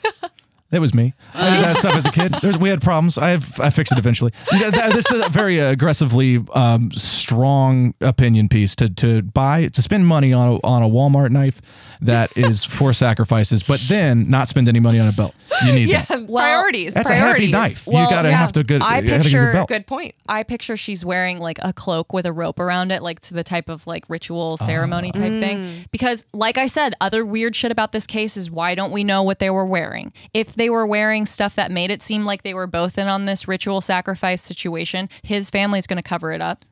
That was me. I did that stuff as a kid. There's, we had problems. I have, I fixed it eventually. Yeah, that- this is a very aggressively um, strong opinion piece to to buy to spend money on a, on a Walmart knife that is for sacrifices, but then not spend any money on a belt. You need
Yeah.
that.
priorities.
That's
priorities.
a heavy knife.
Well,
you gotta
yeah.
have to good.
I
you gotta get a
picture
good belt.
Good point.
I picture she's wearing like a cloak with a rope around it, like to the type of like ritual ceremony type
Ah. Mm.
thing. Because, like I said, other weird shit about this case is why don't we know what they were wearing? If they were wearing stuff that made it seem like they were both in on this ritual sacrifice situation, his family's going to cover it up.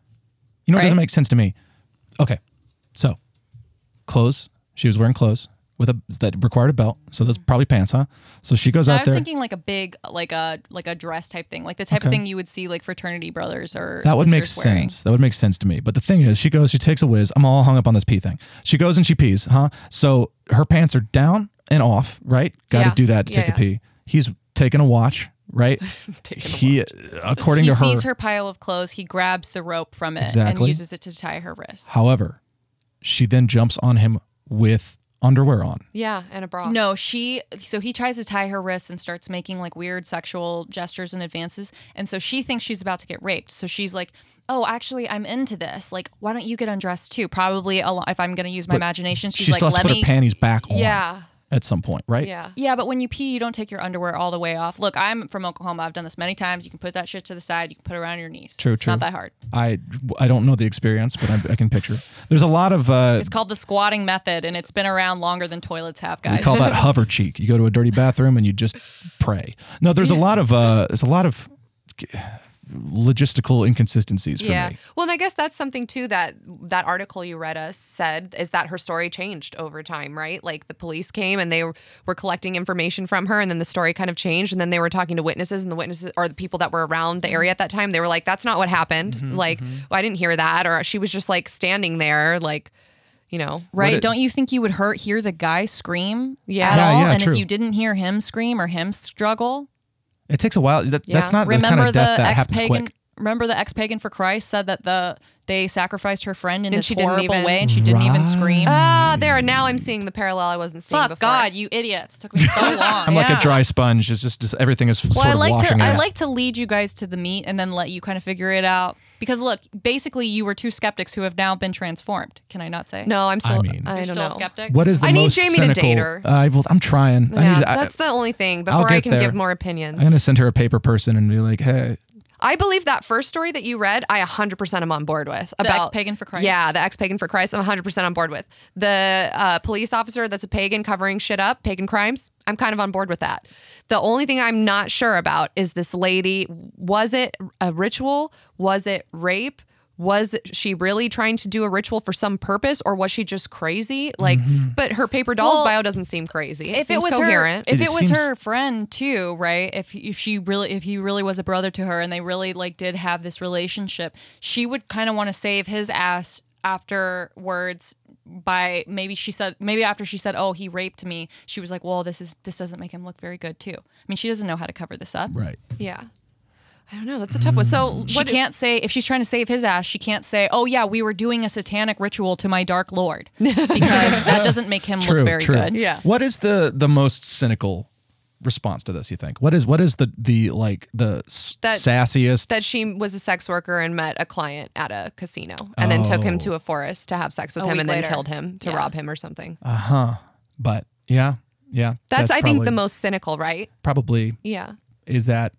You know what
Right?
doesn't make sense to me? Okay. So, clothes. She was wearing clothes with a that required a belt. So that's probably pants, huh? So she goes
I
out
was
there.
thinking like a big, like a like a dress type thing, like the type of thing you would see like fraternity brothers or
that would make
sisters wearing.
sense. That would make sense to me. But the thing is, she goes, she takes a whiz. I'm all hung up on this pee thing. She goes and she pees, huh? So her pants are down and off, right? Got to
Yeah.
do that to
Yeah,
take
yeah.
a pee. He's taking a watch, right? he, according
He
to her,
sees her pile of clothes. He grabs the rope from it and
Exactly.
uses it to tie her wrist.
however, she then jumps on him with underwear on.
Yeah, and a bra.
No, she. So he tries to tie her wrists and starts making like weird sexual gestures and advances, and so she thinks she's about to get raped. So she's like, "Oh, actually, I'm into this. Like, why don't you get undressed too? Probably, a lo- if I'm going to use my imagination, she's
she
like,
still has to
let
put
me."
her panties back on.
Yeah.
at some point, right?
Yeah.
yeah, but when you pee, you don't take your underwear all the way off. Look, I'm from Oklahoma. I've done this many times. You can put that shit to the side. You can put it around your knees.
True,
It's not
true.
that hard.
I I don't know the experience, but I, I can picture. There's a lot of uh,
It's called the squatting method, and it's been around longer than toilets have,
we
guys.
call that hover cheek. You go to a dirty bathroom and you just pray. No, there's a lot of uh, there's a lot of logistical inconsistencies for
Yeah.
me.
Well, and I guess that's something too that that article you read us said is that her story changed over time, right? Like the police came and they were were collecting information from her, and then the story kind of changed, and then they were talking to witnesses, and the witnesses or the people that were around the area at that time, they were like, "That's not what happened.
Mm-hmm,
like, "Well, I didn't hear that," or she was just like standing there, like, you know,
Right?
it-
Don't you think you would hurt hear the guy scream?
Yeah.
at
Yeah,
all?
yeah,
and
true.
if you didn't hear him scream or him struggle,
It takes a while. That,
Yeah.
That's not the kind
remember
of death
the
that
ex
happens
pagan.
quick.
Remember the ex pagan for Christ said that the they sacrificed her friend in
And
this
she didn't
horrible
even-
way, and she didn't even scream.
Ah, there. Now I'm seeing the parallel I wasn't seeing
Fuck
before.
God, you idiots! Took me so long.
I'm like a dry sponge. It's just, just everything is
Well,
sort
I
of
like
washing
to
out.
I like to lead you guys to the meat and then let you kind of figure it out. Because look, basically, you were two skeptics who have now been transformed. Can I not say?
No, I'm still. I,
mean-
I
you're
don't
still a
know.
skeptic.
what is the
I need
most
Jamie to date
cynical? Uh,
her.
I will, I'm trying. I
Yeah,
need, to- I,
that's the only thing. Before I
get
can
there.
give more opinions.
I'm gonna send her a paper person and be like, hey,
I believe that first story that you read, I 100% am on board with.
The
About
ex-pagan for Christ?
Yeah, the ex pagan for Christ, I'm 100% on board with. The uh, police officer that's a pagan covering shit up, pagan crimes, I'm kind of on board with that. The only thing I'm not sure about is this lady was it a ritual? Was it rape? Was she really trying to do a ritual for some purpose or was she just crazy? Like, but her paper doll's
Well,
bio doesn't seem crazy. It
if
seems
it was
coherent.
her, if
It
it, was
seems-
her friend too, right? If if she really, if he really was a brother to her, and they really like did have this relationship, she would kind of want to save his ass afterwards. By maybe she said, maybe after she said, "Oh, he raped me," she was like, "Well, this is this doesn't make him look very good too." I mean, she doesn't know how to cover this up.
right.
yeah. I don't know. That's a tough one. So,
She
what,
can't say if she's trying to save his ass. She can't say, "Oh yeah, we were doing a satanic ritual to my dark lord," because that doesn't make him look very good.
Yeah.
What is the the most cynical response to this? You think? What is what is the the like the s-
That-
sassiest?
that she was a sex worker and met a client at a casino and then took
Oh.
him to a forest to have sex with
A
him
week
and then
later.
killed him to
Yeah.
rob him or something.
Uh, but yeah, yeah.
that's, I think
probably-
the most cynical, right?
probably
Yeah.
is that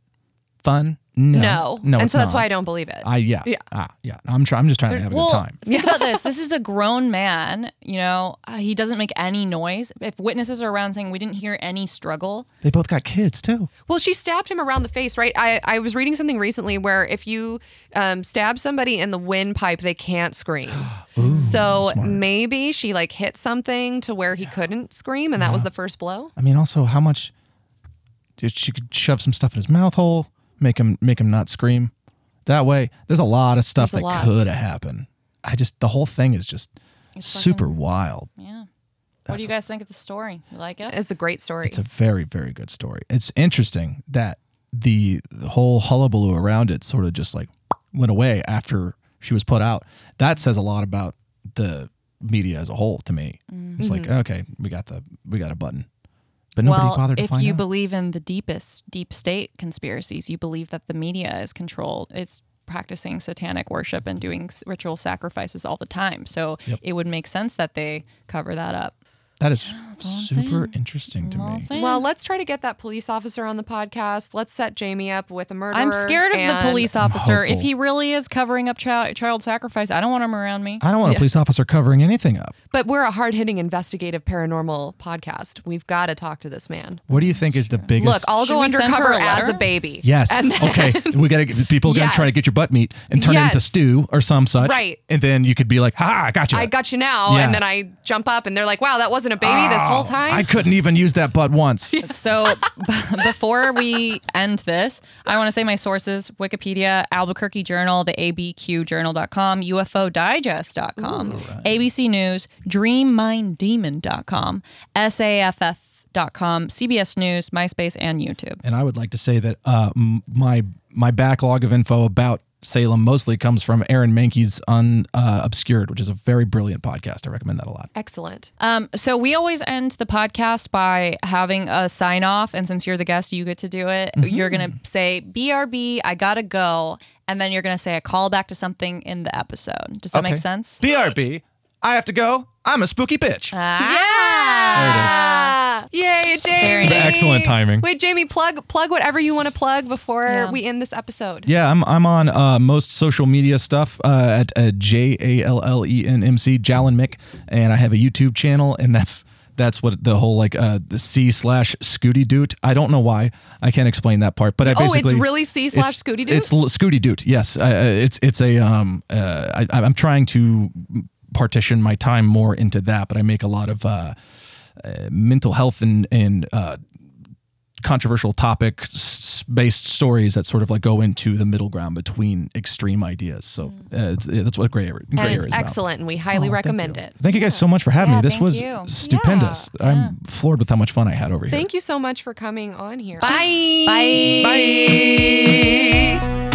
fun? No,
No.
no.
and
it's
so that's
not.
why I don't believe it.
I yeah
Yeah.
ah, yeah. I'm try, I'm just trying to have a
well,
good time.
think about this. This is a grown man. You know, uh, he doesn't make any noise. If witnesses are around saying we didn't hear any struggle,
They both got kids too.
Well, she stabbed him around the face, right? I, I was reading something recently where if you um, stab somebody in the windpipe, they can't scream. so maybe she like hit something to where he couldn't scream and that was the first blow.
I mean, also how much? Dude, she could shove some stuff in his mouth hole, make him make him not scream. That way, there's a lot of stuff
There's a
that
lot.
could have happened. I just the whole thing is just super wild.
yeah. What do you guys think of the story? You like
Uh,
it?
It's a great story.
It's a very, very good story. It's interesting that the, the whole hullabaloo around it sort of just like went away after she was put out. That says a lot about the media as a whole to me. It's like, okay, we got the we got a button. But nobody
well,
bothered to
if
find
you
out.
believe in the deepest deep state conspiracies, you believe that the media is controlled. It's practicing satanic worship and doing s- ritual sacrifices all the time. So it would make sense that they cover that up.
that is
all I'm
super
saying.
interesting to
All
me.
saying.
Well, let's try to get that police officer on the podcast. Let's set Jamie up with a murderer.
I'm scared of the
and-
police officer. If
hopeful.
he really is covering up child, child sacrifice, I don't want him around me.
I don't want a police officer covering anything up.
But we're a hard hitting investigative paranormal podcast. We've got to talk to this man.
What do you think is the biggest?
Look, I'll
Should
go
we send her
undercover
a
as a
letter?
baby.
Yes.
And then-
okay. We gotta get people gonna try to
Yes.
get your butt meat and turn it into
Yes.
stew or some such.
Right.
And then you could be like, ha, I got you.
I got you now.
Oh, Yeah. Oh,
And then I jump up and they're like, wow, that wasn't a baby this whole time.
I couldn't even use that butt once.
So b- before we end this, I want to say my sources Wikipedia, Albuquerque Journal, the abqjournal.com, ufodigest.com, ABC News, dreamminddemon.com, saff.com, CBS News, MySpace, and YouTube.
And I would like to say that uh, m- my my backlog of info about Salem mostly comes from Aaron Mankey's Un uh, Obscured, which is a very brilliant podcast. I recommend that a lot.
Excellent.
Um, so we always end the podcast by having a sign off, and since you're the guest, you get to do it. You're gonna say "BRB, I gotta go," and then you're gonna say a call back to something in the episode. Does that make
Okay.
sense?
BRB, I have to go. I'm a spooky bitch.
Ah.
Ah, yay, Jamie.
Excellent timing.
Wait, Jamie, plug plug whatever you want to plug before
Yeah.
we end this episode.
Yeah, I'm I'm on uh, most social media stuff uh, at uh, J A L L E N M C Jalen Mick, and I have a YouTube channel, and that's that's what the whole like uh, the C slash Scooty Doot. I don't know why I can't explain that part, but I
Oh, it's
basically
really C slash
it's-
Scooty Doot?
It's l- Scooty Doot. Yes, I, I- it's it's a um uh, I, I'm trying to partition my time more into that, but I make a lot of uh, uh, mental health and and uh, controversial topic s- based stories that sort of like go into the middle ground between extreme ideas. So
Mm.
uh, it's, yeah, that's what gray area, gray
And
area
it's
is about.
excellent, and we highly recommend it.
Oh, Thank you guys so much for having
Yeah,
me. This
thank
was
you.
stupendous. I'm floored with how much fun I had over here.
Thank you so much for coming on here.
Bye.
Bye.